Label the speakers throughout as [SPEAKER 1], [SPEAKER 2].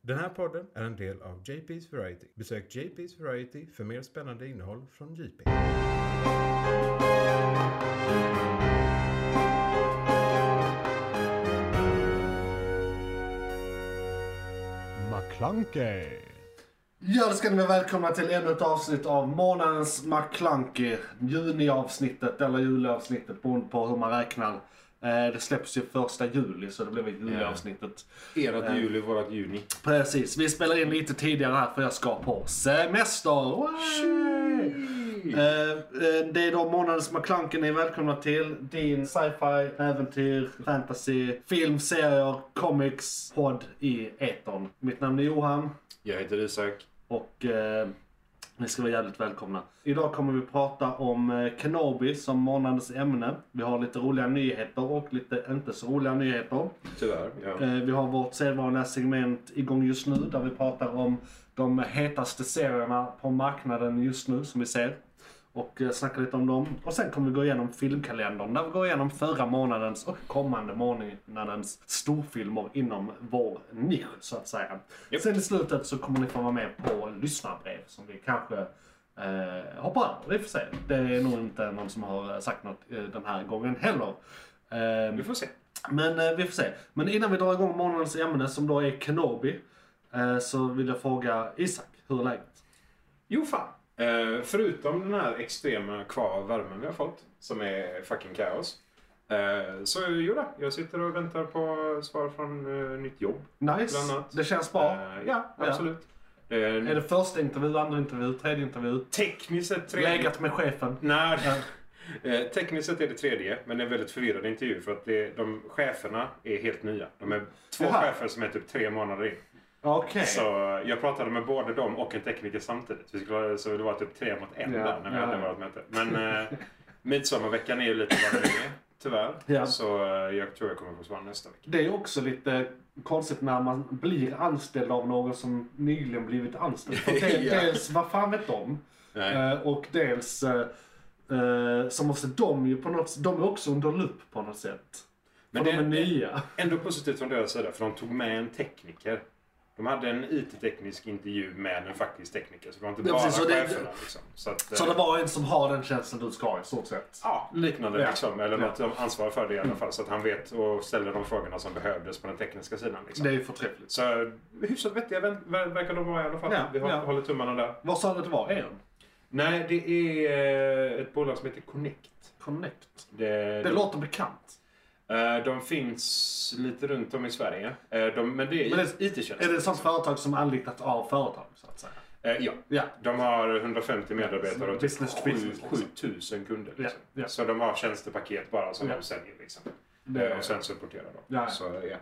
[SPEAKER 1] Den här podden är en del av JP's Variety. Besök JP's Variety för mer spännande innehåll från JP.
[SPEAKER 2] McClunkey.
[SPEAKER 3] Ja, då ska ni vara välkomna till ännu ett avsnitt av månadens McKlunky. Juniavsnittet, eller julavsnittet, beroende på hur man räknar. Eh, Det släpps ju första juli, så det blir väl julavsnittet.
[SPEAKER 4] Erat juli, vårat juni.
[SPEAKER 3] Precis, vi spelar in lite tidigare här för jag ska på semester. Way! Eh, eh, Det är då månadens McKlunky ni är välkomna till. Din sci-fi, äventyr, fantasy, film, serier, comics, podd i etern. Mitt namn är Johan.
[SPEAKER 4] Jag heter Isak.
[SPEAKER 3] Och eh, ni ska vara jävligt välkomna. Idag kommer vi prata om eh, Kenobi som månadens ämne. Vi har lite roliga nyheter och lite inte så roliga nyheter.
[SPEAKER 4] Tyvärr. Ja.
[SPEAKER 3] Eh, vi har vårt sedvanliga segment igång just nu där vi pratar om de hetaste serierna på marknaden just nu som vi ser. Och eh, snackar lite om dem. Och sen kommer vi gå igenom filmkalendern där vi går igenom förra månadens och kommande månadens storfilmer inom vår nisch så att säga.
[SPEAKER 4] Japp.
[SPEAKER 3] Sen i slutet så kommer ni få vara med på lyssnarbrev som vi kanske eh, hoppar över. Vi får se. Det är nog inte någon som har eh, sagt något eh, den här gången heller. Ehm,
[SPEAKER 4] Vi får se.
[SPEAKER 3] men eh, vi får se. Men innan vi drar igång månadens ämne som då är Kenobi. Eh, så vill jag fråga Isak, hur är läget?
[SPEAKER 4] Jo fan. Eh, förutom den här extrema kvar värmen vi har fått, som är fucking kaos. Eh, så jo då, jag sitter och väntar på svar från eh, nytt jobb. Bland
[SPEAKER 3] Nice,
[SPEAKER 4] annat.
[SPEAKER 3] det känns bra.
[SPEAKER 4] Eh, ja, absolut. Eh, Det är
[SPEAKER 3] Är det första intervju, andra intervju, tredje intervju?
[SPEAKER 4] tekniskt sett tredje.
[SPEAKER 3] Läget med chefen?
[SPEAKER 4] Nej. Eh, tekniskt sett är det tredje, men det är en väldigt förvirrad intervju för att det, de cheferna är helt nya. De är två
[SPEAKER 3] Jaha.
[SPEAKER 4] chefer som är typ tre månader in.
[SPEAKER 3] Okej.
[SPEAKER 4] Så jag pratade med både dem och en tekniker samtidigt. Vi skulle, så det var typ tre mot en
[SPEAKER 3] Ja,
[SPEAKER 4] där när vi
[SPEAKER 3] ja.
[SPEAKER 4] hade vårt möte. Men eh, midsommarveckan är ju lite vad den är, tyvärr.
[SPEAKER 3] Ja.
[SPEAKER 4] Så eh, jag tror jag kommer få svar nästa vecka.
[SPEAKER 3] Det är också lite konstigt när man blir anställd av någon som nyligen blivit anställd. För det,
[SPEAKER 4] Ja.
[SPEAKER 3] Dels, vad fan vet de?
[SPEAKER 4] Nej.
[SPEAKER 3] Eh, Och dels eh, eh, så måste de ju på något de är också under lupp på något sätt.
[SPEAKER 4] Men
[SPEAKER 3] för
[SPEAKER 4] det-
[SPEAKER 3] de är nya.
[SPEAKER 4] Ändå positivt från deras sida, för de tog med en tekniker. De hade en IT-teknisk intervju med en faktisk tekniker, så det var inte
[SPEAKER 3] Ja,
[SPEAKER 4] bara
[SPEAKER 3] precis, så det-
[SPEAKER 4] cheferna. liksom. så att,
[SPEAKER 3] Så
[SPEAKER 4] eh,
[SPEAKER 3] det var en som har den tjänsten du ska ha i så sätt.
[SPEAKER 4] Ja, liknande
[SPEAKER 3] Ja.
[SPEAKER 4] liksom. Eller
[SPEAKER 3] Ja.
[SPEAKER 4] något de ansvarar för det i alla fall. Så att han vet och ställer de frågorna som behövdes på den tekniska sidan. Liksom.
[SPEAKER 3] Det är ju förträffligt.
[SPEAKER 4] Så hyfsat vettiga ver- ver- verkar de vara i alla fall.
[SPEAKER 3] Ja,
[SPEAKER 4] Vi har,
[SPEAKER 3] ja.
[SPEAKER 4] håller tummarna där.
[SPEAKER 3] Vad sa du att det var? En?
[SPEAKER 4] Nej, det är eh, ett bolag som heter Connect.
[SPEAKER 3] Connect?
[SPEAKER 4] Det,
[SPEAKER 3] Det
[SPEAKER 4] de,
[SPEAKER 3] låter bekant.
[SPEAKER 4] eh, de finns lite runt om i Sverige. Eh, de, men det är
[SPEAKER 3] Men det-
[SPEAKER 4] IT-tjänster.
[SPEAKER 3] Är det ett sånt företag som anlitat av företag så att säga?
[SPEAKER 4] Eh, ja.
[SPEAKER 3] Ja.
[SPEAKER 4] De har 150 medarbetare och
[SPEAKER 3] Business to business, liksom.
[SPEAKER 4] 7000 kunder. Liksom.
[SPEAKER 3] Ja, ja.
[SPEAKER 4] Så de har tjänstepaket bara som
[SPEAKER 3] Ja.
[SPEAKER 4] de säljer. Liksom.
[SPEAKER 3] Det-
[SPEAKER 4] Eh, och sen supporterar de.
[SPEAKER 3] Ja, ja.
[SPEAKER 4] Så, ja.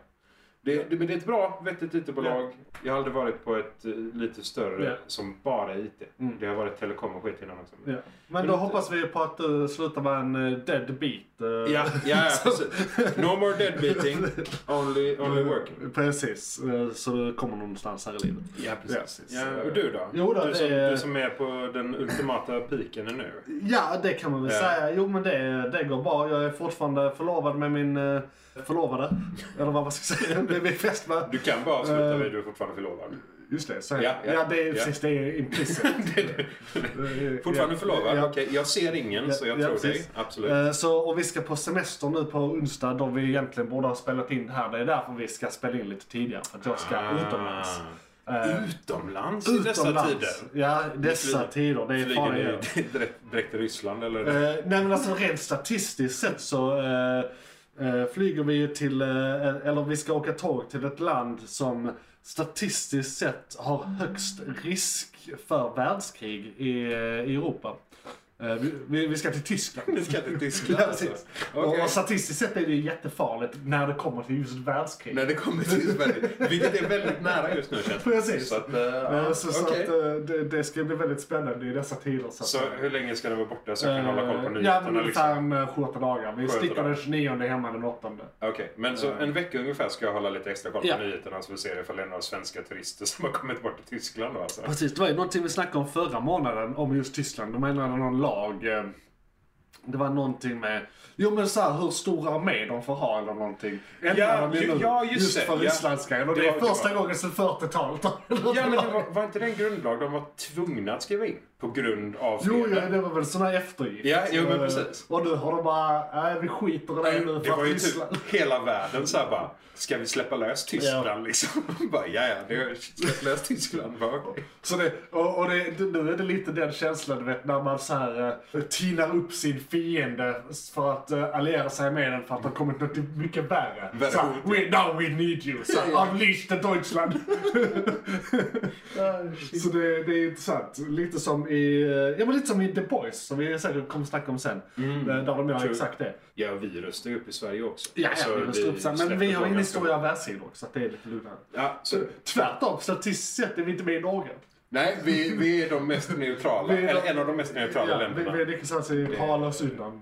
[SPEAKER 4] det, det, men det är ett bra, vettigt IT-bolag. Jag har aldrig varit på ett eh, lite större
[SPEAKER 3] Ja.
[SPEAKER 4] som bara är IT.
[SPEAKER 3] Mm.
[SPEAKER 4] Det har varit telekom och skit innan också.
[SPEAKER 3] Ja. Men
[SPEAKER 4] Men
[SPEAKER 3] då
[SPEAKER 4] lite-
[SPEAKER 3] hoppas vi på att du slutar vara en eh, deadbeat. eh,
[SPEAKER 4] Ja, ja, ja precis. No more deadbeating, only, only working.
[SPEAKER 3] Precis. eh, Så du kommer någonstans här i livet.
[SPEAKER 4] Ja,
[SPEAKER 3] precis.
[SPEAKER 4] Ja, och du då?
[SPEAKER 3] Jo då,
[SPEAKER 4] du, som,
[SPEAKER 3] det-
[SPEAKER 4] du som är på den ultimata piken nu.
[SPEAKER 3] Ja, det kan man väl
[SPEAKER 4] Ja.
[SPEAKER 3] säga. Jo, men det, det går bra. Jag är fortfarande förlovad med min eh, förlovade. Eller vad man ska säga. Med min fästmö.
[SPEAKER 4] Du kan bara avsluta
[SPEAKER 3] Eh.
[SPEAKER 4] med du är fortfarande förlovad.
[SPEAKER 3] Just det. Så, ja,
[SPEAKER 4] Ja,
[SPEAKER 3] ja,
[SPEAKER 4] ja,
[SPEAKER 3] det är
[SPEAKER 4] ja.
[SPEAKER 3] precis. Det är implicit.
[SPEAKER 4] Fortfarande förlovad?
[SPEAKER 3] Ja.
[SPEAKER 4] Okej, jag ser ingen så jag
[SPEAKER 3] Ja,
[SPEAKER 4] tror dig.
[SPEAKER 3] precis.
[SPEAKER 4] Absolut.
[SPEAKER 3] Eh, Så, och vi ska på semester nu på onsdag då vi egentligen borde ha spelat in det här. Det är därför vi ska spela in lite tidigare. För att jag ska utomlands. Eh,
[SPEAKER 4] Ah. Utomlands i Ah. dessa tider?
[SPEAKER 3] Ja, dessa
[SPEAKER 4] Flyger-
[SPEAKER 3] tider. Det är
[SPEAKER 4] Flyger
[SPEAKER 3] fan
[SPEAKER 4] ni direkt, direkt till Ryssland eller?
[SPEAKER 3] Eh, nej men alltså rent statistiskt sett så eh, eh, flyger vi ju till, eh, eller vi ska åka tåg till ett land som statistiskt sett har högst risk för världskrig i, eh, i Europa. Eh, vi- vi, vi ska till Tyskland.
[SPEAKER 4] Ni ska till Tyskland
[SPEAKER 3] Ja,
[SPEAKER 4] alltså?
[SPEAKER 3] precis.
[SPEAKER 4] Okej.
[SPEAKER 3] Och, och statistiskt sett är det ju jättefarligt när det kommer till just världskrig.
[SPEAKER 4] När det kommer till Sverige. Vilket är väldigt nära just nu känns det.
[SPEAKER 3] Precis.
[SPEAKER 4] Så, att, eh, ja,
[SPEAKER 3] Eh, så så
[SPEAKER 4] okej.
[SPEAKER 3] att, eh, det, det ska bli väldigt spännande i dessa tider. Så att,
[SPEAKER 4] Så hur länge ska den vara borta så jag kan hålla koll på
[SPEAKER 3] Eh, Ja, men
[SPEAKER 4] nyheterna?
[SPEAKER 3] ungefär
[SPEAKER 4] Liksom?
[SPEAKER 3] en, eh, 28 dagar. Vi
[SPEAKER 4] 28
[SPEAKER 3] sticker den
[SPEAKER 4] dagar.
[SPEAKER 3] 29 hemma den 8.
[SPEAKER 4] Okej, men så en vecka ungefär ska jag hålla lite extra koll på
[SPEAKER 3] Eh. Ja.
[SPEAKER 4] nyheterna så vi ser ifall det är några svenska turister som har kommit bort till Tyskland då alltså.
[SPEAKER 3] Precis, det var ju någonting vi snackade om förra månaden om just Tyskland. De ändrade någon lag eh, Det var någonting med, jo men så här, hur stor armé de får ha eller någonting. Ändrar
[SPEAKER 4] Ja,
[SPEAKER 3] de ju
[SPEAKER 4] ju-
[SPEAKER 3] nu,
[SPEAKER 4] ja, just det,
[SPEAKER 3] för
[SPEAKER 4] ja.
[SPEAKER 3] islandskan. Och det,
[SPEAKER 4] Det
[SPEAKER 3] är
[SPEAKER 4] var- det
[SPEAKER 3] första
[SPEAKER 4] var-
[SPEAKER 3] gången sedan 40-talet.
[SPEAKER 4] Ja, men det var, var inte det en grundlag de var tvungna att skriva in? På grund av
[SPEAKER 3] Jo, ja,
[SPEAKER 4] freden?
[SPEAKER 3] det var väl sån här eftergift.
[SPEAKER 4] Ja, jo, men
[SPEAKER 3] Eh,
[SPEAKER 4] precis.
[SPEAKER 3] Och nu har de bara, nej vi skiter i det nu
[SPEAKER 4] Det
[SPEAKER 3] för
[SPEAKER 4] var
[SPEAKER 3] att
[SPEAKER 4] ju typ
[SPEAKER 3] Island...
[SPEAKER 4] hela världen så här bara, ska vi släppa lös Tyskland liksom? bara, ja, ja, det är- släpp lös Tyskland. Bara, okej.
[SPEAKER 3] Så det, och, och det, det- nu är det lite den känslan du vet när man så här eh, tinar upp sin fiende för att eh, alliera sig med den för att det har kommit något mycket värre.
[SPEAKER 4] Värre
[SPEAKER 3] Så här,
[SPEAKER 4] hot, ja.
[SPEAKER 3] we, now we need you! Så här, unleash the Deutschland!
[SPEAKER 4] Ah,
[SPEAKER 3] så det, det är intressant. Lite som i, eh, ja men lite som i The Boys som vi säkert kommer snacka om sen. Eh, Där de gör
[SPEAKER 4] Mm. True.
[SPEAKER 3] exakt det.
[SPEAKER 4] Ja, vi röstar ju upp i Sverige också.
[SPEAKER 3] Ja,
[SPEAKER 4] Så
[SPEAKER 3] ja, vi måste upp sen. Men vi
[SPEAKER 4] släpper
[SPEAKER 3] har
[SPEAKER 4] på
[SPEAKER 3] ingen
[SPEAKER 4] ganska-
[SPEAKER 3] historia av världshinder också, så att det är lite lugnare.
[SPEAKER 4] Ja, så,
[SPEAKER 3] Tvärtom, statistiskt sett är vi inte med i Norge.
[SPEAKER 4] nej, vi, vi är de mest neutrala,
[SPEAKER 3] Vi är de-
[SPEAKER 4] eller en av de mest neutrala
[SPEAKER 3] Ja, vi,
[SPEAKER 4] länderna.
[SPEAKER 3] vi lyckas alltså hala oss undan,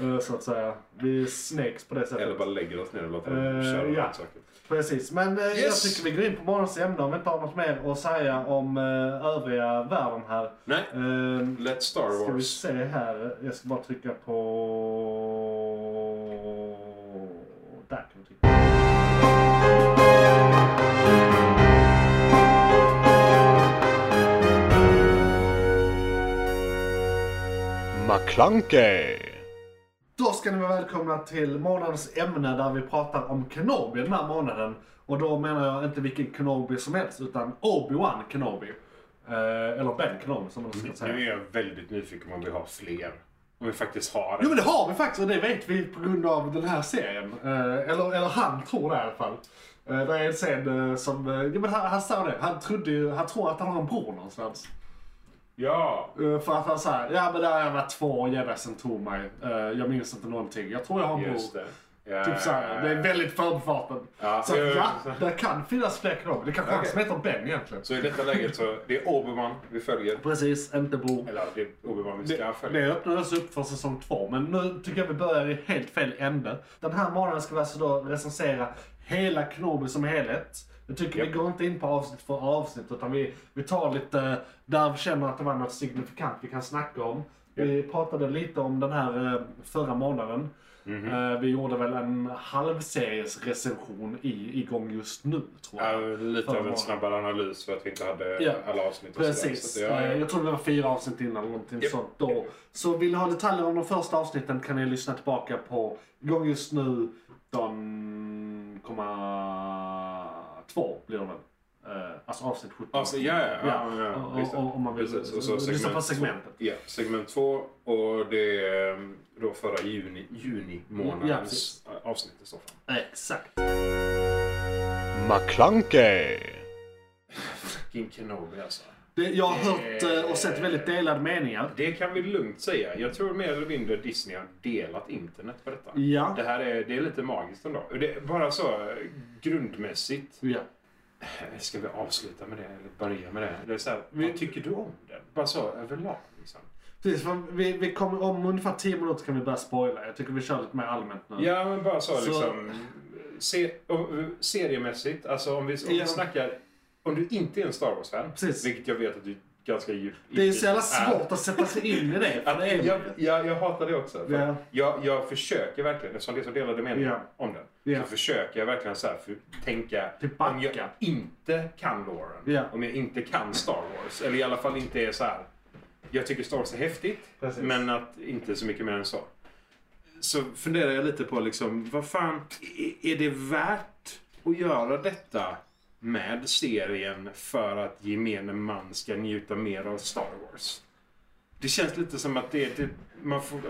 [SPEAKER 3] eh, så att säga. Vi är snakes på det
[SPEAKER 4] Eller
[SPEAKER 3] sättet.
[SPEAKER 4] bara lägger oss ner och låter
[SPEAKER 3] Eh,
[SPEAKER 4] dem köra
[SPEAKER 3] ja.
[SPEAKER 4] ja. saker.
[SPEAKER 3] Precis, men eh, jag
[SPEAKER 4] Yes.
[SPEAKER 3] tycker vi går in på morgonens ämne om vi inte har något mer att säga om eh, övriga världen här.
[SPEAKER 4] Nej,
[SPEAKER 3] Eh,
[SPEAKER 4] Let Star
[SPEAKER 3] Ska vi
[SPEAKER 4] Wars.
[SPEAKER 3] se här. Jag ska bara trycka på... Där kan vi trycka. McClunkey! Då ska ni vara välkomna till månadens ämne där vi pratar om Kenobi den här månaden. Och då menar jag inte vilken Kenobi som helst utan Obi-Wan Kenobi. Eh, eller Ben Kenobi som man ska säga.
[SPEAKER 4] Nu är jag väldigt nyfiken om vi har fler. Om vi faktiskt har
[SPEAKER 3] Jo men det har vi faktiskt och det vet vi på grund av den här serien. Eh, eller, eller han tror det i alla fall. Eh, det är en scen eh, som, eh, jo men han, han sa det, han trodde ju, han tror att han har en bror någonstans.
[SPEAKER 4] Ja!
[SPEAKER 3] Eh, för att han säger, ja men där har jag varit två och jedi som tog mig. Eh, jag minns inte någonting, jag tror jag har en
[SPEAKER 4] Just
[SPEAKER 3] bror.
[SPEAKER 4] det. Ja,
[SPEAKER 3] Typ såhär, det är väldigt förbifarten.
[SPEAKER 4] Eh. Ja,
[SPEAKER 3] så att,
[SPEAKER 4] jo,
[SPEAKER 3] ja,
[SPEAKER 4] så-
[SPEAKER 3] det kan finnas fler kanoner. Det kanske är han
[SPEAKER 4] Okej.
[SPEAKER 3] som heter Ben egentligen.
[SPEAKER 4] Så i detta läget så, det är Obi-Wan vi följer.
[SPEAKER 3] Precis, inte bror.
[SPEAKER 4] Eller det är Obi-Wan vi ska
[SPEAKER 3] Det,
[SPEAKER 4] följa.
[SPEAKER 3] det öppnades upp för säsong två, men nu tycker jag vi börjar i helt fel ände. Den här månaden ska vi alltså då recensera hela Knobi som helhet. Jag tycker vi
[SPEAKER 4] Japp.
[SPEAKER 3] går inte in på avsnitt för avsnitt, utan vi, vi tar lite där vi känner att det var något signifikant vi kan snacka om. Vi pratade lite om den här eh, förra månaden.
[SPEAKER 4] Mhm.
[SPEAKER 3] Eh, Vi gjorde väl en halvseries recension i, igång just nu, tror jag.
[SPEAKER 4] Ja, lite av
[SPEAKER 3] Förra
[SPEAKER 4] en snabbare analys för att vi inte hade
[SPEAKER 3] Ja.
[SPEAKER 4] alla avsnitt. och sådär.
[SPEAKER 3] Precis.
[SPEAKER 4] Så att, ja,
[SPEAKER 3] Eh,
[SPEAKER 4] ja.
[SPEAKER 3] Jag tror det var fyra avsnitt innan eller någonting
[SPEAKER 4] Japp.
[SPEAKER 3] sånt då. Så vill ni ha detaljer om de första avsnitten kan ni lyssna tillbaka på igång just nu 19,2 blir det väl? Eh, Alltså avsnitt 17.
[SPEAKER 4] Alltså, ja, ja, ja, ja, visst.
[SPEAKER 3] om- om- Om man vill
[SPEAKER 4] Precis, och så
[SPEAKER 3] lyssna på
[SPEAKER 4] segment två.
[SPEAKER 3] segmentet.
[SPEAKER 4] Ja, segment två och det är eh, då förra juni, juni
[SPEAKER 3] Mm, Ja,
[SPEAKER 4] månadens
[SPEAKER 3] precis.
[SPEAKER 4] avsnitt i så fall.
[SPEAKER 3] Exakt.
[SPEAKER 2] McClunkey.
[SPEAKER 4] Fucking Kenobi alltså.
[SPEAKER 3] Det, jag har hört eh, och sett väldigt delade meningar.
[SPEAKER 4] Det kan vi lugnt säga. Jag tror mer eller mindre Disney har delat internet på detta.
[SPEAKER 3] Ja.
[SPEAKER 4] Det här är, det är lite magiskt ändå. Det är bara så eh, grundmässigt.
[SPEAKER 3] ja.
[SPEAKER 4] Ska vi avsluta med det eller börja med det? det är så här, vad tycker du om den? Bara så överlag. Liksom.
[SPEAKER 3] Precis, för vi, vi kommer, om ungefär 10 minuter kan vi börja spoila. Jag tycker vi kör lite mer allmänt nu.
[SPEAKER 4] Ja, men bara så,
[SPEAKER 3] Så-
[SPEAKER 4] liksom. Se, och, eh, seriemässigt, alltså om vi, om
[SPEAKER 3] Ja.
[SPEAKER 4] vi snackar... Om du inte är en Star Wars-fan,
[SPEAKER 3] Precis.
[SPEAKER 4] vilket jag vet att du ganska djupt
[SPEAKER 3] Det är ju så jävla svårt att sätta sig in i det. För
[SPEAKER 4] Att,
[SPEAKER 3] det är
[SPEAKER 4] jag, jag, jag hatar det också. För
[SPEAKER 3] Ja.
[SPEAKER 4] jag, jag försöker verkligen, eftersom det är så delade meningar
[SPEAKER 3] Ja.
[SPEAKER 4] om den,
[SPEAKER 3] Ja.
[SPEAKER 4] så försöker jag verkligen så här för, tänka
[SPEAKER 3] Tillbaka.
[SPEAKER 4] om jag inte kan Lauren,
[SPEAKER 3] Ja.
[SPEAKER 4] om jag inte kan Star Wars, eller i alla fall inte är så här. Jag tycker Star Wars är häftigt,
[SPEAKER 3] Precis.
[SPEAKER 4] men att inte så mycket mer än så. Så funderar jag lite på liksom, vad fan, i- är det värt att göra detta med serien för att gemene man ska njuta mer av Star Wars? Det känns lite som att det, det man får,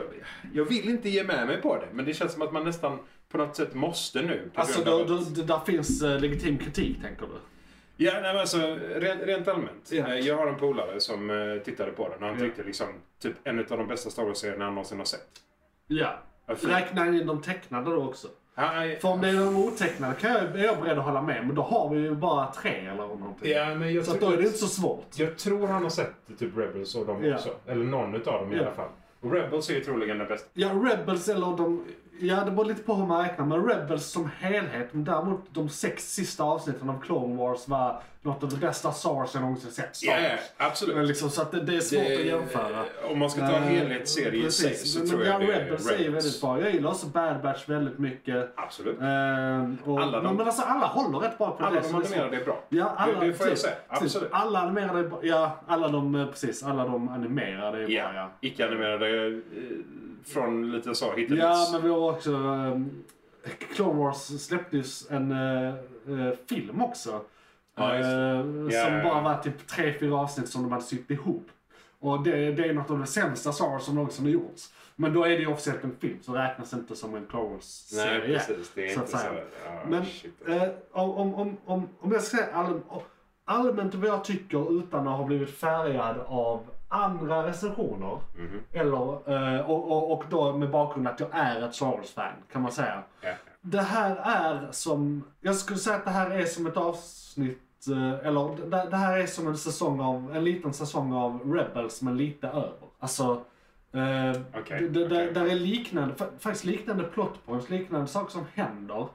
[SPEAKER 4] Jag vill inte ge med mig på det, men det känns som att man nästan på något sätt måste nu. på
[SPEAKER 3] Alltså,
[SPEAKER 4] grund av
[SPEAKER 3] då,
[SPEAKER 4] att-
[SPEAKER 3] då, då, där finns eh, legitim kritik, tänker du?
[SPEAKER 4] Ja, nej, men alltså, rent, rent allmänt.
[SPEAKER 3] Ja.
[SPEAKER 4] Eh, Jag har en polare som eh, tittade på den och han
[SPEAKER 3] Ja.
[SPEAKER 4] tyckte liksom, typ en av de bästa Star Wars-serierna han någonsin har sett.
[SPEAKER 3] Ja.
[SPEAKER 4] Varför?
[SPEAKER 3] Räkna in de tecknade då också.
[SPEAKER 4] Han,
[SPEAKER 3] För om det är de otecknade kan jag, är jag beredd att hålla med, men då har vi ju bara tre eller någonting.
[SPEAKER 4] ja, men jag,
[SPEAKER 3] Så att
[SPEAKER 4] tror-
[SPEAKER 3] då är det inte så svårt.
[SPEAKER 4] jag tror han har sett typ Rebels och dem
[SPEAKER 3] Ja.
[SPEAKER 4] också. Eller någon av dem i
[SPEAKER 3] Ja.
[SPEAKER 4] alla fall. Och Rebels är ju troligen den bästa.
[SPEAKER 3] Ja, Rebels eller de Ja, det beror lite på hur man räknar. Men Rebels som helhet, men däremot de sex sista avsnitten av Clone Wars var något av det bästa Star Wars jag någonsin sett. Star
[SPEAKER 4] Ja,
[SPEAKER 3] Wars.
[SPEAKER 4] ja, absolut.
[SPEAKER 3] Men liksom, så att det, det är svårt att jämföra.
[SPEAKER 4] Om man ska ta
[SPEAKER 3] Eh,
[SPEAKER 4] helhetsserie i sig
[SPEAKER 3] precis.
[SPEAKER 4] så
[SPEAKER 3] men
[SPEAKER 4] tror
[SPEAKER 3] ja,
[SPEAKER 4] jag det är
[SPEAKER 3] Rebels är ju
[SPEAKER 4] Rebels.
[SPEAKER 3] väldigt bra. Jag gillar också Bad Batch väldigt mycket.
[SPEAKER 4] Absolut.
[SPEAKER 3] Ehm, och,
[SPEAKER 4] Alla de-
[SPEAKER 3] men, men alltså alla håller rätt bra på
[SPEAKER 4] Alla
[SPEAKER 3] det.
[SPEAKER 4] de
[SPEAKER 3] så det är
[SPEAKER 4] animerade
[SPEAKER 3] svårt.
[SPEAKER 4] är bra.
[SPEAKER 3] Ja, alla,
[SPEAKER 4] det, det får jag
[SPEAKER 3] precis,
[SPEAKER 4] säga.
[SPEAKER 3] precis.
[SPEAKER 4] Absolet.
[SPEAKER 3] Alla animerade, är bra. ja, alla de, eh, precis, alla de animerade är bra,
[SPEAKER 4] Ja,
[SPEAKER 3] ja.
[SPEAKER 4] icke-animerade eh, från lite så hit and
[SPEAKER 3] Ja,
[SPEAKER 4] miss.
[SPEAKER 3] men vi har också... Um, Clone Wars släpptes en eh, eh, film också.
[SPEAKER 4] Ja, just
[SPEAKER 3] Eh, som
[SPEAKER 4] Ja, ja, ja.
[SPEAKER 3] bara var typ tre, fyra avsnitt som de hade sytt ihop. Och det, det är något av det sämsta Star Wars som någonsin har gjorts. Men då är det ju officiellt en film, så räknas inte som en Clone
[SPEAKER 4] Nej,
[SPEAKER 3] Wars-serie.
[SPEAKER 4] precis. Det är
[SPEAKER 3] så att
[SPEAKER 4] inte så.
[SPEAKER 3] säga.
[SPEAKER 4] Ja,
[SPEAKER 3] Men
[SPEAKER 4] Ah, shit.
[SPEAKER 3] eh, om, om, om, om, om jag ska säga all, allmänt vad jag tycker utan att ha blivit färgad av andra recensioner.
[SPEAKER 4] Mhm.
[SPEAKER 3] Eller, eh, och, och, och då med bakgrund att jag är ett Star Wars-fan kan man säga.
[SPEAKER 4] Ja.
[SPEAKER 3] Det här är som, jag skulle säga att det här är som ett avsnitt, eh, eller det, det här är som en säsong av, en liten säsong av Rebels men lite över. Alltså, eh,
[SPEAKER 4] Okej,
[SPEAKER 3] det, det,
[SPEAKER 4] okej.
[SPEAKER 3] där är liknande, fa- faktiskt liknande plot points, liknande saker som händer.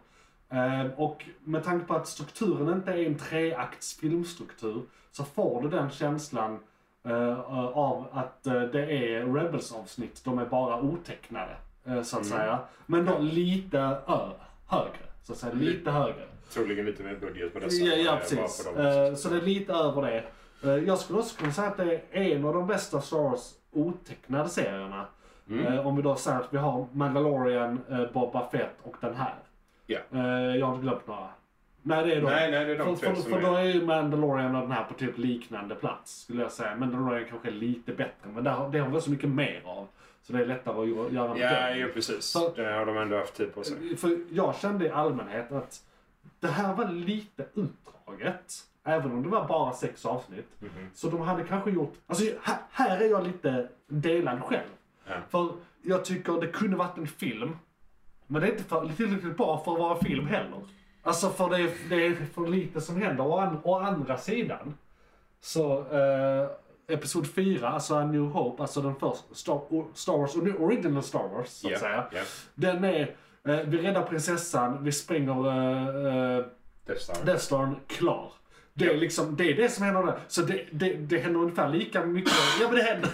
[SPEAKER 3] Eh, och med tanke på att strukturen inte är en treakts filmstruktur så får du den känslan eh, av att eh, det är Rebels-avsnitt, de är bara otecknade. eh, så att säga. Men då lite ö, högre. Så att säga, lite högre.
[SPEAKER 4] Troligen lite mer budget på dessa.
[SPEAKER 3] Ja,
[SPEAKER 4] eh,
[SPEAKER 3] ja
[SPEAKER 4] bara
[SPEAKER 3] precis.
[SPEAKER 4] på dem.
[SPEAKER 3] Eh, så det är lite över det. Eh, jag skulle också kunna säga att det är en av de bästa Star Wars otecknade serierna.
[SPEAKER 4] Mm.
[SPEAKER 3] Eh, om vi då säger att vi har Mandalorian, eh, Boba Fett och den här.
[SPEAKER 4] Ja.
[SPEAKER 3] Eh, jag har inte glömt några. Nej, det är de.
[SPEAKER 4] Nej, nej, det är de
[SPEAKER 3] för,
[SPEAKER 4] tre
[SPEAKER 3] för,
[SPEAKER 4] som
[SPEAKER 3] för
[SPEAKER 4] är-
[SPEAKER 3] då är ju Mandalorian och den här på typ liknande plats skulle jag säga. Mandalorian kanske är lite bättre, men det har, det har vi så mycket mer av. Så det är lättare att gö- göra en
[SPEAKER 4] Ja,
[SPEAKER 3] bedömning.
[SPEAKER 4] ju precis.
[SPEAKER 3] Så-
[SPEAKER 4] Det har de ändå haft tid på sig.
[SPEAKER 3] Alltså, För jag kände i allmänhet att det här var lite utdraget. Även om det var bara sex avsnitt. Så de hade kanske gjort... Alltså här, här är jag lite delad själv.
[SPEAKER 4] Ja.
[SPEAKER 3] För jag tycker det kunde varit en film. Men det är inte för, tillräckligt bra för att vara film heller. Alltså för det är, det är för lite som händer. Å, an, å andra sidan. Så eh, Episod 4, alltså A New Hope, alltså den första Star, Star Wars, Original Star Wars så att
[SPEAKER 4] Ja,
[SPEAKER 3] säga.
[SPEAKER 4] ja.
[SPEAKER 3] Den är, eh, vi räddar prinsessan, vi spränger eh, eh,
[SPEAKER 4] Death Star.
[SPEAKER 3] Death Starn, klar. Det är, liksom, det är det som händer där. Så det, det, det händer ungefär lika mycket. Ja men det händer.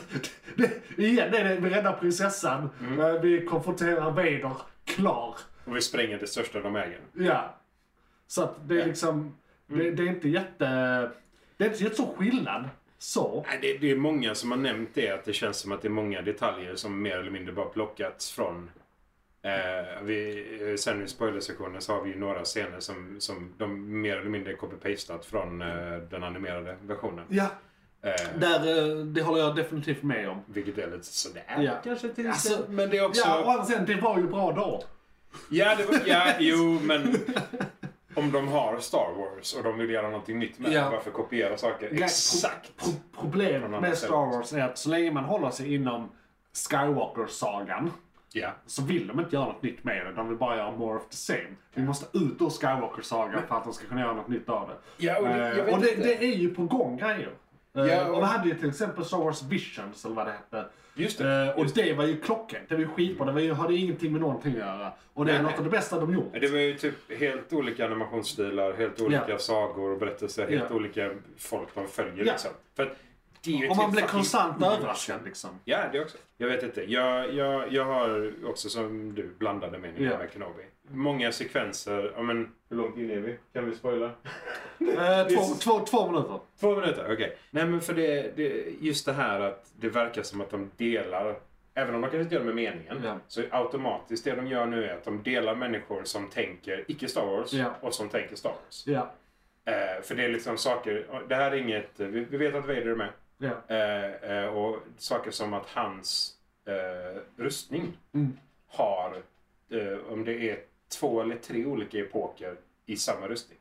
[SPEAKER 3] Det, igen det är det, vi räddar prinsessan,
[SPEAKER 4] Mm.
[SPEAKER 3] eh, vi konfronterar Vader, klar.
[SPEAKER 4] Och vi spränger det största de äger.
[SPEAKER 3] Ja. Så att det är liksom,
[SPEAKER 4] Mm.
[SPEAKER 3] det, det är inte jätte, det är inte jättestor skillnad. Så.
[SPEAKER 4] Nej, Det, det är många som har nämnt det, att det känns som att det är många detaljer som mer eller mindre bara plockats från... Eh, vi, eh, sen i spoilersektionen så har vi ju några scener som, som de mer eller mindre copy-pastat från eh, den animerade versionen.
[SPEAKER 3] Ja,
[SPEAKER 4] Eh,
[SPEAKER 3] där, eh, det håller jag definitivt med om.
[SPEAKER 4] vilket är lite sådär.
[SPEAKER 3] Ja.
[SPEAKER 4] Kanske till
[SPEAKER 3] Alltså,
[SPEAKER 4] men det är också...
[SPEAKER 3] Ja, och sen det var ju bra då.
[SPEAKER 4] Ja, det var, ja, jo, men om de har Star Wars och de vill göra någonting nytt med det,
[SPEAKER 3] Ja.
[SPEAKER 4] varför kopiera saker?
[SPEAKER 3] Ja,
[SPEAKER 4] Exakt!
[SPEAKER 3] Pro problemet
[SPEAKER 4] Från andra
[SPEAKER 3] med
[SPEAKER 4] ställen.
[SPEAKER 3] Star Wars är att så länge man håller sig inom Skywalker-sagan
[SPEAKER 4] Ja.
[SPEAKER 3] så vill de inte göra något nytt med det. De vill bara göra more of the same. Vi måste ut ur Skywalker-sagan för att de ska kunna göra något nytt av det.
[SPEAKER 4] Ja, och det- jag
[SPEAKER 3] Eh,
[SPEAKER 4] vet
[SPEAKER 3] och det,
[SPEAKER 4] inte.
[SPEAKER 3] det är ju på gång grejer. Eh,
[SPEAKER 4] Ja, och-
[SPEAKER 3] och... vi hade ju till exempel Star Wars Visions eller vad det hette.
[SPEAKER 4] Just det,
[SPEAKER 3] Eh, och det var ju klockan. Det var ju skitbra. Det var ju, hade ingenting med någonting att göra. Och det är
[SPEAKER 4] Nej,
[SPEAKER 3] något
[SPEAKER 4] nej.
[SPEAKER 3] av det bästa de gjort.
[SPEAKER 4] Det var ju typ helt olika animationsstilar, helt olika
[SPEAKER 3] Ja.
[SPEAKER 4] sagor och berättelser, helt
[SPEAKER 3] Ja.
[SPEAKER 4] olika folk de följer
[SPEAKER 3] Ja.
[SPEAKER 4] liksom. För att det är ju
[SPEAKER 3] Om man
[SPEAKER 4] ett helt
[SPEAKER 3] blir
[SPEAKER 4] fucking
[SPEAKER 3] konstant
[SPEAKER 4] universum.
[SPEAKER 3] överraskad liksom.
[SPEAKER 4] Ja, det också. Jag vet inte. Jag, jag, jag har också som du blandade meningar
[SPEAKER 3] Ja.
[SPEAKER 4] med Kenobi. Många sekvenser. Ja, men, hur långt in är vi? Kan vi spoila?
[SPEAKER 3] Eh, två, två, två minuter.
[SPEAKER 4] Två minuter, okej. Nej men för det, det, just det här att det verkar som att de delar, även om de kanske inte gör det med meningen,
[SPEAKER 3] Ja.
[SPEAKER 4] så automatiskt det de gör nu är att de delar människor som tänker icke Star Wars
[SPEAKER 3] Ja.
[SPEAKER 4] och som tänker Star Wars.
[SPEAKER 3] Ja.
[SPEAKER 4] Eh, för det är liksom saker, det här är inget, eh, vi, vi vet att Vader är med.
[SPEAKER 3] ja.
[SPEAKER 4] Eh, eh, och saker som att hans eh, rustning
[SPEAKER 3] Mm.
[SPEAKER 4] har, eh, om det är två eller tre olika epoker i samma rustning.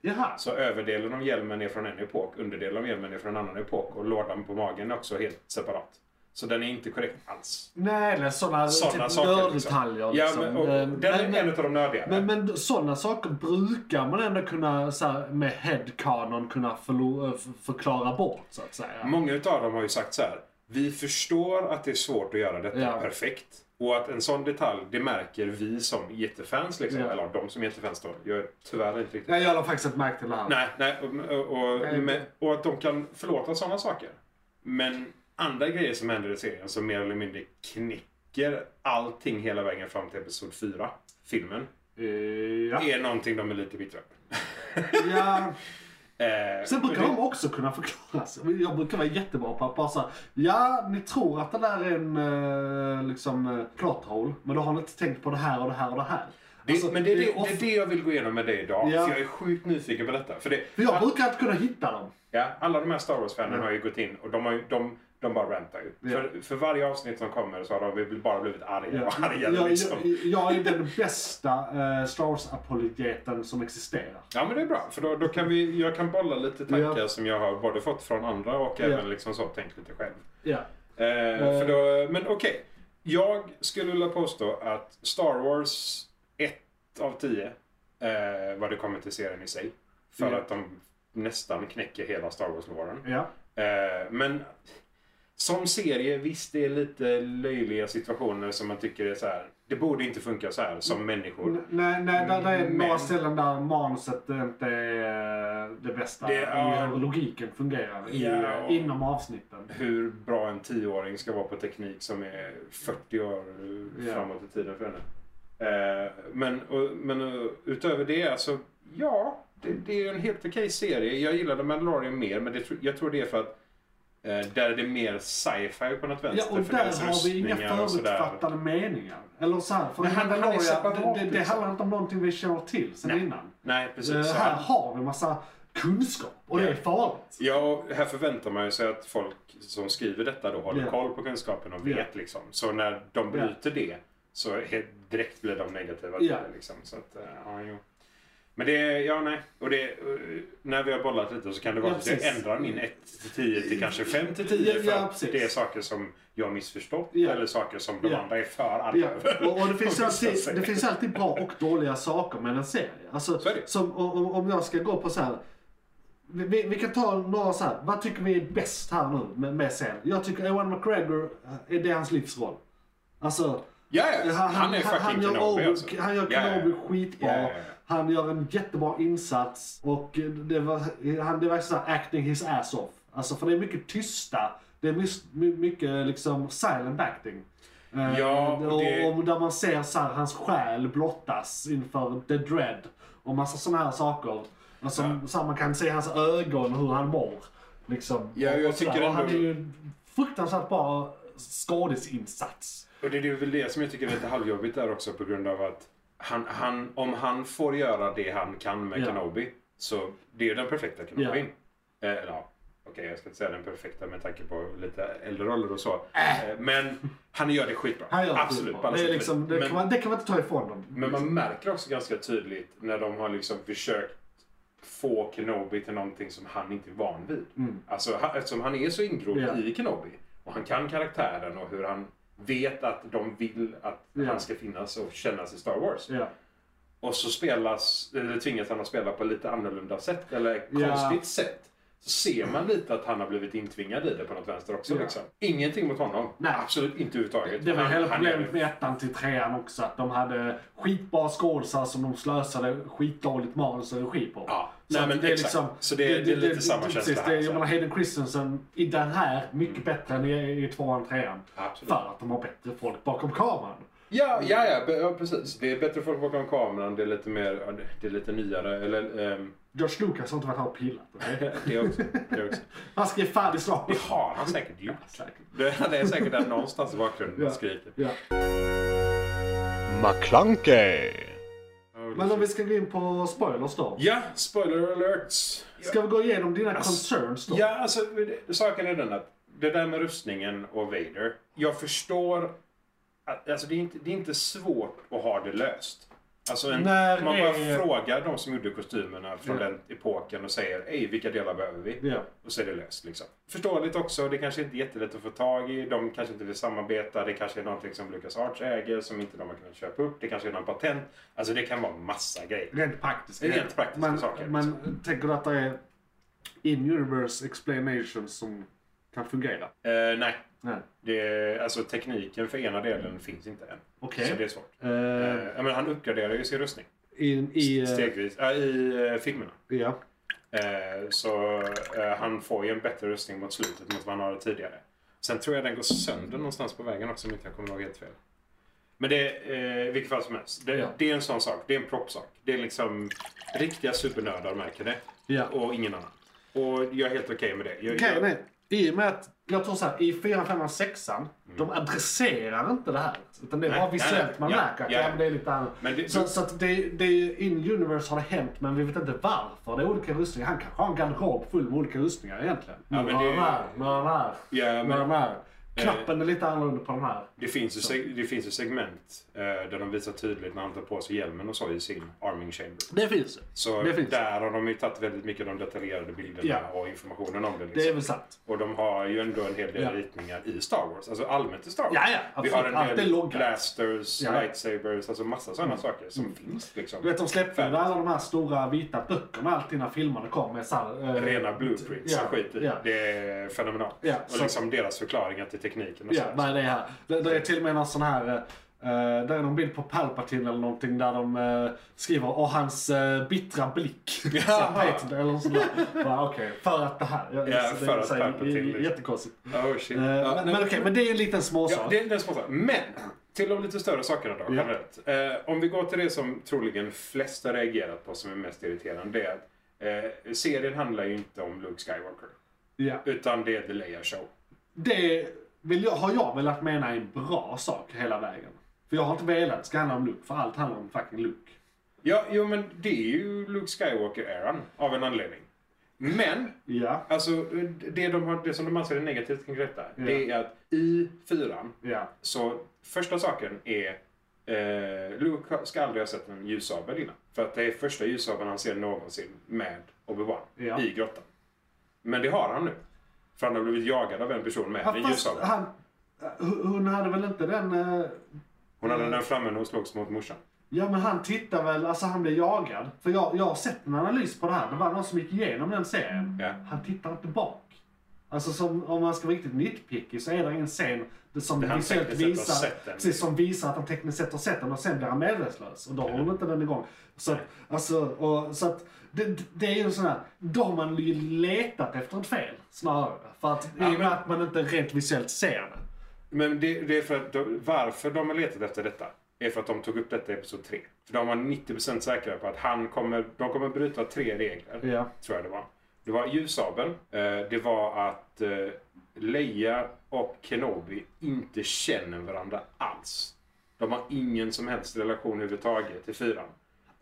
[SPEAKER 3] Jaha.
[SPEAKER 4] Så Alltså, överdelen av hjälmen är från en epok, underdelen av hjälmen är från en annan epok och lådan på magen är också helt separat. Så den är inte korrekt alls.
[SPEAKER 3] Nej, eller sådana
[SPEAKER 4] Sådana
[SPEAKER 3] typ
[SPEAKER 4] saker.
[SPEAKER 3] nörddetaljer.
[SPEAKER 4] Ja,
[SPEAKER 3] Liksom.
[SPEAKER 4] men, och,
[SPEAKER 3] Eh,
[SPEAKER 4] den är en
[SPEAKER 3] men,
[SPEAKER 4] av de nördigare.
[SPEAKER 3] men, men sådana saker brukar man ändå kunna så här, med headcanon kunna förlo- eh, f- förklara bort så
[SPEAKER 4] Mm.
[SPEAKER 3] att säga.
[SPEAKER 4] Många av dem har ju sagt så här. Vi förstår att det är svårt att göra detta
[SPEAKER 3] Ja.
[SPEAKER 4] perfekt. Och att en sån detalj, det märker vi som jättefans. Liksom.
[SPEAKER 3] Ja.
[SPEAKER 4] Eller de som är jättefans då. Jag är tyvärr inte riktigt...
[SPEAKER 3] Nej, jag har faktiskt inte märkt det heller.
[SPEAKER 4] Nej, nej och, och,
[SPEAKER 3] Nej.
[SPEAKER 4] men, och att de kan förlåta sådana saker. Men andra grejer som händer i serien som mer eller mindre knäcker allting hela vägen fram till episod 4, filmen,
[SPEAKER 3] Eh, ja.
[SPEAKER 4] är någonting de är lite bittra
[SPEAKER 3] ja.
[SPEAKER 4] eh,
[SPEAKER 3] Sen brukar
[SPEAKER 4] och
[SPEAKER 3] de också kunna förklara sig. Jag brukar vara jättebra på att bara säga ja, ni tror att det där är en eh, liksom, eh, plot hole, men då har ni inte tänkt på det här och det här och det här.
[SPEAKER 4] det,
[SPEAKER 3] Alltså,
[SPEAKER 4] men det är det,
[SPEAKER 3] off-
[SPEAKER 4] det är det jag vill gå igenom med dig idag.
[SPEAKER 3] Ja.
[SPEAKER 4] För jag är sjukt nyfiken på detta. För det,
[SPEAKER 3] För jag brukar inte kunna hitta dem.
[SPEAKER 4] Ja, alla de här Star Wars-fanen
[SPEAKER 3] Mm.
[SPEAKER 4] har ju gått in och de, har ju, de, de bara rantar ju.
[SPEAKER 3] Ja.
[SPEAKER 4] För, för varje avsnitt som kommer så har de bara blivit arga
[SPEAKER 3] Ja.
[SPEAKER 4] och arga.
[SPEAKER 3] Jag,
[SPEAKER 4] liksom.
[SPEAKER 3] jag, jag är den bästa eh, Star Wars-apologeten som existerar.
[SPEAKER 4] Ja men det är bra, för då, då kan vi, jag kan bolla lite tankar
[SPEAKER 3] Ja.
[SPEAKER 4] som jag har både fått från andra och
[SPEAKER 3] Ja.
[SPEAKER 4] även liksom så tänkt lite själv.
[SPEAKER 3] Ja.
[SPEAKER 4] Eh, För då, men okej, jag skulle vilja påstå att Star Wars 1 av 10 eh, vad det kommer till serien i sig. För
[SPEAKER 3] Ja.
[SPEAKER 4] att de nästan knäcker hela Star Wars-låren.
[SPEAKER 3] ja.
[SPEAKER 4] Eh, men som serie, visst det är lite löjliga situationer som man tycker är så här. Det borde inte funka så här
[SPEAKER 3] Mm.
[SPEAKER 4] som människor.
[SPEAKER 3] N- Nej, nej, där, där är
[SPEAKER 4] Men-
[SPEAKER 3] några ställen där manuset inte är eh, det bästa.
[SPEAKER 4] Det-
[SPEAKER 3] Det,
[SPEAKER 4] ja.
[SPEAKER 3] Hur logiken fungerar i, eh,
[SPEAKER 4] Ja.
[SPEAKER 3] inom avsnitten.
[SPEAKER 4] Hur bra en tioåring ska vara på teknik som är 40 år eh,
[SPEAKER 3] Ja.
[SPEAKER 4] framåt i tiden för henne. Eh, men, och, men eh, utöver det, alltså ja, det, det är en helt okej serie. Jag gillade Mandalorian mer, men det, tro- jag tror det är för att eh, där är det mer sci-fi på något
[SPEAKER 3] Ja,
[SPEAKER 4] vänster.
[SPEAKER 3] och
[SPEAKER 4] för
[SPEAKER 3] där
[SPEAKER 4] deras
[SPEAKER 3] har vi inga
[SPEAKER 4] rustningar och sådär.
[SPEAKER 3] förutfattade meningar. Eller så här, för
[SPEAKER 4] Men han- han är
[SPEAKER 3] Mandalorian,
[SPEAKER 4] separat,
[SPEAKER 3] det, det, det
[SPEAKER 4] liksom.
[SPEAKER 3] handlar inte om någonting vi känner till sen innan.
[SPEAKER 4] Nej, precis.
[SPEAKER 3] Eh,
[SPEAKER 4] Så
[SPEAKER 3] här
[SPEAKER 4] han-
[SPEAKER 3] har vi massa kunskap och det
[SPEAKER 4] Ja.
[SPEAKER 3] är farligt.
[SPEAKER 4] Ja, och här förväntar man ju sig att folk som skriver detta då håller
[SPEAKER 3] Ja.
[SPEAKER 4] koll på kunskapen och vet
[SPEAKER 3] Ja.
[SPEAKER 4] liksom. Så när de bryter det så helt direkt blir de negativa till
[SPEAKER 3] Ja.
[SPEAKER 4] det liksom. Så att, eh, ja, jo. Men det, ja nej. Och det, eh, när vi har bollat lite så kan det vara
[SPEAKER 3] Ja,
[SPEAKER 4] så att jag
[SPEAKER 3] precis. Mm.
[SPEAKER 4] ändrar min 1 till 10 till kanske 5 till 10
[SPEAKER 3] Ja,
[SPEAKER 4] för
[SPEAKER 3] ja,
[SPEAKER 4] att
[SPEAKER 3] precis.
[SPEAKER 4] det är saker som jag missförstått
[SPEAKER 3] Ja.
[SPEAKER 4] eller saker som de
[SPEAKER 3] Ja.
[SPEAKER 4] andra är för arga
[SPEAKER 3] Ja.
[SPEAKER 4] över.
[SPEAKER 3] Och, och det, finns
[SPEAKER 4] Om vi ska säga.
[SPEAKER 3] alltid, det finns alltid bra och dåliga saker med en serie. Alltså,
[SPEAKER 4] Så är det.
[SPEAKER 3] som, om, om- om jag ska gå på så här. Vi, vi, vi kan ta några så här. Vad tycker vi är bäst här nu med, med serien? Jag tycker Ewan McGregor, eh, är det hans livsroll? Alltså,
[SPEAKER 4] Ja, ja. Han, är fucking
[SPEAKER 3] gör
[SPEAKER 4] Kenobi
[SPEAKER 3] Obi-
[SPEAKER 4] alltså.
[SPEAKER 3] Han gör
[SPEAKER 4] Ja, ja, ja.
[SPEAKER 3] Kenobi skitbra.
[SPEAKER 4] Ja, ja, ja.
[SPEAKER 3] Han gör en jättebra insats. Och eh, det var, han, det var så här acting his ass off. Alltså för det är mycket tysta. Det är mys- my- mycket liksom silent acting. Eh,
[SPEAKER 4] Ja, och
[SPEAKER 3] och,
[SPEAKER 4] det-
[SPEAKER 3] och där man ser så här, hans själ blottas inför the dread. Och massa sådana här saker. Alltså, så här, man kan se hans ögon, hur han mår. Liksom.
[SPEAKER 4] Ja,
[SPEAKER 3] och,
[SPEAKER 4] jag
[SPEAKER 3] och så där.
[SPEAKER 4] tycker
[SPEAKER 3] och han är
[SPEAKER 4] ändå-
[SPEAKER 3] ju en fruktansvärt bra skådisinsats.
[SPEAKER 4] Och det är väl det som jag tycker är lite halvjobbigt där också på grund av att han, han, om han får göra det han kan med
[SPEAKER 3] Ja.
[SPEAKER 4] Kenobi så det är ju den perfekta Kenobin. Eh, eller ja, okej jag ska inte säga den perfekta med tanke på lite äldre roller och så. Eh, men han gör det skitbra.
[SPEAKER 3] Äh. Han gör
[SPEAKER 4] Absolut.
[SPEAKER 3] det,
[SPEAKER 4] på alla
[SPEAKER 3] det, är
[SPEAKER 4] sätt och
[SPEAKER 3] liksom,
[SPEAKER 4] vis.
[SPEAKER 3] det,
[SPEAKER 4] men, Mm.
[SPEAKER 3] kan man, det kan man inte ta ifrån dem.
[SPEAKER 4] men man märker också ganska tydligt när de har liksom försökt få Kenobi till någonting som han inte är van vid. Alltså, han, eftersom han är så ingrodd
[SPEAKER 3] Mm. Ja.
[SPEAKER 4] i Kenobi och han kan karaktären och hur han vet att de vill att
[SPEAKER 3] Ja.
[SPEAKER 4] han ska finnas och kännas i Star Wars.
[SPEAKER 3] Ja.
[SPEAKER 4] Och så spelas, eller tvingas han att spela på lite annorlunda sätt eller
[SPEAKER 3] Ja.
[SPEAKER 4] konstigt sätt. Så ser man lite att han har blivit intvingad i det på något vänster också.
[SPEAKER 3] Ja.
[SPEAKER 4] Liksom. Ingenting mot honom.
[SPEAKER 3] Nej.
[SPEAKER 4] Absolut inte överhuvudtaget.
[SPEAKER 3] Det var
[SPEAKER 4] Han-
[SPEAKER 3] hela
[SPEAKER 4] han gör
[SPEAKER 3] problemet
[SPEAKER 4] det.
[SPEAKER 3] med ettan till trean också. Att de hade skitbra skådisar som de slösade skitdåligt manus och regi på.
[SPEAKER 4] Ja.
[SPEAKER 3] Så
[SPEAKER 4] Nej,
[SPEAKER 3] att
[SPEAKER 4] men exakt. Så det- det är lite samma känsla
[SPEAKER 3] Precis,
[SPEAKER 4] här,
[SPEAKER 3] det,
[SPEAKER 4] så
[SPEAKER 3] jag
[SPEAKER 4] här.
[SPEAKER 3] menar Hayden Christensen i den här, mycket bättre än i, i tvåan, trean.
[SPEAKER 4] Absolut.
[SPEAKER 3] För att de har bättre folk bakom kameran.
[SPEAKER 4] Ja, ja, ja, be- ja, precis. Det är bättre folk bakom kameran. Det är lite mer, ja, det- det är lite nyare. Eller, ehm,
[SPEAKER 3] George Lucas har inte varit här och pillat. okej?
[SPEAKER 4] det också. Det också.
[SPEAKER 3] Han skrev färdig slag.
[SPEAKER 4] Det har han säkert gjort. Det det är säkert där någonstans i bakgrunden
[SPEAKER 3] Ja.
[SPEAKER 4] man skriker.
[SPEAKER 3] Ja.
[SPEAKER 2] McClunkey.
[SPEAKER 3] Men om vi ska gå in på spoilers då.
[SPEAKER 4] Ja, spoiler alerts.
[SPEAKER 3] Ska vi gå igenom dina concerns då?
[SPEAKER 4] Ja, alltså det- saken är den att det där med rustningen och Vader. Jag förstår att alltså, det, är inte, det är inte svårt att ha det löst. Alltså en,
[SPEAKER 3] När
[SPEAKER 4] man bara
[SPEAKER 3] är-
[SPEAKER 4] frågar de som gjorde kostymerna från
[SPEAKER 3] Ja.
[SPEAKER 4] den epoken och säger Ej, vilka delar behöver vi?
[SPEAKER 3] Ja.
[SPEAKER 4] Och så är det löst liksom. Förståeligt också, det kanske inte är jättelätt att få tag i. De kanske inte vill samarbeta. Det kanske är någonting som Lucas Arts äger som inte de har kunnat köpa upp. Det kanske är någon patent. Alltså det kan vara massa grejer.
[SPEAKER 3] Rent praktiska.
[SPEAKER 4] Rent praktiska
[SPEAKER 3] men,
[SPEAKER 4] saker, liksom. Mm.
[SPEAKER 3] Men tänker du att det är in-universe explanations som kan fungera.
[SPEAKER 4] Eh, nej,
[SPEAKER 3] Nej.
[SPEAKER 4] det, alltså tekniken för ena delen finns inte än.
[SPEAKER 3] Okej.
[SPEAKER 4] Så det är svårt.
[SPEAKER 3] Eh,
[SPEAKER 4] Eh, ja, men han uppgraderar ju sin rustning.
[SPEAKER 3] I... i eh,
[SPEAKER 4] Stegvis. Äh, I eh, filmerna.
[SPEAKER 3] ja.
[SPEAKER 4] Eh, så eh, han får ju en bättre rustning mot slutet mot vad han hade tidigare. Sen tror jag den går sönder någonstans på vägen också om inte jag kommer ihåg helt fel. Men det är eh, vilket fall som helst. Det,
[SPEAKER 3] Ja.
[SPEAKER 4] det är en sån sak. Det är en proppsak. Det är liksom riktiga supernördar märker det.
[SPEAKER 3] ja.
[SPEAKER 4] Och ingen annan. Och jag är helt okej med det. Jag,
[SPEAKER 3] Grejen
[SPEAKER 4] jag,
[SPEAKER 3] är, i och med att jag tror så här, i 4, 5, 6 de adresserar inte det här. Utan det är
[SPEAKER 4] Mm.
[SPEAKER 3] bara
[SPEAKER 4] Nej, nej, nej.
[SPEAKER 3] visuellt man
[SPEAKER 4] Ja,
[SPEAKER 3] märker att
[SPEAKER 4] ja.
[SPEAKER 3] ja, men det är lite annat.
[SPEAKER 4] Men det-
[SPEAKER 3] så så att det, det är ju in universe har det hänt, men vi vet inte varför. Det är olika rustningar. Han kanske har en garderob full med olika rustningar egentligen.
[SPEAKER 4] Ja,
[SPEAKER 3] Nu
[SPEAKER 4] men
[SPEAKER 3] har
[SPEAKER 4] det-
[SPEAKER 3] han här, nu har han här,
[SPEAKER 4] ja,
[SPEAKER 3] nu har
[SPEAKER 4] men Eh.
[SPEAKER 3] han här. Knappen är lite annorlunda på de här.
[SPEAKER 4] det, finns ju seg, det finns ju segment eh, där de visar tydligt när han tar på sig hjälmen och så i sin arming chamber.
[SPEAKER 3] Det finns
[SPEAKER 4] Så
[SPEAKER 3] Det finns.
[SPEAKER 4] där har de ju tagit väldigt mycket av de detaljerade bilderna
[SPEAKER 3] Ja.
[SPEAKER 4] och informationen om det. Liksom.
[SPEAKER 3] Det är väl sant.
[SPEAKER 4] Och de har ju ändå en hel del
[SPEAKER 3] Ja.
[SPEAKER 4] ritningar i Star Wars. Alltså allmänt i Star Wars.
[SPEAKER 3] Ja, ja, absolut.
[SPEAKER 4] Vi har en
[SPEAKER 3] Allt är
[SPEAKER 4] del
[SPEAKER 3] loggat.
[SPEAKER 4] blasters,
[SPEAKER 3] Ja, ja.
[SPEAKER 4] lightsabers, alltså massa sådana saker som finns liksom.
[SPEAKER 3] Du vet de släppte ju alla de här stora vita böckerna alltid när filmerna kom med så här, eh,
[SPEAKER 4] Rena blueprints
[SPEAKER 3] ja,
[SPEAKER 4] och skit i.
[SPEAKER 3] ja.
[SPEAKER 4] Det är fenomenalt.
[SPEAKER 3] Ja,
[SPEAKER 4] och
[SPEAKER 3] så-
[SPEAKER 4] liksom deras förklaringar till tekniken och
[SPEAKER 3] Ja,
[SPEAKER 4] sådär.
[SPEAKER 3] vad är det här? Det, det är till och med någon sån här... eh, eh, där är någon bild på Palpatine eller någonting där de eh, skriver och hans eh, bittra blick.
[SPEAKER 4] Ja.
[SPEAKER 3] Så här, Patton eller något sånt där. Bara, Okej, för att Alltså, det här. Ja, så
[SPEAKER 4] för
[SPEAKER 3] är
[SPEAKER 4] att
[SPEAKER 3] så här,
[SPEAKER 4] Palpatine,
[SPEAKER 3] j- j-
[SPEAKER 4] liksom.
[SPEAKER 3] Jättekonstigt.
[SPEAKER 4] Oh, shit.
[SPEAKER 3] Eh,
[SPEAKER 4] Ja,
[SPEAKER 3] men
[SPEAKER 4] nej,
[SPEAKER 3] men okej, men det är ju en liten småsak.
[SPEAKER 4] Ja, det är den små saken. Men till de lite större sakerna då,
[SPEAKER 3] Ja.
[SPEAKER 4] generellt. Eh, om vi går till det som troligen flest har reagerat på som är mest irriterande. Det är att eh, serien handlar ju inte om Luke Skywalker.
[SPEAKER 3] Ja.
[SPEAKER 4] Utan det är The Leia Show.
[SPEAKER 3] Det vill jag, har jag velat mena är en bra sak hela vägen. För jag har inte velat att det ska handla om Luke, för allt handlar om fucking Luke.
[SPEAKER 4] Ja, jo men det är ju Luke Skywalker-eran av en anledning. Men,
[SPEAKER 3] Ja,
[SPEAKER 4] alltså det, de har, det som de anser är negativt kring detta, det är att i fyran,
[SPEAKER 3] ja,
[SPEAKER 4] så första saken är eh, Luke ska aldrig ha sett en ljussabel innan. För att det är första ljussabeln han ser någonsin med Obi-Wan
[SPEAKER 3] Ja.
[SPEAKER 4] i grottan. Men det har han nu. För han har blivit jagad av en person med en
[SPEAKER 3] fast
[SPEAKER 4] ljussabel.
[SPEAKER 3] han, eh, hon hade väl inte den... eh,
[SPEAKER 4] Hon hade den framme när hon slogs mot morsan.
[SPEAKER 3] Ja men han tittar väl, alltså han blir jagad. För jag, jag har sett en analys på det här. Det var någon som gick igenom den serien.
[SPEAKER 4] Mm. Ja.
[SPEAKER 3] Han tittar inte bak. Alltså som, om man ska vara riktigt nitpicky så är det ingen scen som
[SPEAKER 4] han
[SPEAKER 3] visuellt
[SPEAKER 4] tekniskt sett har
[SPEAKER 3] visar,
[SPEAKER 4] sett den.
[SPEAKER 3] precis, som visar att han tekniskt sett har sett den och sen blir han medvetslös. Och då har hon inte den igång. Så att, alltså, och, så att det, det är ju en sån här, då har man ju letat efter ett fel snarare. För att
[SPEAKER 4] Ja,
[SPEAKER 3] i och
[SPEAKER 4] men-
[SPEAKER 3] med att man inte rent visuellt ser det.
[SPEAKER 4] Men det, det är för att de, varför de har letat efter detta är för att de tog upp detta i episod 3. För de var 90% säkra på att han kommer, de kommer bryta tre regler.
[SPEAKER 3] Ja.
[SPEAKER 4] Tror jag det var. Det var ljussabeln. eh, Det var att eh, Leia och Kenobi inte känner varandra alls. De har ingen som helst relation överhuvudtaget till fyran.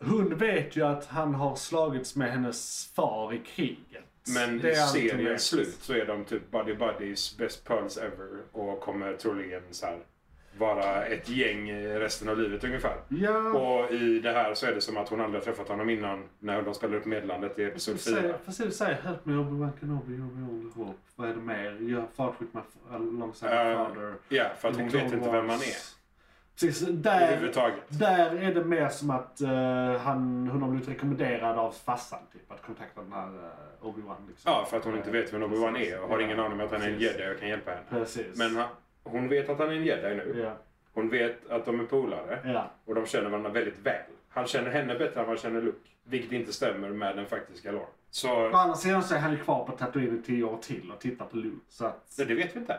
[SPEAKER 3] Hon vet ju att han har slagits med hennes far i kriget.
[SPEAKER 4] Men
[SPEAKER 3] Det
[SPEAKER 4] i
[SPEAKER 3] är allt hon vet.
[SPEAKER 4] seriens slut så är de typ buddy buddies, best pearls ever och kommer troligen så här vara ett gäng eh, resten av livet ungefär.
[SPEAKER 3] Ja,
[SPEAKER 4] Och i det här så är det som att hon aldrig har träffat honom innan när de spelar upp Medlandet i
[SPEAKER 3] fast du
[SPEAKER 4] Episod 4.
[SPEAKER 3] säger, fast du säger Help me Obi-Wan Kenobi, Obi-Wan Only Hope. Vad är det mer? Your fart with my f- alongside my
[SPEAKER 4] Eh,
[SPEAKER 3] father.
[SPEAKER 4] Ja, för att hon
[SPEAKER 3] The
[SPEAKER 4] vet inte
[SPEAKER 3] Clone
[SPEAKER 4] vem man
[SPEAKER 3] Wars.
[SPEAKER 4] är
[SPEAKER 3] Precis, där,
[SPEAKER 4] överhuvudtaget.
[SPEAKER 3] där är det mer som att eh, han, hon har blivit rekommenderad av farsan typ, att kontakta den här eh, Obi-Wan. Liksom.
[SPEAKER 4] Ja, för att hon inte vet vem Obi-Wan är och har ingen aning om att han är en
[SPEAKER 3] Precis.
[SPEAKER 4] jedi och kan hjälpa henne.
[SPEAKER 3] Precis.
[SPEAKER 4] Men han- hon vet att han är en jedi nu.
[SPEAKER 3] Ja,
[SPEAKER 4] Hon vet att de är polare
[SPEAKER 3] ja.
[SPEAKER 4] och de känner varandra väldigt väl. Han känner henne bättre än vad han känner Luke, vilket inte stämmer med den faktiska lore. Så
[SPEAKER 3] Å andra sidan så är han ju kvar på Tatooine i tio år till och tittar på Luke. Så att...
[SPEAKER 4] det vet vi inte.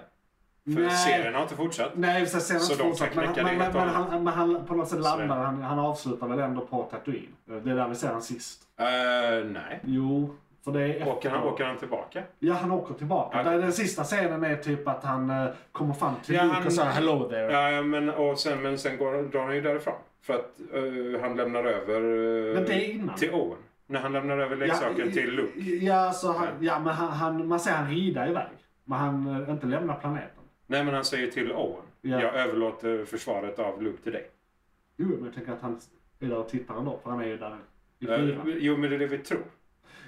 [SPEAKER 4] För
[SPEAKER 3] Nej.
[SPEAKER 4] serien har inte fortsatt.
[SPEAKER 3] Nej, så ser han
[SPEAKER 4] Så
[SPEAKER 3] inte
[SPEAKER 4] de
[SPEAKER 3] fortsatt.
[SPEAKER 4] kan
[SPEAKER 3] Men,
[SPEAKER 4] knäcka
[SPEAKER 3] men, men,
[SPEAKER 4] det helt
[SPEAKER 3] men,
[SPEAKER 4] och hållet.
[SPEAKER 3] han, men han på något sätt
[SPEAKER 4] Så är det.
[SPEAKER 3] landar, han, han avslutar väl ändå på Tatooine. Det är där vi ser han sist.
[SPEAKER 4] Eh, nej.
[SPEAKER 3] Jo, för det är
[SPEAKER 4] Åker han,
[SPEAKER 3] efter-
[SPEAKER 4] åker han tillbaka?
[SPEAKER 3] Ja, han åker tillbaka.
[SPEAKER 4] Okej.
[SPEAKER 3] Där, den sista scenen är typ att han eh, kommer fram till
[SPEAKER 4] Ja,
[SPEAKER 3] Luke
[SPEAKER 4] han-
[SPEAKER 3] och säger hello there.
[SPEAKER 4] Ja, ja, Eh, men, och sen, men sen går, drar han ju därifrån. För att eh, han lämnar över eh,
[SPEAKER 3] Men det är innan.
[SPEAKER 4] till Owen. När han lämnar över leksaken
[SPEAKER 3] ja,
[SPEAKER 4] till Luke.
[SPEAKER 3] Ja, så han, ja men han, han, man ser han rida iväg. Men han eh, inte lämnar planeten.
[SPEAKER 4] Nej, men han säger till Owen.
[SPEAKER 3] Ja.
[SPEAKER 4] Jag överlåter försvaret av Luke till dig.
[SPEAKER 3] Jo, men jag tänker att han är där och tittar ändå, för han är ju där i
[SPEAKER 4] Eh,
[SPEAKER 3] fyran.
[SPEAKER 4] jo, men det är det vi tror.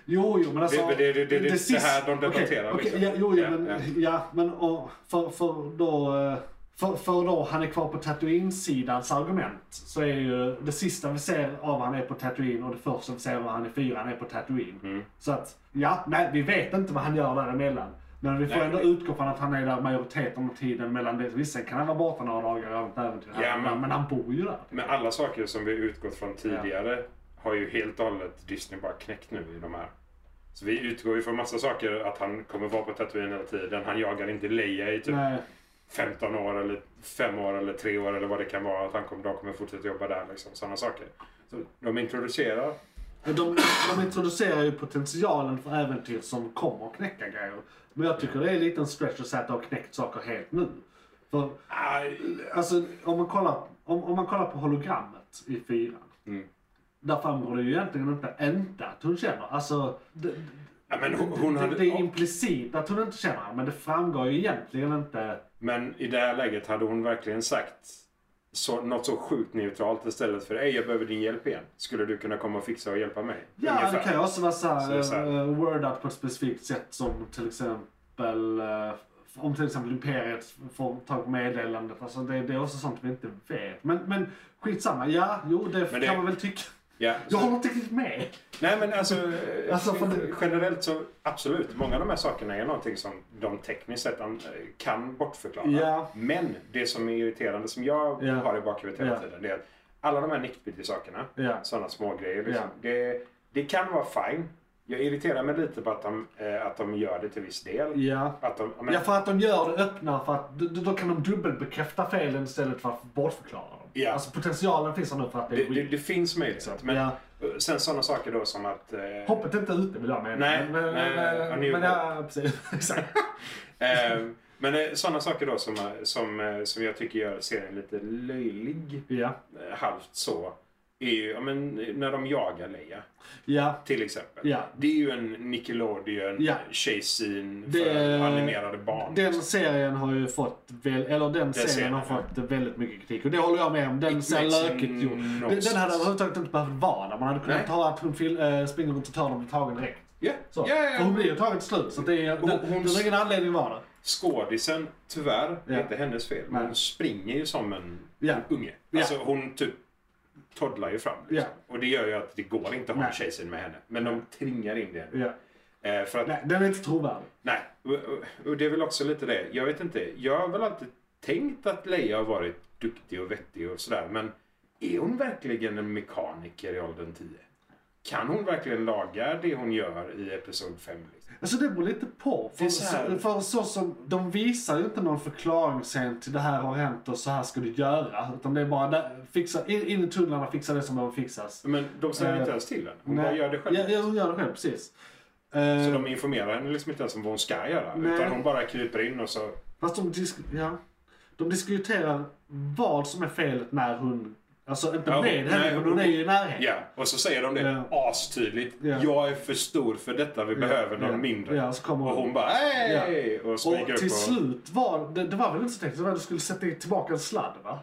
[SPEAKER 3] Jo, jo, men alltså...
[SPEAKER 4] Det- det- det- det- det
[SPEAKER 3] sista-
[SPEAKER 4] här de
[SPEAKER 3] okej,
[SPEAKER 4] daterar,
[SPEAKER 3] okej,
[SPEAKER 4] liksom.
[SPEAKER 3] ja, jo,
[SPEAKER 4] Ja,
[SPEAKER 3] ja, men,
[SPEAKER 4] ja.
[SPEAKER 3] ja. men och, för, för då... eh, För, för då han är kvar på Tatooine-sidans argument så är ju det sista vi ser av han är på Tatooine och det första
[SPEAKER 4] Mm.
[SPEAKER 3] vi ser av han är fyran är på Tatooine. Så att, ja, nej, vi vet inte vad han gör däremellan. Men vi får
[SPEAKER 4] Nej,
[SPEAKER 3] ändå
[SPEAKER 4] det-
[SPEAKER 3] utgå från att han är där majoriteten av tiden mellan det. Visst, sen kan han vara borta några dagar av ett äventyr. här
[SPEAKER 4] Ja,
[SPEAKER 3] och
[SPEAKER 4] men-
[SPEAKER 3] där, men han bor ju där.
[SPEAKER 4] Men alla saker som vi utgått från tidigare har ju helt och hållet Disney bara knäckt nu i de här. Så vi utgår ju från massa saker, att han kommer vara på Tatooine hela tiden. Han jagar inte Leia i typ
[SPEAKER 3] Nej.
[SPEAKER 4] 15 år eller 5 år eller 3 år eller vad det kan vara. Att han kommer, de kommer fortsätta jobba där liksom. Sådana saker. Så de introducerar.
[SPEAKER 3] Men De, de introducerar ju potentialen för äventyr som kommer att knäcka grejer. Men jag tycker det är en liten stretch att säga att de har knäckt saker helt nu. För Alltså om man kollar, om, om man kollar på hologrammet i fyran.
[SPEAKER 4] Mm.
[SPEAKER 3] Där framgår det ju egentligen inte, inte att hon känner. Alltså, det,
[SPEAKER 4] Ja, men hon, hon
[SPEAKER 3] det,
[SPEAKER 4] hade,
[SPEAKER 3] det är implicit att hon inte känner men det framgår ju egentligen inte.
[SPEAKER 4] Men i det här läget hade hon verkligen sagt så, något så sjukt neutralt istället för Ej, jag behöver din hjälp igen. Skulle du kunna komma och fixa och hjälpa mig?
[SPEAKER 3] Ja, det kan ju också vara så
[SPEAKER 4] Så det
[SPEAKER 3] här,
[SPEAKER 4] är så här.
[SPEAKER 3] eh, wordat på ett specifikt sätt som till exempel eh, om till exempel Imperiet får tag på meddelandet. Alltså det, det är också sånt vi inte vet. Men, men skitsamma, ja, jo det,
[SPEAKER 4] Men det-
[SPEAKER 3] kan man väl tycka.
[SPEAKER 4] Ja,
[SPEAKER 3] Jag
[SPEAKER 4] så-
[SPEAKER 3] håller inte riktigt med.
[SPEAKER 4] Nej men alltså,
[SPEAKER 3] Alltså, för det-
[SPEAKER 4] generellt så absolut. Många av de här sakerna är någonting som de tekniskt sett an- kan bortförklara.
[SPEAKER 3] Ja.
[SPEAKER 4] Men det som är irriterande som jag
[SPEAKER 3] Ja.
[SPEAKER 4] har i bakhuvudet hela
[SPEAKER 3] Ja.
[SPEAKER 4] tiden det är att alla de här nickbitty-sakerna,
[SPEAKER 3] Ja.
[SPEAKER 4] sådana små grejer liksom,
[SPEAKER 3] Ja.
[SPEAKER 4] det, det kan vara fine. Jag irriterar mig lite på att de, eh, att de gör det till viss del.
[SPEAKER 3] Ja.
[SPEAKER 4] Att de, men,
[SPEAKER 3] Ja, för att de gör det öppna för att då, då kan de dubbelbekräfta felen istället för att bortförklara dem.
[SPEAKER 4] Ja.
[SPEAKER 3] Alltså potentialen finns här nu för att det
[SPEAKER 4] det,
[SPEAKER 3] är
[SPEAKER 4] det,
[SPEAKER 3] skit.
[SPEAKER 4] det finns möjlighet. Men
[SPEAKER 3] Ja.
[SPEAKER 4] sen sådana saker då som att... eh,
[SPEAKER 3] Hoppet är inte ute vill jag mena.
[SPEAKER 4] Nej,
[SPEAKER 3] men, eh,
[SPEAKER 4] nej, ja,
[SPEAKER 3] men,
[SPEAKER 4] nu-
[SPEAKER 3] men ja, precis. Exakt.
[SPEAKER 4] Eh, men sådana saker då som, eh, som, eh, som jag tycker gör serien lite löjlig,
[SPEAKER 3] Ja.
[SPEAKER 4] eh, halvt så, är ju ja, men, eh, när de jagar Leia,
[SPEAKER 3] Ja.
[SPEAKER 4] till exempel.
[SPEAKER 3] Ja.
[SPEAKER 4] Det är ju en Nickelodeon
[SPEAKER 3] Ja.
[SPEAKER 4] chase scene för
[SPEAKER 3] Det-
[SPEAKER 4] animerade barn. liksom.
[SPEAKER 3] Den serien har ju fått, väl, eller den serien
[SPEAKER 4] serien,
[SPEAKER 3] har
[SPEAKER 4] ja.
[SPEAKER 3] fått väldigt mycket kritik och det håller jag med om. Den
[SPEAKER 4] It
[SPEAKER 3] ser
[SPEAKER 4] makes
[SPEAKER 3] lökigt ut.
[SPEAKER 4] no
[SPEAKER 3] Den, den hade
[SPEAKER 4] sense.
[SPEAKER 3] överhuvudtaget inte behövt vara där. Man hade kunnat
[SPEAKER 4] Nej.
[SPEAKER 3] ta att hon fil, äh, springer runt och tar dem och blir tagen direkt.
[SPEAKER 4] Ja,
[SPEAKER 3] Så.
[SPEAKER 4] ja, ja,
[SPEAKER 3] För hon
[SPEAKER 4] ja.
[SPEAKER 3] blir ju tagen till slut så det är,
[SPEAKER 4] Hon-
[SPEAKER 3] hon,
[SPEAKER 4] hon-
[SPEAKER 3] det är ingen anledning att vara där.
[SPEAKER 4] Skådisen, tyvärr, det är
[SPEAKER 3] Ja.
[SPEAKER 4] inte hennes fel, men
[SPEAKER 3] Nej.
[SPEAKER 4] hon springer ju som en
[SPEAKER 3] Ja.
[SPEAKER 4] en unge.
[SPEAKER 3] Ja.
[SPEAKER 4] Alltså hon typ toddlar ju fram. Liksom. Och det gör ju att det går inte att ha en
[SPEAKER 3] Nej.
[SPEAKER 4] chase scene med henne. Men de tvingar in det.
[SPEAKER 3] Ja.
[SPEAKER 4] Eh, för att
[SPEAKER 3] Nej, den är inte trovärdig.
[SPEAKER 4] Nej, och- och- och det är väl också lite det. Jag vet inte. Jag har väl alltid tänkt att Leia har varit duktig och vettig och sådär. Men är hon verkligen en mekaniker i åldern 10? Kan hon verkligen laga det hon gör i Episod 5? Liksom?
[SPEAKER 3] Alltså det beror lite på.
[SPEAKER 4] Det
[SPEAKER 3] För
[SPEAKER 4] är så här-
[SPEAKER 3] så, för så som, de visar ju inte någon förklaring sen till det här har hänt och så här ska du göra. Utan det är bara där, fixa, in, in i tunnlarna, fixa det som behöver fixas.
[SPEAKER 4] Men de säger
[SPEAKER 3] Eh,
[SPEAKER 4] inte ens till henne. Hon bara gör det själv.
[SPEAKER 3] Ja, ja, hon gör det själv, precis.
[SPEAKER 4] Så
[SPEAKER 3] Eh,
[SPEAKER 4] de informerar henne liksom inte ens om vad hon ska göra.
[SPEAKER 3] Nej.
[SPEAKER 4] Utan hon bara kryper in och så...
[SPEAKER 3] Fast de, disk, ja, de diskuterar vad som är felet när hon, alltså inte
[SPEAKER 4] Ja, hon-
[SPEAKER 3] med henne,
[SPEAKER 4] nej,
[SPEAKER 3] men hon är ju i närheten.
[SPEAKER 4] Ja, och så säger de det
[SPEAKER 3] Ja.
[SPEAKER 4] astydligt.
[SPEAKER 3] Ja.
[SPEAKER 4] Jag är för stor för detta. Vi behöver någon
[SPEAKER 3] ja,
[SPEAKER 4] mindre.
[SPEAKER 3] Ja, så kommer
[SPEAKER 4] Och hon bara hej! Och smyger upp
[SPEAKER 3] Och till
[SPEAKER 4] och...
[SPEAKER 3] slut var det, det var väl inte så tekniskt, det var att du skulle sätta i tillbaka en sladd va?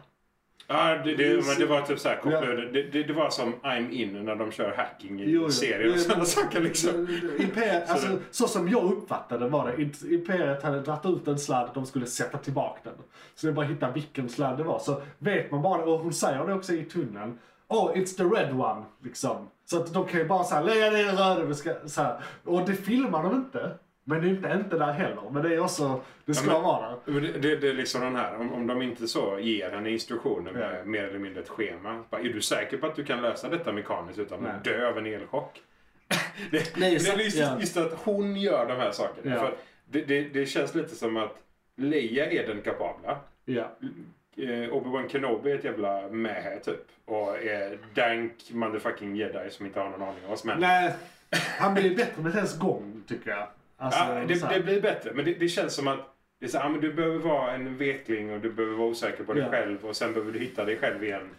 [SPEAKER 4] Ja, det, det, men det var typ så här, koppla
[SPEAKER 3] Ja.
[SPEAKER 4] ur det, det, det, det var som I'm in när de kör hacking i
[SPEAKER 3] Jo, jo.
[SPEAKER 4] serier och
[SPEAKER 3] Jo,
[SPEAKER 4] sådana
[SPEAKER 3] men-
[SPEAKER 4] saker liksom.
[SPEAKER 3] Imperiet,
[SPEAKER 4] Så
[SPEAKER 3] alltså,
[SPEAKER 4] det-
[SPEAKER 3] så som jag uppfattade var det. Imp- Imperiet hade dragit ut en sladd de skulle sätta tillbaka den. Så det är bara att hitta vilken sladd det var. Så vet man bara det. Och hon säger det också i tunneln. Oh, it's the red one. Liksom. Så att de kan ju bara säga lägga ner den röda. vi ska-" Så här. Och det filmar de inte. Men det är inte, inte där heller. Men det är också, det ska
[SPEAKER 4] men-
[SPEAKER 3] vara där.
[SPEAKER 4] Men Det, det, det är liksom den här, om, om de inte så ger henne instruktioner med
[SPEAKER 3] Ja.
[SPEAKER 4] mer eller mindre ett schema. Bara, är du säker på att du kan lösa detta mekaniskt utan att dö av en elchock? det,
[SPEAKER 3] Nej,
[SPEAKER 4] det är
[SPEAKER 3] exakt,
[SPEAKER 4] just,
[SPEAKER 3] ja.
[SPEAKER 4] just att hon gör de här sakerna.
[SPEAKER 3] Ja.
[SPEAKER 4] För det, det, det känns lite som att Leia är den kapabla.
[SPEAKER 3] Ja.
[SPEAKER 4] eh, Obi-Wan Kenobi är ett jävla mähä typ. Och är dank motherfucking jedi som inte har någon aning om vad som händer.
[SPEAKER 3] Nej, han blir bättre med hennes gång tycker jag. Alltså,
[SPEAKER 4] Ja,
[SPEAKER 3] så
[SPEAKER 4] det,
[SPEAKER 3] här.
[SPEAKER 4] det blir bättre, men det, det känns som att det är så, här, ja, men du behöver vara en vetling och du behöver vara osäker på dig
[SPEAKER 3] Ja.
[SPEAKER 4] själv och sen behöver du hitta dig själv igen.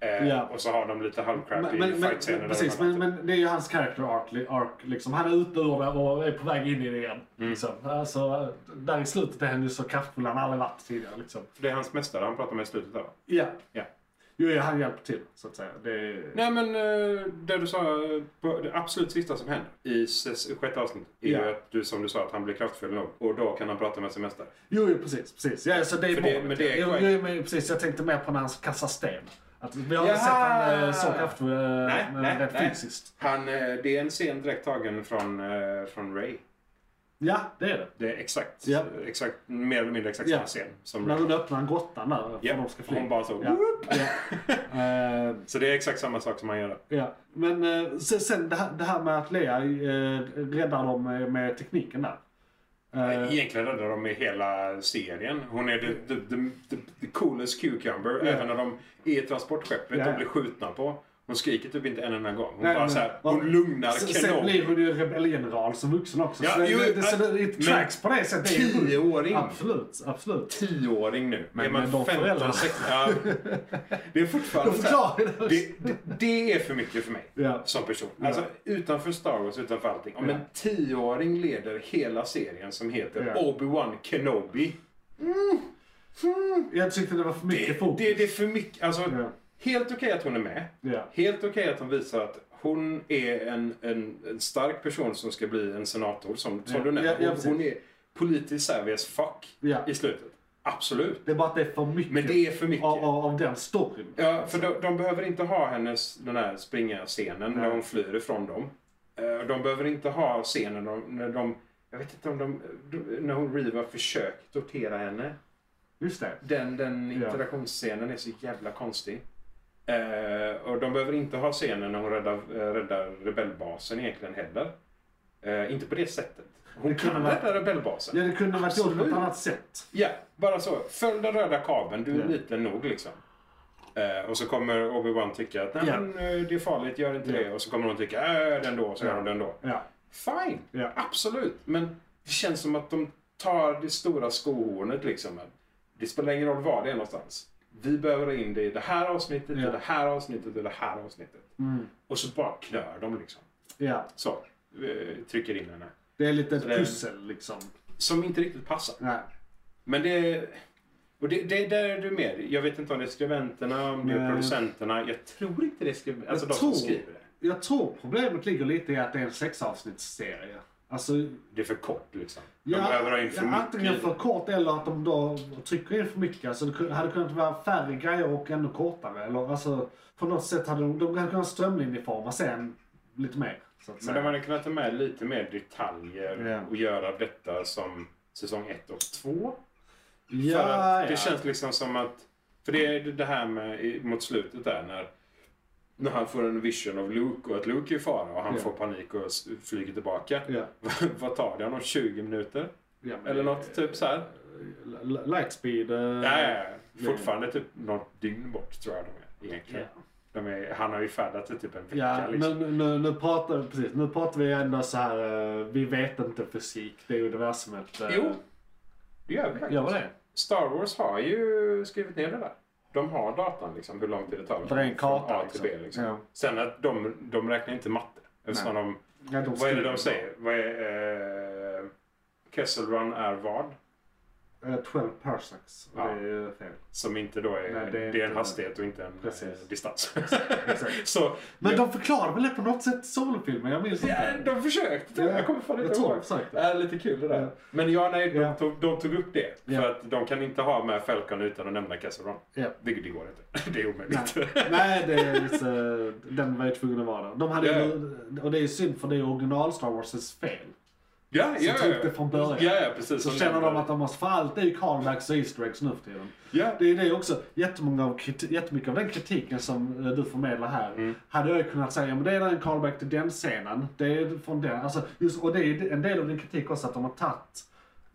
[SPEAKER 4] Eh,
[SPEAKER 3] Ja.
[SPEAKER 4] Och så har de lite halvcrappy
[SPEAKER 3] Men, men, men,
[SPEAKER 4] fightscener. där
[SPEAKER 3] precis,
[SPEAKER 4] de har
[SPEAKER 3] men, men det är ju hans character arc, li- arc liksom. Han är ute ur det och är på väg in i det igen.
[SPEAKER 4] Mm.
[SPEAKER 3] Liksom. Alltså, där i slutet är han ju så kraftfull han aldrig varit tidigare. Liksom.
[SPEAKER 4] Det är hans mästare han pratar med i slutet där va?
[SPEAKER 3] Ja.
[SPEAKER 4] Ja.
[SPEAKER 3] Jo, ja, han hjälper till så att säga. Det är...
[SPEAKER 4] Nej men eh, det du sa, eh, på det absolut sista som händer i ses- sjätte avsnittet är
[SPEAKER 3] Ja.
[SPEAKER 4] ju att du som du sa att han blir kraftfull nog och då kan han prata med sin mästare.
[SPEAKER 3] Jo, jo, precis. precis. Ja, så det är
[SPEAKER 4] För det-
[SPEAKER 3] målet,
[SPEAKER 4] men det är
[SPEAKER 3] ja.
[SPEAKER 4] korrekt.
[SPEAKER 3] jo, jo, men, precis. Jag tänkte mer på när han kastar sten. Att vi har
[SPEAKER 4] Jaha!
[SPEAKER 3] inte sett han eh, så kraftfull eh,
[SPEAKER 4] Nej, nej,
[SPEAKER 3] rent
[SPEAKER 4] nej.
[SPEAKER 3] fysiskt.
[SPEAKER 4] Han, eh, det är en scen direkt tagen från, eh, från Ray.
[SPEAKER 3] Ja, det är det.
[SPEAKER 4] Det är exakt,
[SPEAKER 3] Ja.
[SPEAKER 4] exakt mer eller mindre exakt
[SPEAKER 3] Ja.
[SPEAKER 4] samma scen. Som
[SPEAKER 3] När hon öppnar grottan där för
[SPEAKER 4] Ja,
[SPEAKER 3] de ska fly.
[SPEAKER 4] hon bara så...
[SPEAKER 3] Ja. Ja. Eh,
[SPEAKER 4] Så det är exakt samma sak som han gör.
[SPEAKER 3] ja. Men eh, sen, sen det, här, det här med att Lea eh, räddar dem med, med tekniken där. Eh,
[SPEAKER 4] Egentligen räddar de i hela serien. Hon är the, the, the, the, the coolest cucumber. Även när de är i
[SPEAKER 3] Ja,
[SPEAKER 4] transportskeppet
[SPEAKER 3] ja.
[SPEAKER 4] och blir skjutna på. Hon skriker typ inte en enda gång. Hon
[SPEAKER 3] nej,
[SPEAKER 4] bara
[SPEAKER 3] men-
[SPEAKER 4] så här,
[SPEAKER 3] ja.
[SPEAKER 4] hon lugnar
[SPEAKER 3] Sen- Sen
[SPEAKER 4] kanon.
[SPEAKER 3] blir hon ju rebellgeneral som vuxen också.
[SPEAKER 4] Ja,
[SPEAKER 3] så det,
[SPEAKER 4] jo,
[SPEAKER 3] det, det, så
[SPEAKER 4] äh,
[SPEAKER 3] det, det är
[SPEAKER 4] men-
[SPEAKER 3] tracks på det sättet. Det är sjukt.
[SPEAKER 4] Tioåring.
[SPEAKER 3] Absolut, absolut.
[SPEAKER 4] Tioåring nu.
[SPEAKER 3] Men-
[SPEAKER 4] är man
[SPEAKER 3] men de
[SPEAKER 4] 15,
[SPEAKER 3] föräldrarna.
[SPEAKER 4] 16? Ja. Det är
[SPEAKER 3] Då
[SPEAKER 4] fortfarande så här.
[SPEAKER 3] förklarar jag det.
[SPEAKER 4] Det, det, det är för mycket för mig.
[SPEAKER 3] Ja.
[SPEAKER 4] Som person. Alltså utanför Star Wars, utanför allting. Om en tioåring leder hela serien som heter
[SPEAKER 3] Ja.
[SPEAKER 4] Obi-Wan Kenobi.
[SPEAKER 3] Jag tyckte det var för mycket
[SPEAKER 4] Det,
[SPEAKER 3] fokus.
[SPEAKER 4] det, det är för mycket. Alltså,
[SPEAKER 3] Ja.
[SPEAKER 4] Helt okej att hon är med.
[SPEAKER 3] Ja.
[SPEAKER 4] Helt okej att hon visar att hon är en, en, en stark person som ska bli en senator. Som, som
[SPEAKER 3] Ja.
[SPEAKER 4] du nämnde.
[SPEAKER 3] Ja, ja,
[SPEAKER 4] hon,
[SPEAKER 3] precis.
[SPEAKER 4] hon är politiskt savvy as fuck
[SPEAKER 3] Ja.
[SPEAKER 4] i slutet. Absolut.
[SPEAKER 3] Det är bara att det är för mycket,
[SPEAKER 4] Men det är för mycket.
[SPEAKER 3] Av, av, av den storyn.
[SPEAKER 4] Ja, för de, de behöver inte ha hennes den här springa-scenen när
[SPEAKER 3] Nej.
[SPEAKER 4] hon flyr ifrån dem. Eh, De behöver inte ha scenen om- när de... Jag vet inte om de... de- När hon Riva försökt tortera henne.
[SPEAKER 3] Just det.
[SPEAKER 4] Den, den
[SPEAKER 3] Ja.
[SPEAKER 4] interaktionsscenen är så jävla konstig. Eh, och de behöver inte ha scenen när hon räddar, eh, räddar rebellbasen egentligen heller. Eh, inte på det sättet. Hon
[SPEAKER 3] Det kunde
[SPEAKER 4] kan
[SPEAKER 3] vara-
[SPEAKER 4] rädda rebellbasen.
[SPEAKER 3] Ja, det kunde varit gjort på ett
[SPEAKER 4] Absolut.
[SPEAKER 3] annat sätt.
[SPEAKER 4] Ja, bara så. Följ den röda kabeln, du är
[SPEAKER 3] Ja.
[SPEAKER 4] liten nog liksom. Eh, och så kommer Obi-Wan tycka att nej,
[SPEAKER 3] Ja.
[SPEAKER 4] men, eh, det är farligt, gör inte
[SPEAKER 3] Ja.
[SPEAKER 4] det. Och så kommer hon tycka äh, den då, så
[SPEAKER 3] Ja.
[SPEAKER 4] gör hon den då.
[SPEAKER 3] Ja.
[SPEAKER 4] Fine,
[SPEAKER 3] Ja.
[SPEAKER 4] absolut. Men det känns som att de tar det stora skohornet liksom. Det spelar ingen roll var det är någonstans. Vi behöver ha in det i det här avsnittet,
[SPEAKER 3] Ja.
[SPEAKER 4] i det här avsnittet och det här avsnittet.
[SPEAKER 3] Mm.
[SPEAKER 4] Och så bara knör de liksom.
[SPEAKER 3] ja.
[SPEAKER 4] Så, eh, trycker in henne.
[SPEAKER 3] Det är lite
[SPEAKER 4] Så
[SPEAKER 3] ett
[SPEAKER 4] det-
[SPEAKER 3] pussel liksom.
[SPEAKER 4] Som inte riktigt passar.
[SPEAKER 3] Nej.
[SPEAKER 4] Men det... Och det, det, där är du med. Jag vet inte om det är skribenterna, om det är
[SPEAKER 3] Nej.
[SPEAKER 4] producenterna. Jag tror inte det är skribenterna. Alltså de
[SPEAKER 3] Jag
[SPEAKER 4] som
[SPEAKER 3] tror-
[SPEAKER 4] skriver det.
[SPEAKER 3] Jag tror problemet ligger lite i att det är en sexavsnittsserie. Alltså,
[SPEAKER 4] Det är för kort liksom. De
[SPEAKER 3] ja,
[SPEAKER 4] behöver ha in för
[SPEAKER 3] ja, Antingen
[SPEAKER 4] mycket.
[SPEAKER 3] för kort eller att de då trycker in för mycket. Alltså, det kun- hade kunnat vara färre grejer och ännu kortare. Eller, alltså, på något sätt hade de, de hade kunnat strömlinjeforma sen lite mer. Så att
[SPEAKER 4] Men de
[SPEAKER 3] säga.
[SPEAKER 4] hade kunnat ta med lite mer detaljer
[SPEAKER 3] Ja.
[SPEAKER 4] och göra detta som säsong ett och två.
[SPEAKER 3] Ja,
[SPEAKER 4] för att det
[SPEAKER 3] ja.
[SPEAKER 4] känns liksom som att... För det är det här med i- mot slutet där när, när han får en vision av Luke och att Luke är i fara och han
[SPEAKER 3] Ja.
[SPEAKER 4] får panik och s- flyger tillbaka.
[SPEAKER 3] Ja.
[SPEAKER 4] Vad tar det honom? 20 minuter?
[SPEAKER 3] Ja, men-
[SPEAKER 4] Eller något typ så här.
[SPEAKER 3] eh, L- l- Lightspeed. eh,
[SPEAKER 4] Nej, fortfarande typ något dygn bort tror jag de är egentligen. De är, han har ju färdat det typ en vecka.
[SPEAKER 3] Ja,
[SPEAKER 4] liksom.
[SPEAKER 3] nu, nu, nu, pratar, precis, nu pratar vi ändå så här, eh, vi vet inte fysik, det är universumet. eh,
[SPEAKER 4] Jo, det gör vi faktiskt.
[SPEAKER 3] Gör vi det?
[SPEAKER 4] Star Wars har ju skrivit ner det där. De har datan, liksom, hur lång tid det tar.
[SPEAKER 3] Det är en karta,
[SPEAKER 4] Från A till
[SPEAKER 3] liksom.
[SPEAKER 4] B. Liksom.
[SPEAKER 3] Ja.
[SPEAKER 4] Sen att de, de räknar inte matte. Eftersom de,
[SPEAKER 3] Ja, de
[SPEAKER 4] vad är det
[SPEAKER 3] skriver.
[SPEAKER 4] de säger? Vad är, eh, Kessel Run är vad?
[SPEAKER 3] Eh, 12 parsecs, och
[SPEAKER 4] Ja.
[SPEAKER 3] det är ju fel.
[SPEAKER 4] Som inte då är,
[SPEAKER 3] Nej, det
[SPEAKER 4] det är,
[SPEAKER 3] är
[SPEAKER 4] en
[SPEAKER 3] inte-
[SPEAKER 4] hastighet och inte en
[SPEAKER 3] Precis.
[SPEAKER 4] eh, distans.
[SPEAKER 3] exakt.
[SPEAKER 4] Så,
[SPEAKER 3] Men
[SPEAKER 4] jag-
[SPEAKER 3] de förklarar väl det på något sätt i solofilmen? Jag minns
[SPEAKER 4] Ja,
[SPEAKER 3] inte.
[SPEAKER 4] de försökte.
[SPEAKER 3] Ja,
[SPEAKER 4] jag kommer fan
[SPEAKER 3] jag
[SPEAKER 4] inte
[SPEAKER 3] tror
[SPEAKER 4] ihåg.
[SPEAKER 3] de försökte.
[SPEAKER 4] Det är lite kul det där.
[SPEAKER 3] Ja.
[SPEAKER 4] Men ja, nej, de,
[SPEAKER 3] Ja.
[SPEAKER 4] tog, de tog upp det.
[SPEAKER 3] Ja.
[SPEAKER 4] För att de kan inte ha med Falcon utan att nämna Casseron.
[SPEAKER 3] Ja.
[SPEAKER 4] Det, det går inte. Det är
[SPEAKER 3] Nej.
[SPEAKER 4] omöjligt.
[SPEAKER 3] Nej, det är lite, eh, den var ju tvungen att vara där. De hade
[SPEAKER 4] Ja.
[SPEAKER 3] ju- Och det är ju synd för det är original Star Wars fel.
[SPEAKER 4] Ja,
[SPEAKER 3] Så
[SPEAKER 4] ja,
[SPEAKER 3] tog det från början.
[SPEAKER 4] Ja, ja, precis.
[SPEAKER 3] Så
[SPEAKER 4] Som
[SPEAKER 3] känner de
[SPEAKER 4] nämnde-
[SPEAKER 3] att de måste, för allt är ju callbacks och Easter eggs nu för tiden.
[SPEAKER 4] Ja.
[SPEAKER 3] Det är det också. Jättemånga av kriti- jättemycket av den kritiken som eh, du förmedlar här
[SPEAKER 4] Mm.
[SPEAKER 3] hade jag ju kunnat säga, ja, men det är en callback till den scenen. Det är från den. Alltså, just, och det är ju en del av din kritik också att de har tagit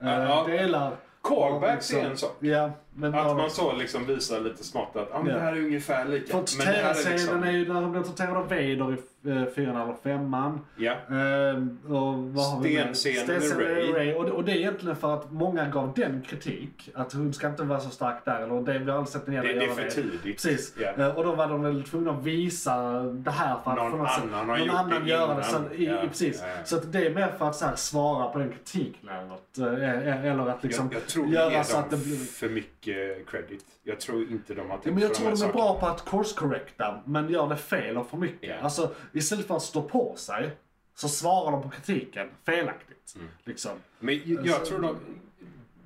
[SPEAKER 3] eh,
[SPEAKER 4] Ja, ja.
[SPEAKER 3] delar.
[SPEAKER 4] Callbacks
[SPEAKER 3] av, liksom-
[SPEAKER 4] är en sak.
[SPEAKER 3] Ja, men
[SPEAKER 4] Att
[SPEAKER 3] av-
[SPEAKER 4] man så liksom visar lite smått att ah, men
[SPEAKER 3] Ja.
[SPEAKER 4] det här är liksom- ungefär lika.
[SPEAKER 3] för
[SPEAKER 4] men det här
[SPEAKER 3] torterscenen är ju när han blir torterad av Vader i eh, fyran eller femman.
[SPEAKER 4] Ja.
[SPEAKER 3] Ehm, och vad har vi med?
[SPEAKER 4] Stenscenen med
[SPEAKER 3] Stenscenen med
[SPEAKER 4] Rey.
[SPEAKER 3] Rey. Och, det- och det är egentligen för att många gav den kritik. Att hon ska inte vara så stark där. Eller det, vi har aldrig sett henne
[SPEAKER 4] Det, det är
[SPEAKER 3] göra
[SPEAKER 4] för tidigt.
[SPEAKER 3] Precis.
[SPEAKER 4] Ja.
[SPEAKER 3] Eh, Och då var de väl tvungna att visa det här för att
[SPEAKER 4] Någon
[SPEAKER 3] för något sätt-
[SPEAKER 4] annan har
[SPEAKER 3] någon
[SPEAKER 4] gjort
[SPEAKER 3] annan
[SPEAKER 4] det
[SPEAKER 3] göra
[SPEAKER 4] innan.
[SPEAKER 3] det. Så, att- i,
[SPEAKER 4] Ja,
[SPEAKER 3] i, precis.
[SPEAKER 4] ja, ja.
[SPEAKER 3] så att det är mer för att så här, svara på den kritiken eller något. Eh, eh, Eller att liksom
[SPEAKER 4] jag, jag tror det
[SPEAKER 3] göra
[SPEAKER 4] ger
[SPEAKER 3] så att det
[SPEAKER 4] dem
[SPEAKER 3] blir...
[SPEAKER 4] för mycket credit. Jag tror inte de har tänkt
[SPEAKER 3] Ja, men
[SPEAKER 4] på
[SPEAKER 3] jag tror
[SPEAKER 4] här
[SPEAKER 3] de är
[SPEAKER 4] sakerna.
[SPEAKER 3] bra på att course-correcta, men gör det fel och för mycket.
[SPEAKER 4] Ja.
[SPEAKER 3] Alltså, istället för att stå på sig, så svarar de på kritiken felaktigt.
[SPEAKER 4] Mm.
[SPEAKER 3] Liksom.
[SPEAKER 4] Men jag, jag tror de...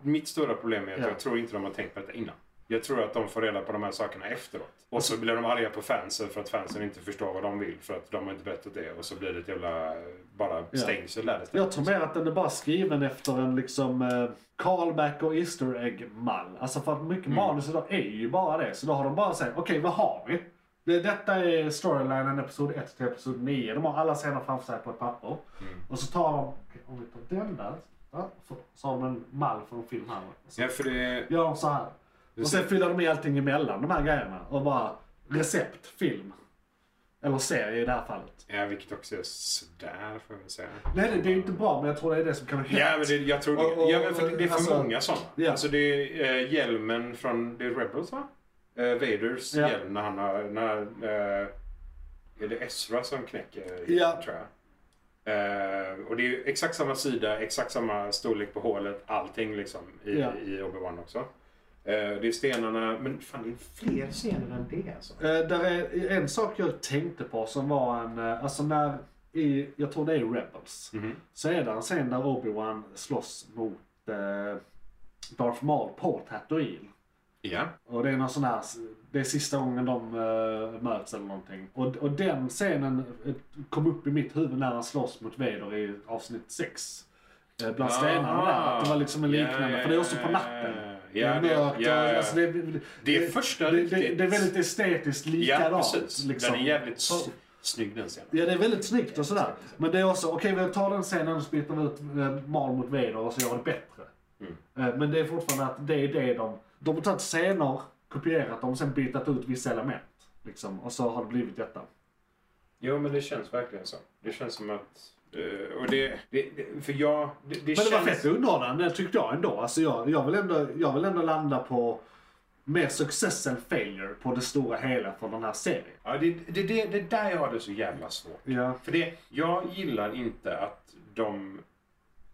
[SPEAKER 4] Mitt stora problem är att
[SPEAKER 3] Alltså- Ja.
[SPEAKER 4] jag tror inte de har tänkt på detta innan. Jag tror att de får reda på de här sakerna efteråt. Och
[SPEAKER 3] Alltså-
[SPEAKER 4] så blir de arga på fansen för att fansen inte förstår vad de vill för att de har inte berättat det. Och så blir det ett jävla bara
[SPEAKER 3] Ja.
[SPEAKER 4] stängsel där istället.
[SPEAKER 3] Jag tror mer att den är bara skriven efter en liksom eh, callback och Easter egg-mall. Alltså för att
[SPEAKER 4] Mm.
[SPEAKER 3] mycket manus idag är ju bara det. Så då har de bara sagt, okej vad har vi? Det, detta är storylinen episod 1 till episod 9. De har alla scener framför sig på ett papper.
[SPEAKER 4] Mm.
[SPEAKER 3] Och så tar de, okej, om vi tar den där. Ja, så- så har de en mall för en film här. Så
[SPEAKER 4] Ja, för det...
[SPEAKER 3] gör de så här. Och sen fyller de i allting emellan de här grejerna. Och bara recept, film. Eller serie i det här fallet.
[SPEAKER 4] Ja, vilket också är sådär får jag väl säga.
[SPEAKER 3] Nej, det, det är ju inte bra men jag tror det är det som kan ha hänt.
[SPEAKER 4] Ja, men det, jag tror det.
[SPEAKER 3] Och- och-
[SPEAKER 4] ja, men för det, det är för
[SPEAKER 3] alltså-
[SPEAKER 4] många sådana.
[SPEAKER 3] Ja.
[SPEAKER 4] Alltså det är eh, hjälmen från The Rebels va? Eh, Vaders
[SPEAKER 3] Ja.
[SPEAKER 4] hjälm när han har... När, eh, är det Ezra som knäcker
[SPEAKER 3] Ja.
[SPEAKER 4] tror jag. Eh, och det är ju exakt samma sida, exakt samma storlek på hålet, allting liksom i,
[SPEAKER 3] Ja.
[SPEAKER 4] i Obi-Wan också. Eh, det är stenarna, men fan det är fler scener än det alltså.
[SPEAKER 3] Eh, där är en sak jag tänkte på som var en, eh, alltså när, i, jag tror det är i Rebels,
[SPEAKER 4] Mhm.
[SPEAKER 3] så är det en scen där Obi-Wan slåss mot eh, Darth Maul på Tatooine.
[SPEAKER 4] Ja.
[SPEAKER 3] Och det är någon sån här, det är sista gången de eh, möts eller någonting. Och, och den scenen eh, kom upp i mitt huvud när han slåss mot Vader i avsnitt 6. Eh, bland stenarna där, att det var liksom en
[SPEAKER 4] Ah, Ja,
[SPEAKER 3] liknande,
[SPEAKER 4] ja,
[SPEAKER 3] för det är också på
[SPEAKER 4] ja,
[SPEAKER 3] natten. det
[SPEAKER 4] Ja,
[SPEAKER 3] är mörkt och,
[SPEAKER 4] ja, ja.
[SPEAKER 3] Alltså det, det,
[SPEAKER 4] Det är första
[SPEAKER 3] det,
[SPEAKER 4] riktigt-
[SPEAKER 3] det, det är väldigt estetiskt likadant.
[SPEAKER 4] Ja, precis.
[SPEAKER 3] Liksom.
[SPEAKER 4] Den är jävligt
[SPEAKER 3] Så-
[SPEAKER 4] s- snygg den scenen.
[SPEAKER 3] Ja, det är väldigt snyggt och sådär. Men det är också, okej vi tar den scenen och så byter vi ut eh, Mal mot Vader och så gör vi det bättre.
[SPEAKER 4] Mm.
[SPEAKER 3] Eh, Men det är fortfarande att det är det de... De har tagit scener, kopierat dem och sen bytt ut vissa element. Liksom, och så har det blivit detta.
[SPEAKER 4] Jo, men det känns verkligen så. Det känns som att... eh, och det, det, det... För jag... Det, det
[SPEAKER 3] Men det var
[SPEAKER 4] känns...
[SPEAKER 3] fett underhållande tyckte jag ändå. Alltså jag, jag, vill ändå jag vill ändå landa på mer success än failure på det stora hela för den här serien.
[SPEAKER 4] Ja, det, det, det, det där jag har det så jävla svårt.
[SPEAKER 3] Ja.
[SPEAKER 4] För det, jag gillar inte att de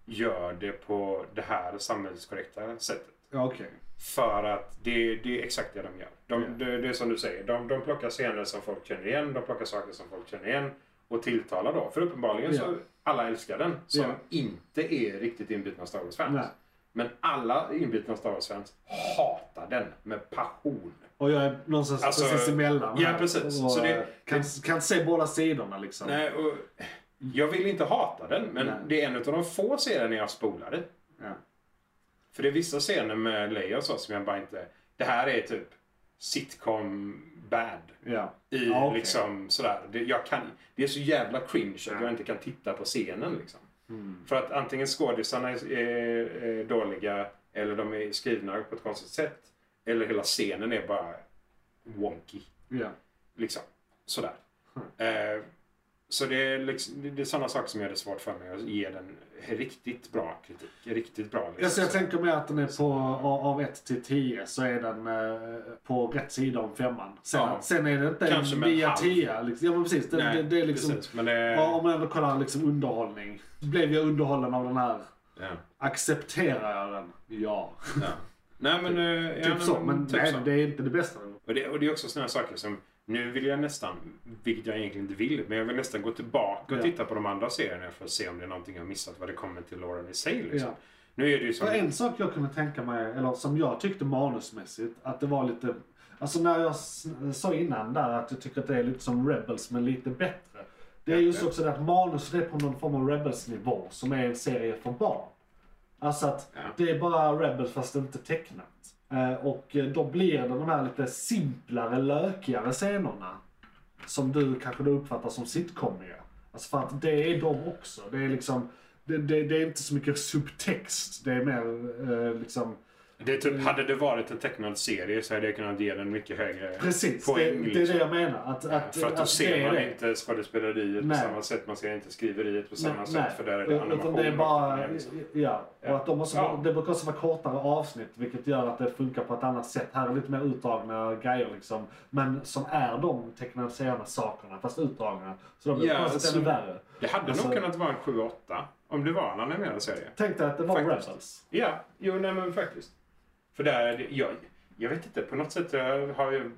[SPEAKER 4] gör det på det här samhällskorrekta sättet.
[SPEAKER 3] Ja, okej.
[SPEAKER 4] För att det, det är exakt det de gör. De, det, det är som du säger, de, de plockar scener som folk känner igen, de plockar saker som folk känner igen och tilltalar då. För uppenbarligen
[SPEAKER 3] Ja.
[SPEAKER 4] så alla älskar den som
[SPEAKER 3] Ja.
[SPEAKER 4] inte är riktigt inbitna Star Wars-fans.
[SPEAKER 3] Nej.
[SPEAKER 4] Men alla inbitna Star Wars-fans hatar den med passion.
[SPEAKER 3] Och jag är någonstans
[SPEAKER 4] Alltså,
[SPEAKER 3] precis emellan.
[SPEAKER 4] ja,
[SPEAKER 3] här.
[SPEAKER 4] precis.
[SPEAKER 3] Och,
[SPEAKER 4] Så det-
[SPEAKER 3] eh, kan, kan inte se båda sidorna liksom.
[SPEAKER 4] Nej, och jag vill inte hata den, men
[SPEAKER 3] Nej.
[SPEAKER 4] det är en av de få scener jag spolade.
[SPEAKER 3] Ja.
[SPEAKER 4] För det är vissa scener med Leia och så som jag bara inte... Det här är typ sitcom bad.
[SPEAKER 3] Ja.
[SPEAKER 4] I
[SPEAKER 3] Ja, okej.
[SPEAKER 4] liksom sådär. Det, jag kan, det är så jävla cringe att
[SPEAKER 3] Ja.
[SPEAKER 4] jag inte kan titta på scenen liksom.
[SPEAKER 3] Mm.
[SPEAKER 4] För att antingen skådisarna är, är, är dåliga eller de är skrivna på ett konstigt sätt. Eller hela scenen är bara wonky.
[SPEAKER 3] Ja.
[SPEAKER 4] Liksom. Sådär. Eh, så det är, liksom, det- det är sådana saker som gör det svårt för mig att ge den riktigt bra kritik. Riktigt bra. Liksom.
[SPEAKER 3] Alltså jag tänker mig att den är på, av- av 1 till 10 så är den eh, på rätt sida om femman. Sen,
[SPEAKER 4] Ja.
[SPEAKER 3] sen är det inte
[SPEAKER 4] Kanske
[SPEAKER 3] en
[SPEAKER 4] med en
[SPEAKER 3] 9
[SPEAKER 4] halv.
[SPEAKER 3] 10 liksom. Ja men precis. Det,
[SPEAKER 4] Nej,
[SPEAKER 3] det, det är liksom,
[SPEAKER 4] precis, men det-
[SPEAKER 3] ja, Om man ändå kollar liksom underhållning. Blev jag underhållen av den här?
[SPEAKER 4] Ja.
[SPEAKER 3] Accepterar jag den? Ja.
[SPEAKER 4] Ja. Nej men... eh, ja,
[SPEAKER 3] typ
[SPEAKER 4] nej,
[SPEAKER 3] så. Men
[SPEAKER 4] typ
[SPEAKER 3] nej,
[SPEAKER 4] så.
[SPEAKER 3] det är inte det bästa.
[SPEAKER 4] Och det, och det är också sådana saker som, nu vill jag nästan, vilket jag egentligen inte vill, men jag vill nästan gå tillbaka och
[SPEAKER 3] Ja.
[SPEAKER 4] titta på de andra serierna för att se om det är någonting jag missat vad det kommer till Lauren i sig. Liksom.
[SPEAKER 3] Ja.
[SPEAKER 4] Nu är det ju
[SPEAKER 3] Det var
[SPEAKER 4] som...
[SPEAKER 3] en sak jag kunde tänka mig, eller som jag tyckte manusmässigt, att det var lite... Alltså när jag s- sa innan där att jag tycker att det är lite som Rebels men lite bättre. Det är just också det att manus det är på någon form av Rebels-nivå som är en serie för barn. Alltså att
[SPEAKER 4] Ja.
[SPEAKER 3] det är bara Rebels fast inte tecknat. Eh, Och eh, då blir det de här lite simplare, lökigare scenerna. Som du kanske då uppfattar som sitcomiga. Alltså för att det är de också. Det är liksom, det, det, det är inte så mycket subtext. Det är mer eh, liksom,
[SPEAKER 4] Det är typ, hade det varit en tecknad serie så hade jag kunnat ge den mycket högre
[SPEAKER 3] precis.
[SPEAKER 4] poäng.
[SPEAKER 3] det, det är
[SPEAKER 4] liksom.
[SPEAKER 3] det jag menar. Att, att,
[SPEAKER 4] För att då
[SPEAKER 3] att
[SPEAKER 4] ser
[SPEAKER 3] det är
[SPEAKER 4] man
[SPEAKER 3] det.
[SPEAKER 4] inte skådespeleriet på
[SPEAKER 3] Nej.
[SPEAKER 4] samma sätt, man ser inte skriveriet på samma
[SPEAKER 3] Nej,
[SPEAKER 4] sätt
[SPEAKER 3] nej.
[SPEAKER 4] för där är det animation.
[SPEAKER 3] Utan det är bara,
[SPEAKER 4] och liksom.
[SPEAKER 3] ja. Och att de måste,
[SPEAKER 4] Ja.
[SPEAKER 3] Det brukar också vara kortare avsnitt vilket gör att det funkar på ett annat sätt. Här är lite mer utdragna grejer liksom. Men som är de tecknade serierna sakerna fast utdragna. Så de blir
[SPEAKER 4] Ja,
[SPEAKER 3] på något sätt ännu
[SPEAKER 4] alltså-
[SPEAKER 3] värre.
[SPEAKER 4] Det hade
[SPEAKER 3] Alltså-
[SPEAKER 4] nog kunnat vara en 7-8 om det var en animerad serie.
[SPEAKER 3] Tänk dig att det var
[SPEAKER 4] Faktiskt.
[SPEAKER 3] Rebels.
[SPEAKER 4] Ja, jo nej men faktiskt. För där, är det- jag, jag vet inte, på något sätt eh, har jag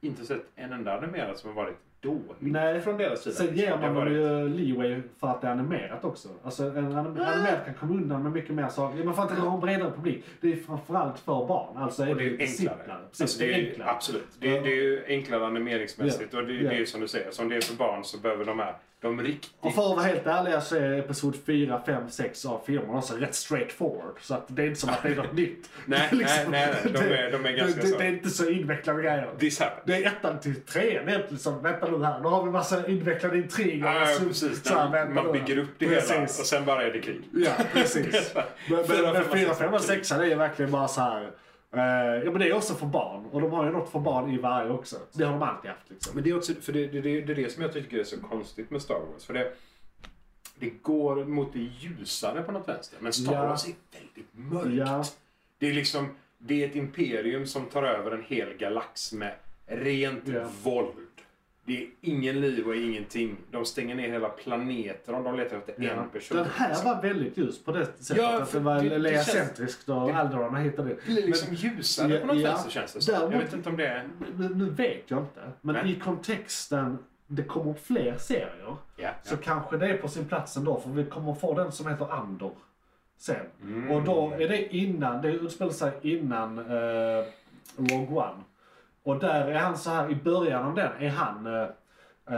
[SPEAKER 4] inte sett en enda animerad som har varit då.
[SPEAKER 3] Nej.
[SPEAKER 4] Från deras sida.
[SPEAKER 3] Sen ger
[SPEAKER 4] Det har
[SPEAKER 3] man dem
[SPEAKER 4] varit-
[SPEAKER 3] ju eh, leeway för att det är animerat också. Alltså en anim- animerad kan komma undan med mycket mer saker. Man får inte ha en bredare publik. Det är framförallt för barn. Alltså är
[SPEAKER 4] Och det är enklare.
[SPEAKER 3] simplare. Precis,
[SPEAKER 4] Alltså,
[SPEAKER 3] det är
[SPEAKER 4] ju-
[SPEAKER 3] enklare.
[SPEAKER 4] Absolut. Det är, det är ju enklare animeringsmässigt.
[SPEAKER 3] Ja.
[SPEAKER 4] Och det,
[SPEAKER 3] Ja.
[SPEAKER 4] det är ju som du säger, som det är för barn så behöver de här, de
[SPEAKER 3] Och
[SPEAKER 4] riktigt...
[SPEAKER 3] för att vara helt ärlig så är episod 4, 5, 6 av filmerna också rätt straight forward. Så att det är inte som att det är något nytt. Liksom.
[SPEAKER 4] Nej, nej, nej, de är- de är ganska
[SPEAKER 3] det, det,
[SPEAKER 4] så.
[SPEAKER 3] det är inte så invecklade grejer.
[SPEAKER 4] This happened.
[SPEAKER 3] Det är ettan till trean egentligen som, vänta nu här, nu har vi massa invecklade intriger.
[SPEAKER 4] Ja, ja,
[SPEAKER 3] Så-
[SPEAKER 4] precis.
[SPEAKER 3] så här,
[SPEAKER 4] Där
[SPEAKER 3] vänta
[SPEAKER 4] man
[SPEAKER 3] nu här.
[SPEAKER 4] bygger upp det
[SPEAKER 3] precis.
[SPEAKER 4] hela och sen bara är det krig.
[SPEAKER 3] Ja, precis. men,
[SPEAKER 4] Fyra,
[SPEAKER 3] men, men
[SPEAKER 4] femma,
[SPEAKER 3] fyra,
[SPEAKER 4] sexa.
[SPEAKER 3] femma, sexan är ju verkligen bara så här. eh, ja men det är också för barn. Och de har ju något för barn i varje också. Det har de alltid haft liksom.
[SPEAKER 4] Men det är också, för det, det, det, det är det som jag tycker är så konstigt med Star Wars. För det, det går mot det ljusare på något vänster. Men Star
[SPEAKER 3] Ja.
[SPEAKER 4] Wars är väldigt mörkt.
[SPEAKER 3] Ja,
[SPEAKER 4] Det är liksom, det är ett imperium som tar över en hel galax med rent
[SPEAKER 3] Ja.
[SPEAKER 4] våld. Det är ingen liv och ingenting. De stänger ner hela planeter om de letar efter
[SPEAKER 3] ja.
[SPEAKER 4] en person.
[SPEAKER 3] Den här var väldigt ljus på det sättet.
[SPEAKER 4] Ja,
[SPEAKER 3] att
[SPEAKER 4] för
[SPEAKER 3] det var
[SPEAKER 4] det- det
[SPEAKER 3] leacentriskt och Alderaan hittade det.
[SPEAKER 4] Det blir liksom ljusare
[SPEAKER 3] Ja,
[SPEAKER 4] på något
[SPEAKER 3] ja.
[SPEAKER 4] vänster känns det som. Jag
[SPEAKER 3] Däremot-
[SPEAKER 4] vet inte om det är...
[SPEAKER 3] Men, men, nu vet jag inte. Men
[SPEAKER 4] Nej.
[SPEAKER 3] i kontexten, det kommer fler serier.
[SPEAKER 4] Ja,
[SPEAKER 3] Så
[SPEAKER 4] ja.
[SPEAKER 3] kanske det är på sin plats ändå, för vi kommer få den som heter Andor sen.
[SPEAKER 4] Mm.
[SPEAKER 3] Och då är det innan, det utspelar sig innan eh, Rogue One. Och där är han så här i början av den är han eh,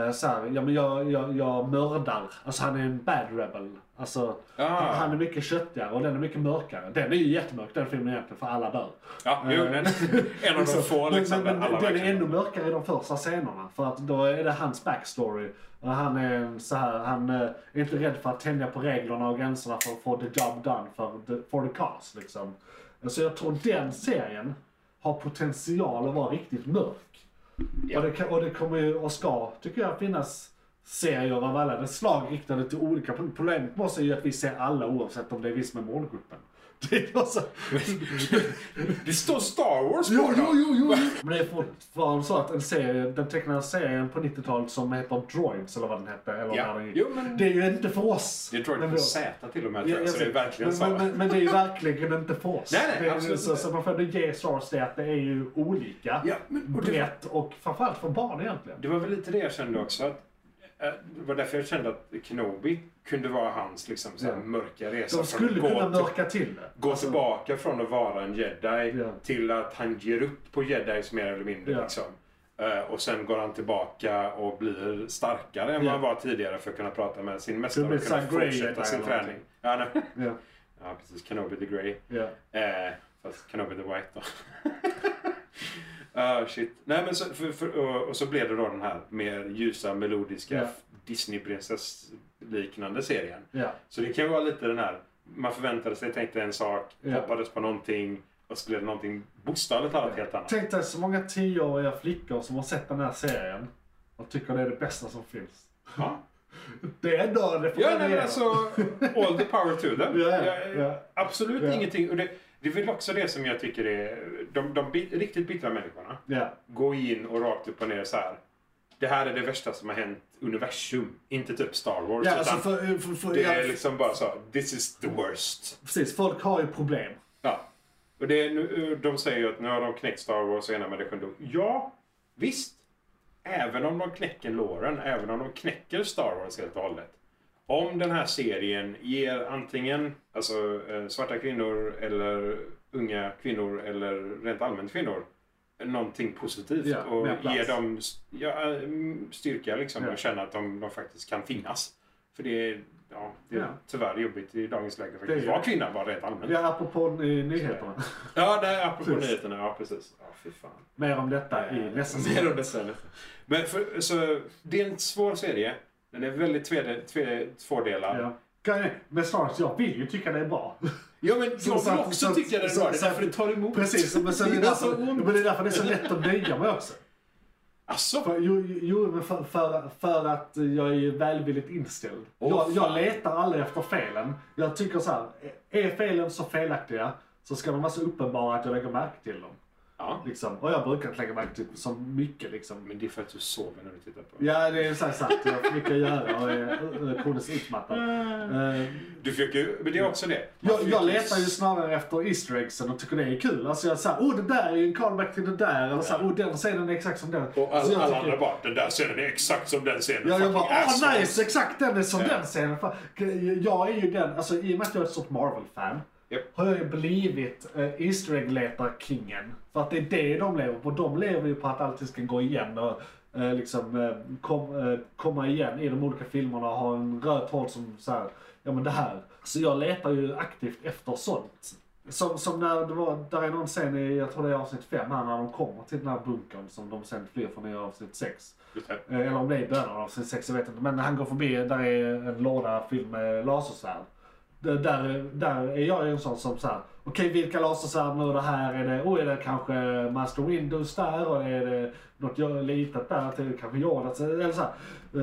[SPEAKER 3] eh, så här, ja men jag, jag, jag mördar. Alltså han är en bad rebel. Alltså
[SPEAKER 4] Ah.
[SPEAKER 3] han, han är mycket köttigare och den är mycket mörkare. Den är ju jättemörk den filmen egentligen, för alla dör.
[SPEAKER 4] ja jo,
[SPEAKER 3] Eh,
[SPEAKER 4] den, en av de
[SPEAKER 3] Liksom,
[SPEAKER 4] få
[SPEAKER 3] men-
[SPEAKER 4] liksom,
[SPEAKER 3] men,
[SPEAKER 4] där
[SPEAKER 3] men,
[SPEAKER 4] alla
[SPEAKER 3] Den är
[SPEAKER 4] verkligen-
[SPEAKER 3] ännu mörkare i de första scenerna. För att då är det hans backstory. Och han är en så här, han eh, är inte rädd för att tänja på reglerna och gränserna för att få the job done för the, for the cause. Liksom. Så jag tror den serien har potential att vara riktigt mörk.
[SPEAKER 4] Ja.
[SPEAKER 3] Och, det, kan- och det kommer ju, och ska, tycker jag, finnas serier av alla dess slag riktade till olika punkter. Problemet med oss är ju att vi ser alla oavsett om det är vi som är målgruppen. Det är alltså,
[SPEAKER 4] Det står Star Wars på
[SPEAKER 3] Jo,
[SPEAKER 4] den!
[SPEAKER 3] jo, jo, jo. Men det är fortfarande så att en serie, den tecknade serien på 90-talet som heter Droids eller vad den hette. Eller
[SPEAKER 4] Ja.
[SPEAKER 3] när den gick.
[SPEAKER 4] Jo, men-
[SPEAKER 3] Det är ju inte för oss.
[SPEAKER 4] Det tror jag
[SPEAKER 3] Men
[SPEAKER 4] på
[SPEAKER 3] då-
[SPEAKER 4] Z till och med,
[SPEAKER 3] Ja,
[SPEAKER 4] tror jag,
[SPEAKER 3] jag
[SPEAKER 4] så det är
[SPEAKER 3] vet.
[SPEAKER 4] verkligen
[SPEAKER 3] men,
[SPEAKER 4] samma.
[SPEAKER 3] men, men, men det är ju verkligen inte för oss.
[SPEAKER 4] Nej, nej,
[SPEAKER 3] det är, ju
[SPEAKER 4] absolut
[SPEAKER 3] så,
[SPEAKER 4] inte.
[SPEAKER 3] så man får ändå ge Star Wars det att det är ju olika.
[SPEAKER 4] Ja, men- och det-
[SPEAKER 3] brett och framförallt för barn egentligen.
[SPEAKER 4] Det var väl lite det jag kände också. Att, eh, det var därför jag kände att Kenobi kunde vara hans liksom, så här,
[SPEAKER 3] Ja.
[SPEAKER 4] mörka resa.
[SPEAKER 3] De
[SPEAKER 4] från
[SPEAKER 3] skulle
[SPEAKER 4] att gå
[SPEAKER 3] kunna
[SPEAKER 4] till-
[SPEAKER 3] mörka till det.
[SPEAKER 4] Gå tillbaka från att vara en jedi
[SPEAKER 3] Alltså- Ja.
[SPEAKER 4] till att han ger upp på jedis mer eller mindre.
[SPEAKER 3] Ja.
[SPEAKER 4] Liksom. Eh, och sen går han tillbaka och blir starkare
[SPEAKER 3] Ja.
[SPEAKER 4] än vad han var tidigare för att kunna prata med sin mästare
[SPEAKER 3] blir
[SPEAKER 4] och kunna
[SPEAKER 3] Sam Grey
[SPEAKER 4] fortsätta
[SPEAKER 3] Jedi
[SPEAKER 4] sin
[SPEAKER 3] eller
[SPEAKER 4] träning. Ja, nej.
[SPEAKER 3] Ja,
[SPEAKER 4] ja, precis. Kenobi the Grey.
[SPEAKER 3] ja.
[SPEAKER 4] Eh, fast Kenobi the White då. Ah, shit. Nej, men så, för, för, och, och så blev det då den här mer ljusa, melodiska
[SPEAKER 3] Ja.
[SPEAKER 4] Disney-prinsess-liknande serien.
[SPEAKER 3] ja.
[SPEAKER 4] Så det kan ju vara lite den här, man förväntade sig, tänkte en sak,
[SPEAKER 3] Ja.
[SPEAKER 4] hoppades på någonting och så blev det någonting bokstavligt talat helt annat.
[SPEAKER 3] Tänk dig så många tioåriga flickor som har sett den här serien och tycker det är det bästa som finns.
[SPEAKER 4] Ja,
[SPEAKER 3] Det är ändå det får
[SPEAKER 4] ja
[SPEAKER 3] man
[SPEAKER 4] nej, men
[SPEAKER 3] göra.
[SPEAKER 4] alltså all the power to them.
[SPEAKER 3] Ja,
[SPEAKER 4] Jag-
[SPEAKER 3] ja.
[SPEAKER 4] Absolut
[SPEAKER 3] Ja.
[SPEAKER 4] ingenting. Och det, det är väl också det som jag tycker är, de, de bit, riktigt bittra människorna.
[SPEAKER 3] Ja,
[SPEAKER 4] gå in och rakt upp och ner så här. Det här är det värsta som har hänt universum. Inte typ Star Wars.
[SPEAKER 3] ja
[SPEAKER 4] utan
[SPEAKER 3] alltså för, för, för,
[SPEAKER 4] det
[SPEAKER 3] ja,
[SPEAKER 4] är liksom bara så. This is the worst.
[SPEAKER 3] precis. Folk har ju problem.
[SPEAKER 4] Ja. Och det är, nu- de säger ju att nu har de knäckt Star Wars och ena med det sjunde. Ja, visst. Även om de knäcker låren, även om de knäcker Star Wars helt och hållet. Om den här serien ger antingen alltså, eh, svarta kvinnor eller unga kvinnor eller rent allmänt kvinnor eh, någonting positivt
[SPEAKER 3] Ja,
[SPEAKER 4] och
[SPEAKER 3] mer plats.
[SPEAKER 4] ger dem s- ja, eh, mm, styrka liksom
[SPEAKER 3] Ja.
[SPEAKER 4] och känna att de, de faktiskt kan finnas. För det är, ja, det är
[SPEAKER 3] Ja.
[SPEAKER 4] tyvärr jobbigt i dagens läge att
[SPEAKER 3] är
[SPEAKER 4] faktiskt
[SPEAKER 3] det.
[SPEAKER 4] vara kvinna bara rent allmänt.
[SPEAKER 3] Ja, apropå ny- eh, nyheterna.
[SPEAKER 4] Ja, nej, apropå
[SPEAKER 3] Precis.
[SPEAKER 4] nyheterna. Ja, precis. Ja, fy fan.
[SPEAKER 3] Mer om detta i nästa säsong.
[SPEAKER 4] Mer om det sen. Men för, så, det är en svår serie. Den är väldigt tvede, tve, tvådelad. Ja.
[SPEAKER 3] Ja. Kan- Men snart, jag vill ju tycka det är bra.
[SPEAKER 4] men jag
[SPEAKER 3] Så- så
[SPEAKER 4] vill
[SPEAKER 3] att-
[SPEAKER 4] också
[SPEAKER 3] så-
[SPEAKER 4] tycka den är
[SPEAKER 3] så-
[SPEAKER 4] bra. Det är
[SPEAKER 3] så-
[SPEAKER 4] därför det tar emot.
[SPEAKER 3] Precis, men, sen
[SPEAKER 4] det
[SPEAKER 3] är
[SPEAKER 4] är
[SPEAKER 3] det
[SPEAKER 4] därför
[SPEAKER 3] därför,
[SPEAKER 4] ont.
[SPEAKER 3] men det är därför det är så lätt att nöja mig också.
[SPEAKER 4] Alltså,
[SPEAKER 3] För, jo, jo, men för, för, för att jag är ju välvilligt inställd.
[SPEAKER 4] Åh,
[SPEAKER 3] jag, jag
[SPEAKER 4] fan.
[SPEAKER 3] letar aldrig efter felen. Jag tycker så här, är felen så felaktiga så ska de vara så uppenbara att jag lägger märke till dem.
[SPEAKER 4] Ja.
[SPEAKER 3] Liksom. Och jag brukar inte lägga märke till så mycket liksom.
[SPEAKER 4] Men det är för att du sover när du tittar på det.
[SPEAKER 3] Ja, det är så här sant. Jag har mycket att göra och är eh, kroniskt utmattad. Eh,
[SPEAKER 4] Du fick ju, men det är också det. Man
[SPEAKER 3] Jag,
[SPEAKER 4] fick
[SPEAKER 3] jag letar ju snarare efter Easter eggsen och tycker det är kul. Alltså jag säger, oh det där är ju en callback till det där. Eller såhär, oh den scenen är exakt som den.
[SPEAKER 4] Och
[SPEAKER 3] Så
[SPEAKER 4] all,
[SPEAKER 3] jag
[SPEAKER 4] alla
[SPEAKER 3] tycker-
[SPEAKER 4] andra bara, den där scenen är exakt som den scenen.
[SPEAKER 3] Ja, jag
[SPEAKER 4] fucking
[SPEAKER 3] bara, åh
[SPEAKER 4] assholes."
[SPEAKER 3] nice, exakt den är som
[SPEAKER 4] Ja.
[SPEAKER 3] den scenen. Fan, Jag är ju den, alltså i och med att jag är ett stort Marvel-fan.
[SPEAKER 4] Japp.
[SPEAKER 3] Har jag ju blivit eh, Easter egg-letar-kingen. För att det är det de lever på. De lever ju på att allting ska gå igen och eh, liksom eh, kom, eh, komma igen i de olika filmerna och ha en röd tråd som såhär, ja men det här. Så jag letar ju aktivt efter sånt. Som, som när det var, där är någon scen i, jag tror det är avsnitt 5 här, när de kommer till den här bunkern som de sen flyr från i avsnitt 6.
[SPEAKER 4] Just det.
[SPEAKER 3] Eh, Eller om det är i början av avsnitt 6, jag vet inte. Men när han går förbi, där är en låda fylld med lasersvärd. D- Där, där är jag ju en sån som såhär, okej vilka lasersvärd nu är det här? Är det, oh, är det kanske Master Windows där? Och är det något jag litat där? Till, kanske Yoda? Så- Eller så här.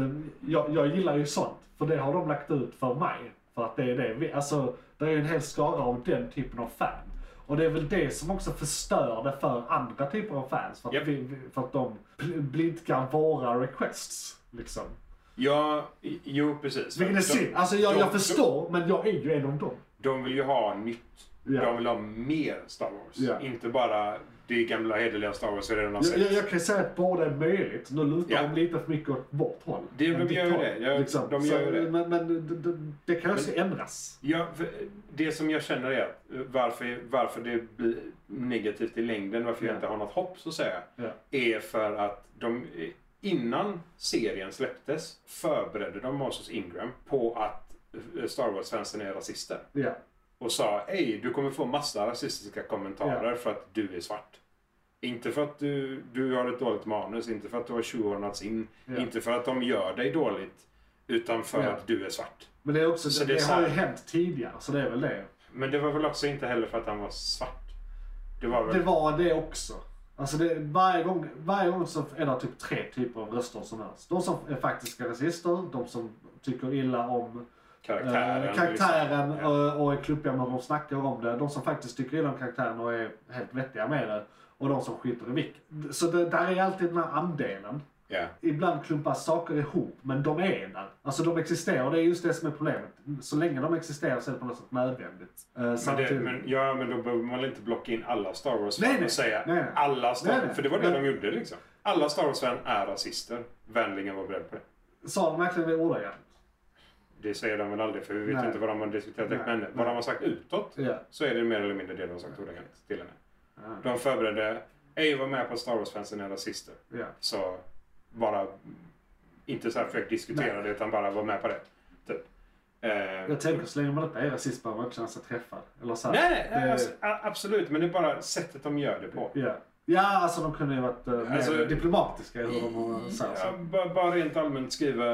[SPEAKER 3] Eh, Jag, jag gillar ju sånt, för det har de lagt ut för mig. För att det är det, vi- alltså det är ju en hel skara av den typen av fan. Och det är väl det som också förstör det för andra typer av fans. För att,
[SPEAKER 4] Japp.
[SPEAKER 3] vi, vi- för att de bl- blidkar våra requests. Liksom.
[SPEAKER 4] Ja, i- jo precis.
[SPEAKER 3] Vilket är
[SPEAKER 4] De-
[SPEAKER 3] synd. Alltså jag,
[SPEAKER 4] de-
[SPEAKER 3] jag förstår, men jag är ju en av dem.
[SPEAKER 4] De vill ju ha nytt.
[SPEAKER 3] Ja.
[SPEAKER 4] De vill ha mer Star Wars.
[SPEAKER 3] Ja.
[SPEAKER 4] Inte bara det gamla hederliga Star Wars vi redan har
[SPEAKER 3] Jag,
[SPEAKER 4] sett.
[SPEAKER 3] jag, jag kan ju säga att båda är möjligt. Nu lutar
[SPEAKER 4] Ja.
[SPEAKER 3] de lite för mycket åt vårt håll.
[SPEAKER 4] Det-
[SPEAKER 3] Än
[SPEAKER 4] de
[SPEAKER 3] ditt
[SPEAKER 4] gör ju
[SPEAKER 3] håll,
[SPEAKER 4] det. Jag- de gör ju det.
[SPEAKER 3] liksom. Men, men det, det, det kan ju också ändras.
[SPEAKER 4] Ja, för eh, det som jag känner är att eh, varför, varför det blir negativt i längden, varför
[SPEAKER 3] Ja.
[SPEAKER 4] jag inte har något hopp så att säga,
[SPEAKER 3] Ja.
[SPEAKER 4] är för att de eh, innan serien släpptes förberedde de Moses Ingram på att eh, Star Wars-fansen är rasister.
[SPEAKER 3] Ja.
[SPEAKER 4] Och sa ej, du kommer få massa rasistiska kommentarer för att du är svart. Inte för att du, du har ett dåligt manus, inte för att du har tjuvordnats in,
[SPEAKER 3] Ja.
[SPEAKER 4] inte för att de gör dig dåligt, utan för
[SPEAKER 3] Ja.
[SPEAKER 4] att du är svart.
[SPEAKER 3] Men det, är också,
[SPEAKER 4] Så
[SPEAKER 3] det,
[SPEAKER 4] det är
[SPEAKER 3] det
[SPEAKER 4] så
[SPEAKER 3] har ju
[SPEAKER 4] här-
[SPEAKER 3] hänt tidigare, så det är väl det.
[SPEAKER 4] Men det var väl också inte heller för att han var svart. Det var väl...
[SPEAKER 3] Det var det också. Alltså det, varje, gång, varje gång så är det typ tre typer av röster som hörs. De som är faktiska rasister, de som tycker illa om eh,
[SPEAKER 4] karaktären.
[SPEAKER 3] karaktären
[SPEAKER 4] liksom. Ja.
[SPEAKER 3] eh, och är klumpiga med hur de snackar om det. De som faktiskt tycker illa om karaktären och är helt vettiga med det. Och de som skiter i vilket. Så det, där är alltid den här andelen.
[SPEAKER 4] Ja.
[SPEAKER 3] Ibland klumpas saker ihop, men de är där. Alltså de existerar, och det är just det som är problemet. Så länge de existerar så är det på något sätt nödvändigt. Eh,
[SPEAKER 4] Men, det,
[SPEAKER 3] samtidigt-
[SPEAKER 4] men, ja, men då behöver man inte blocka in alla Star
[SPEAKER 3] Nej,
[SPEAKER 4] Wars-fan
[SPEAKER 3] nej.
[SPEAKER 4] och säga
[SPEAKER 3] Nej, nej.
[SPEAKER 4] alla Star
[SPEAKER 3] Nej, nej.
[SPEAKER 4] För det var det
[SPEAKER 3] Men-
[SPEAKER 4] de gjorde liksom. Alla Star Wars-fan är rasister. Vänligen var beredd på det.
[SPEAKER 3] Sa de verkligen det ordagrant?
[SPEAKER 4] Det säger de väl aldrig för vi vet
[SPEAKER 3] Nej.
[SPEAKER 4] ju inte vad de har diskuterat.
[SPEAKER 3] Nej.
[SPEAKER 4] Men vad de har sagt utåt
[SPEAKER 3] Ja.
[SPEAKER 4] så är det mer eller mindre det de har sagt ordagrant till henne.
[SPEAKER 3] Ja.
[SPEAKER 4] De förberedde, ej var med på att Star Wars-fansen är rasister.
[SPEAKER 3] Ja.
[SPEAKER 4] Så bara, inte så här försök diskutera
[SPEAKER 3] Nej.
[SPEAKER 4] det utan bara var med på det. Typ. Eh,
[SPEAKER 3] Jag tänker så länge man inte är rasist behöver man inte känna sig träffad. Eller så här,
[SPEAKER 4] Nej, nej, nej
[SPEAKER 3] det-
[SPEAKER 4] alltså, a- absolut. Men det är bara sättet de gör det på.
[SPEAKER 3] ja. ja, alltså de kunde ju varit eh, mer
[SPEAKER 4] Alltså-
[SPEAKER 3] diplomatiska i hur de har så här,
[SPEAKER 4] Ja,
[SPEAKER 3] så.
[SPEAKER 4] bara, bara rent allmänt skriva,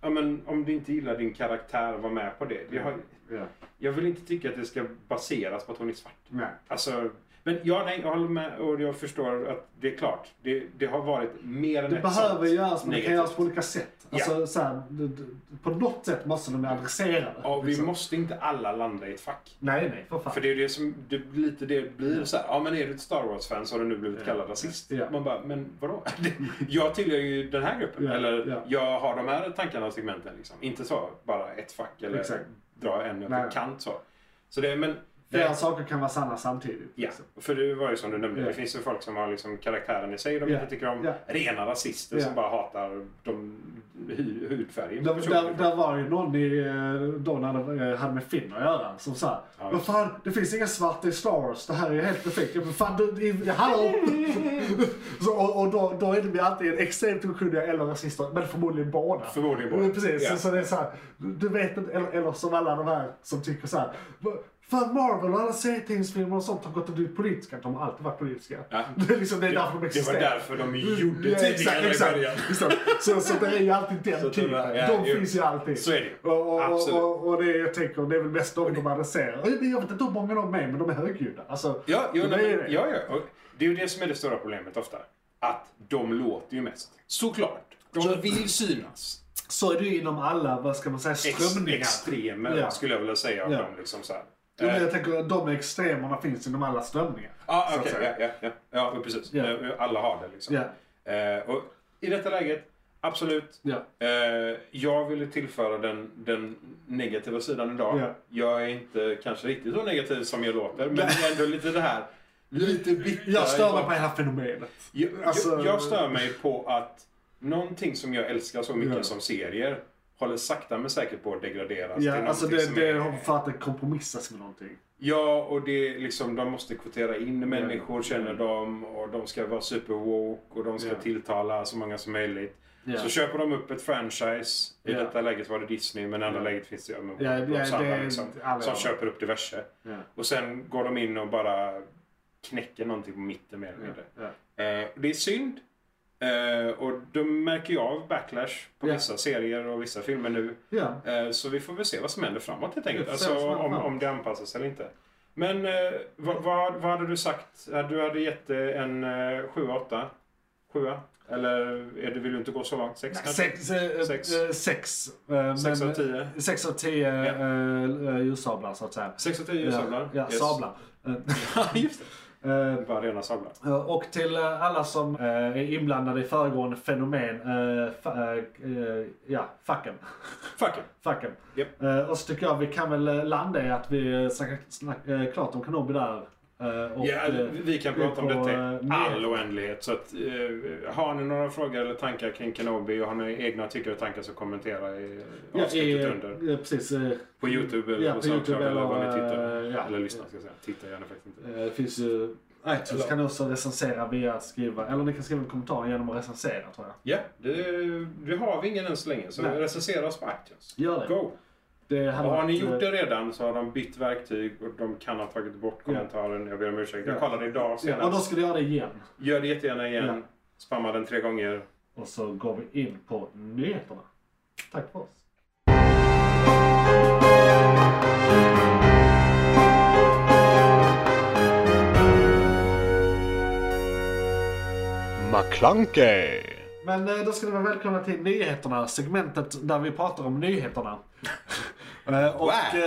[SPEAKER 4] ja, men, om du inte gillar din karaktär, var med på det. Jag, har,
[SPEAKER 3] Ja.
[SPEAKER 4] jag vill inte tycka att det ska baseras på att hon är svart.
[SPEAKER 3] Nej.
[SPEAKER 4] Alltså, men ja, nej, jag håller med och jag förstår att det är klart. Det, det har varit mer än
[SPEAKER 3] Det
[SPEAKER 4] ett
[SPEAKER 3] behöver
[SPEAKER 4] sånt
[SPEAKER 3] göras, men det kan
[SPEAKER 4] negativt.
[SPEAKER 3] göras på olika sätt.
[SPEAKER 4] Ja.
[SPEAKER 3] Alltså, så här, d- d- på något sätt måste de adressera det.
[SPEAKER 4] Ja, vi
[SPEAKER 3] liksom.
[SPEAKER 4] måste inte alla landa i ett fack.
[SPEAKER 3] Nej, nej, för fan.
[SPEAKER 4] För det är det som, det, är lite det det blir så här, ja men är du ett Star Wars-fan så har du nu blivit
[SPEAKER 3] Ja.
[SPEAKER 4] kallad rasist.
[SPEAKER 3] Ja.
[SPEAKER 4] Man bara, men vadå? jag tillhör ju den här gruppen.
[SPEAKER 3] Ja,
[SPEAKER 4] Eller
[SPEAKER 3] ja.
[SPEAKER 4] jag har de här tankarna och segmenten liksom. Inte så, bara ett fack eller
[SPEAKER 3] Exakt.
[SPEAKER 4] dra en
[SPEAKER 3] Nej.
[SPEAKER 4] över kant så. Så det, men...
[SPEAKER 3] Flera
[SPEAKER 4] det-
[SPEAKER 3] saker kan vara sanna samtidigt.
[SPEAKER 4] Ja,
[SPEAKER 3] liksom.
[SPEAKER 4] för det var ju som du nämnde,
[SPEAKER 3] Ja.
[SPEAKER 4] det finns ju folk som har liksom karaktären i sig de
[SPEAKER 3] Ja.
[SPEAKER 4] inte tycker om.
[SPEAKER 3] Ja.
[SPEAKER 4] Rena rasister
[SPEAKER 3] Ja.
[SPEAKER 4] som bara hatar de hu- hudfärgen. på
[SPEAKER 3] Där, där,
[SPEAKER 4] personer.
[SPEAKER 3] där var ju någon i, eh, då när det eh, hade med Finn att göra som sa
[SPEAKER 4] Ja.
[SPEAKER 3] Vad fan, det finns inga svarta i Star Wars, det här är ju helt perfekt. Jag bara, fan, det, det, det hallå! så, och och då, då är det ju antingen extremt okunniga eller rasister, men förmodligen båda.
[SPEAKER 4] Förmodligen båda.
[SPEAKER 3] Ja, Precis,
[SPEAKER 4] Ja.
[SPEAKER 3] så, så det är så här, du du vet inte, eller, eller som alla de här som tycker så här. "Va- Fan Marvel och alla serietidningsfilmer och sånt har gått och blivit politiska. De har alltid varit politiska.
[SPEAKER 4] Ja.
[SPEAKER 3] Det är liksom det är därför de
[SPEAKER 4] det var
[SPEAKER 3] existerar. Mm.
[SPEAKER 4] därför de gjorde
[SPEAKER 3] Ja,
[SPEAKER 4] tidningar i
[SPEAKER 3] exakt,
[SPEAKER 4] början.
[SPEAKER 3] exakt. Så, så det är ju alltid den
[SPEAKER 4] Så att de
[SPEAKER 3] typen.
[SPEAKER 4] bara, ja,
[SPEAKER 3] de
[SPEAKER 4] ju.
[SPEAKER 3] finns ju alltid.
[SPEAKER 4] Så är det ju.
[SPEAKER 3] Och, och,
[SPEAKER 4] Absolut.
[SPEAKER 3] och, och det jag tänker, det är väl mest de de adresserar. Jag vet inte hur många de är, men de är högljudda. Alltså,
[SPEAKER 4] Ja, jo,
[SPEAKER 3] det
[SPEAKER 4] nej,
[SPEAKER 3] är
[SPEAKER 4] men-
[SPEAKER 3] det.
[SPEAKER 4] ja, ja. Och Det är ju det som är det stora problemet ofta. Att de låter ju mest. Såklart. De
[SPEAKER 3] Så-
[SPEAKER 4] vill synas.
[SPEAKER 3] Så är det ju inom alla, vad ska man säga,
[SPEAKER 4] Ex
[SPEAKER 3] strömningar.
[SPEAKER 4] extremer
[SPEAKER 3] Ja.
[SPEAKER 4] skulle jag vilja säga. av
[SPEAKER 3] Ja.
[SPEAKER 4] dem liksom så här.
[SPEAKER 3] Jo, men
[SPEAKER 4] Eh.
[SPEAKER 3] jag tänker att de extremerna finns inom alla strömningar.
[SPEAKER 4] Ah,
[SPEAKER 3] så att
[SPEAKER 4] okej,
[SPEAKER 3] säga.
[SPEAKER 4] ja, ja, ja. ja, precis.
[SPEAKER 3] Ja.
[SPEAKER 4] Eh, Alla har det liksom.
[SPEAKER 3] Ja,
[SPEAKER 4] Eh, och I detta läget, absolut.
[SPEAKER 3] ja.
[SPEAKER 4] Eh, jag ville tillföra den, den negativa sidan idag.
[SPEAKER 3] Ja.
[SPEAKER 4] Jag är inte kanske riktigt så negativ som jag låter, men det är ändå lite det här. Lite bitter.
[SPEAKER 3] Jag stör mig på hela fenomenet.
[SPEAKER 4] Jag,
[SPEAKER 3] Alltså-
[SPEAKER 4] jag, jag stör mig på att någonting som jag älskar så mycket
[SPEAKER 3] Ja.
[SPEAKER 4] som serier håller sakta men säkert på att degraderas.
[SPEAKER 3] Ja, alltså
[SPEAKER 4] någonting
[SPEAKER 3] det,
[SPEAKER 4] som
[SPEAKER 3] det
[SPEAKER 4] är-
[SPEAKER 3] har för att det kompromissas med någonting.
[SPEAKER 4] Ja, och det är liksom, de måste kvotera in människor, känner dem, och de ska vara superwoke och de ska
[SPEAKER 3] Ja.
[SPEAKER 4] tilltala så många som möjligt.
[SPEAKER 3] Ja.
[SPEAKER 4] Så köper de upp ett franchise. I
[SPEAKER 3] Ja.
[SPEAKER 4] detta läget var det Disney, men i andra läget finns det ju men
[SPEAKER 3] Ja, ja,
[SPEAKER 4] Roxanna,
[SPEAKER 3] det är-
[SPEAKER 4] liksom,
[SPEAKER 3] alla-
[SPEAKER 4] som köper upp diverse.
[SPEAKER 3] Ja.
[SPEAKER 4] Och sen går de in och bara knäcker någonting på mitten mer eller mindre.
[SPEAKER 3] Ja.
[SPEAKER 4] Eh, det är synd. Eh, och då märker jag av backlash på
[SPEAKER 3] Ja.
[SPEAKER 4] vissa serier och vissa filmer nu.
[SPEAKER 3] Ja.
[SPEAKER 4] Eh, Så vi får väl se vad som händer framåt helt enkelt.
[SPEAKER 3] Vi får se vad som
[SPEAKER 4] Alltså,
[SPEAKER 3] händer
[SPEAKER 4] om,
[SPEAKER 3] framåt.
[SPEAKER 4] om det anpassas eller inte. Men eh, vad, vad, vad hade du sagt? Eh, Du hade gett eh, en eh, 7-8? 7 Eller är det, vill du inte gå så långt? 6
[SPEAKER 3] Nej,
[SPEAKER 4] kanske?
[SPEAKER 3] Sex, eh,
[SPEAKER 4] Sex.
[SPEAKER 3] eh, sex. eh,
[SPEAKER 4] Sex
[SPEAKER 3] men-
[SPEAKER 4] av tio.
[SPEAKER 3] Sex av tio
[SPEAKER 4] Ja.
[SPEAKER 3] eh, eh, ljussablar så att säga.
[SPEAKER 4] 6 av 10 ljussablar?
[SPEAKER 3] Ja, ja
[SPEAKER 4] Yes.
[SPEAKER 3] sablar.
[SPEAKER 4] Ja, Just
[SPEAKER 3] Eh,
[SPEAKER 4] det. Bara rena sablar.
[SPEAKER 3] Eh, Och till eh, alla som eh, är inblandade i föregående fenomen, eh, fa- eh, eh, ja, facken.
[SPEAKER 4] Fuck it.
[SPEAKER 3] facken.
[SPEAKER 4] Japp.
[SPEAKER 3] Eh, Och så tycker jag vi kan väl eh, landa i att vi eh, snackar snack, eh, klart om Kanobi där. eh, Och,
[SPEAKER 4] Ja,
[SPEAKER 3] eh,
[SPEAKER 4] vi kan
[SPEAKER 3] vi
[SPEAKER 4] prata om
[SPEAKER 3] får,
[SPEAKER 4] detta
[SPEAKER 3] eh,
[SPEAKER 4] i
[SPEAKER 3] mer.
[SPEAKER 4] all oändlighet. Så att, eh, har ni några frågor eller tankar kring Kenobi och har ni egna tycker och tankar så kommentera i
[SPEAKER 3] ja,
[SPEAKER 4] avsnittet
[SPEAKER 3] eh,
[SPEAKER 4] under.
[SPEAKER 3] eh, Precis. eh,
[SPEAKER 4] På Youtube eller
[SPEAKER 3] Ja,
[SPEAKER 4] på
[SPEAKER 3] på
[SPEAKER 4] Soundcloud
[SPEAKER 3] YouTube
[SPEAKER 4] eller vad ni
[SPEAKER 3] eller,
[SPEAKER 4] tittar.
[SPEAKER 3] eh, ja.
[SPEAKER 4] Eller lyssnar ska jag säga. Tittar gärna faktiskt inte.
[SPEAKER 3] eh, Det finns ju... iTunes
[SPEAKER 4] Eller-
[SPEAKER 3] kan också recensera via att skriva, eller ni kan skriva en kommentar genom att recensera tror jag.
[SPEAKER 4] Ja, det, det har vi ingen än så länge. Så
[SPEAKER 3] Nej.
[SPEAKER 4] recensera oss på iTunes.
[SPEAKER 3] Gör det.
[SPEAKER 4] Go!
[SPEAKER 3] det
[SPEAKER 4] Och
[SPEAKER 3] hade
[SPEAKER 4] har ni
[SPEAKER 3] varit, eh,
[SPEAKER 4] gjort det redan så har de bytt verktyg och de kan ha tagit bort kommentaren. Jag ber om ursäkt. Jag
[SPEAKER 3] Ja.
[SPEAKER 4] kollade idag
[SPEAKER 3] Ja, och då
[SPEAKER 4] senast.
[SPEAKER 3] ska vi göra det igen.
[SPEAKER 4] Gör det jättegärna igen.
[SPEAKER 3] Ja.
[SPEAKER 4] Spamma den tre gånger.
[SPEAKER 3] Och så går vi in på nyheterna. Tack för oss.
[SPEAKER 2] McClunkey.
[SPEAKER 3] Men eh, då ska ni vara välkomna till nyheterna, segmentet där vi pratar om nyheterna. Eh, och
[SPEAKER 4] Wow.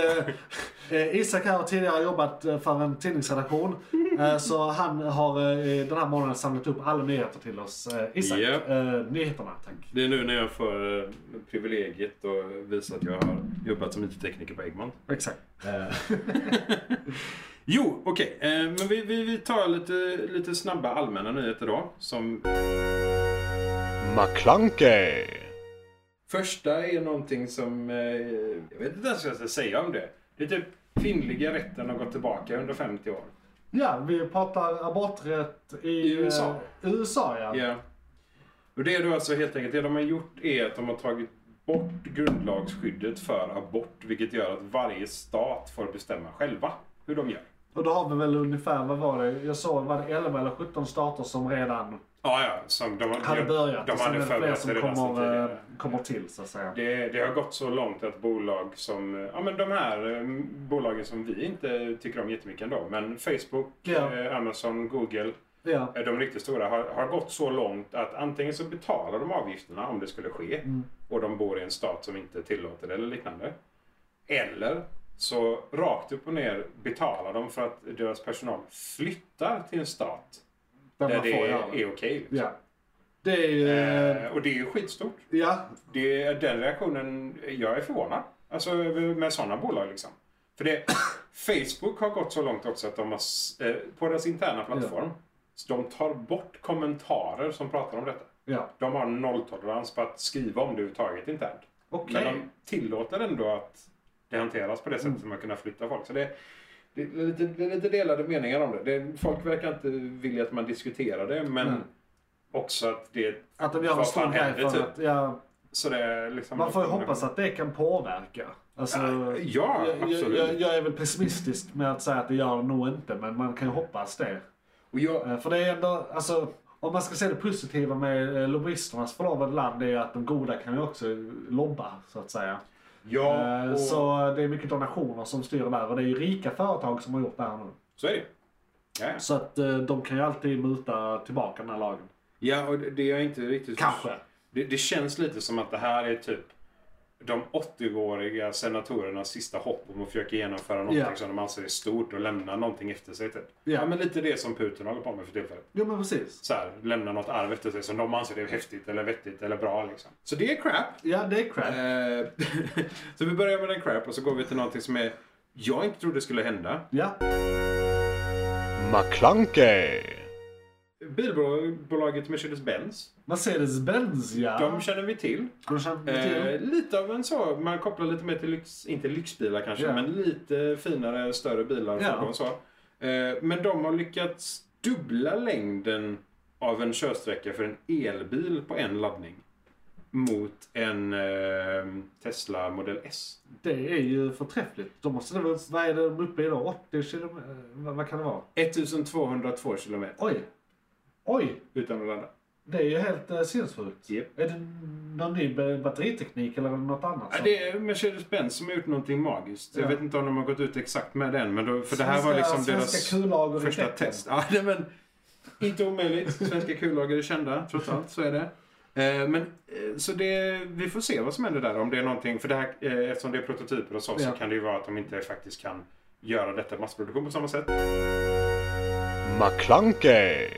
[SPEAKER 3] eh, eh, Isak här har tidigare jobbat eh, för en tidningsredaktion. eh, Så han har eh, den här månaden samlat upp alla nyheter till oss. Eh, Isak,
[SPEAKER 4] Japp.
[SPEAKER 3] eh, nyheterna tack.
[SPEAKER 4] Det är nu när jag får eh, privilegiet och visa att jag har jobbat som IT-tekniker på Egmont.
[SPEAKER 3] Exakt.
[SPEAKER 4] Jo, okej. Eh, Men vi, vi, vi tar lite, lite snabba allmänna nyheter då. Som
[SPEAKER 2] McClunkey.
[SPEAKER 4] Första är någonting som... Eh, jag vet inte ens vad jag ska säga om det. Det är typ kvinnliga rätten har gått tillbaka 150 år.
[SPEAKER 3] Ja, vi pratar aborträtt i,
[SPEAKER 4] I USA.
[SPEAKER 3] eh, USA ja.
[SPEAKER 4] Ja. Och det är då alltså helt enkelt, det de har gjort är att de har tagit bort grundlagsskyddet för abort. Vilket gör att varje stat får bestämma själva hur de gör.
[SPEAKER 3] Och då har vi väl ungefär, vad var det? Jag såg, var det 11 eller 17 stater som redan
[SPEAKER 4] Ja, ja. Som de,
[SPEAKER 3] hade börjat.
[SPEAKER 4] de
[SPEAKER 3] och sen
[SPEAKER 4] hade
[SPEAKER 3] är det fler
[SPEAKER 4] förberett
[SPEAKER 3] som
[SPEAKER 4] sig redan sedan
[SPEAKER 3] kommer, eh,
[SPEAKER 4] tidigare.
[SPEAKER 3] kommer till så att säga.
[SPEAKER 4] Det, det har gått så långt att bolag som, ja men de här eh, bolagen som vi inte tycker om jättemycket ändå, men Facebook,
[SPEAKER 3] Ja.
[SPEAKER 4] eh, Amazon, Google,
[SPEAKER 3] Ja.
[SPEAKER 4] eh, de riktigt stora har, har gått så långt att antingen så betalar de avgifterna om det skulle ske
[SPEAKER 3] Mm,
[SPEAKER 4] och de bor i en stat som inte tillåter det eller liknande. Eller så rakt upp och ner betalar de för att deras personal flyttar till en stat
[SPEAKER 3] Där
[SPEAKER 4] där
[SPEAKER 3] man
[SPEAKER 4] det
[SPEAKER 3] får
[SPEAKER 4] är,
[SPEAKER 3] göra
[SPEAKER 4] är
[SPEAKER 3] det.
[SPEAKER 4] okej. liksom.
[SPEAKER 3] Ja. Det är ju...
[SPEAKER 4] Eh,
[SPEAKER 3] eh,
[SPEAKER 4] och det är ju skitstort.
[SPEAKER 3] Ja.
[SPEAKER 4] Det, den reaktionen, jag är förvånad. Alltså över- med sådana bolag liksom. För det, Facebook har gått så långt också att de har, s- eh, på deras interna plattform, så de tar bort kommentarer som pratar om detta.
[SPEAKER 3] ja.
[SPEAKER 4] De har nolltolerans på att skriva om det överhuvudtaget internt.
[SPEAKER 3] Okej. Mm.
[SPEAKER 4] Men de tillåter ändå att det hanteras på det sättet som man kunna flytta folk. Så det, det, är lite, det är lite delade meningar om det. det. Folk verkar inte vilja att man diskuterar det, men
[SPEAKER 3] Mm.
[SPEAKER 4] också att det är
[SPEAKER 3] Att de gör en
[SPEAKER 4] Vad
[SPEAKER 3] stor
[SPEAKER 4] fan
[SPEAKER 3] grej
[SPEAKER 4] händer,
[SPEAKER 3] för
[SPEAKER 4] typ?
[SPEAKER 3] att... Ja,
[SPEAKER 4] så det är liksom...
[SPEAKER 3] man får ju hoppas att det kan påverka. Alltså,
[SPEAKER 4] Eh, Ja,
[SPEAKER 3] jag, jag,
[SPEAKER 4] absolut.
[SPEAKER 3] jag, jag är väl pessimistisk med att säga att det gör det nog inte, men man kan ju hoppas det.
[SPEAKER 4] Och jag,
[SPEAKER 3] Eh, För det är ändå, alltså, om man ska se det positiva med eh, lobbyisternas förlovade land är ju att de goda kan ju också lobba, så att säga.
[SPEAKER 4] ja,
[SPEAKER 3] Eh,
[SPEAKER 4] och, så...
[SPEAKER 3] Så det är mycket donationer som styr det där och det är ju rika företag som har gjort det här nu.
[SPEAKER 4] är det ju. ja, ja.
[SPEAKER 3] Så att eh, de kan ju alltid muta tillbaka den här lagen.
[SPEAKER 4] ja, och det det är jag inte riktigt...
[SPEAKER 3] Kanske.
[SPEAKER 4] Det, det känns lite som att det här är typ de 80-åriga senatorernas sista hopp om att försöka genomföra någonting
[SPEAKER 3] Ja.
[SPEAKER 4] som de anser är stort och lämna någonting efter sig. Typ.
[SPEAKER 3] Ja.
[SPEAKER 4] Ja, men lite det som Putin håller på med för tillfället.
[SPEAKER 3] Jo men precis.
[SPEAKER 4] Så här, lämna något arv efter sig som de anser är häftigt eller vettigt eller bra. Liksom. Så det är crap.
[SPEAKER 3] Ja, det är crap.
[SPEAKER 4] Eh, så vi börjar med den crap och så går vi till någonting som är jag inte trodde skulle hända.
[SPEAKER 3] Ja.
[SPEAKER 2] McClunkey!
[SPEAKER 4] Bilbolaget Mercedes-Benz.
[SPEAKER 3] Mercedes-Benz, ja.
[SPEAKER 4] De känner vi till.
[SPEAKER 3] De känner
[SPEAKER 4] Eh,
[SPEAKER 3] till.
[SPEAKER 4] lite av en så, man kopplar lite mer till lyx, inte lyxbilar kanske,
[SPEAKER 3] Ja.
[SPEAKER 4] men lite finare, större bilar.
[SPEAKER 3] Ja.
[SPEAKER 4] fordon så. Eh, men de har lyckats dubbla längden av en körsträcka för en elbil på en laddning. Mot en eh, Tesla Model S.
[SPEAKER 3] Det är ju förträffligt. De måste vara upp, vad är de uppe i då? 80 kilometer? eh, Vad, vad kan det vara?
[SPEAKER 4] 1202 kilometer
[SPEAKER 3] Oj! Oj!
[SPEAKER 4] utan att ladda.
[SPEAKER 3] Det är ju helt uh, sinnessjukt.
[SPEAKER 4] Japp.
[SPEAKER 3] Är det någon ny ba- batteriteknik eller något annat?
[SPEAKER 4] Ja,
[SPEAKER 3] som-
[SPEAKER 4] det är Mercedes-Benz som har gjort någonting magiskt. Jag
[SPEAKER 3] Ja.
[SPEAKER 4] vet inte om de har gått ut exakt med den, men då, för det här var
[SPEAKER 3] Svenska-
[SPEAKER 4] liksom deras...
[SPEAKER 3] Svenska kullager i
[SPEAKER 4] Första
[SPEAKER 3] tecken.
[SPEAKER 4] test. Ja, nej, men, inte omöjligt. Svenska kullager är kända, trots allt. Så är det. Eh, Men, eh, så det, vi får se vad som händer där. Om det är någonting, för det här, eh, eftersom det är prototyper och så,
[SPEAKER 3] Ja.
[SPEAKER 4] så kan det ju vara att de inte faktiskt kan göra detta i massproduktion på samma sätt.
[SPEAKER 2] McClunkey!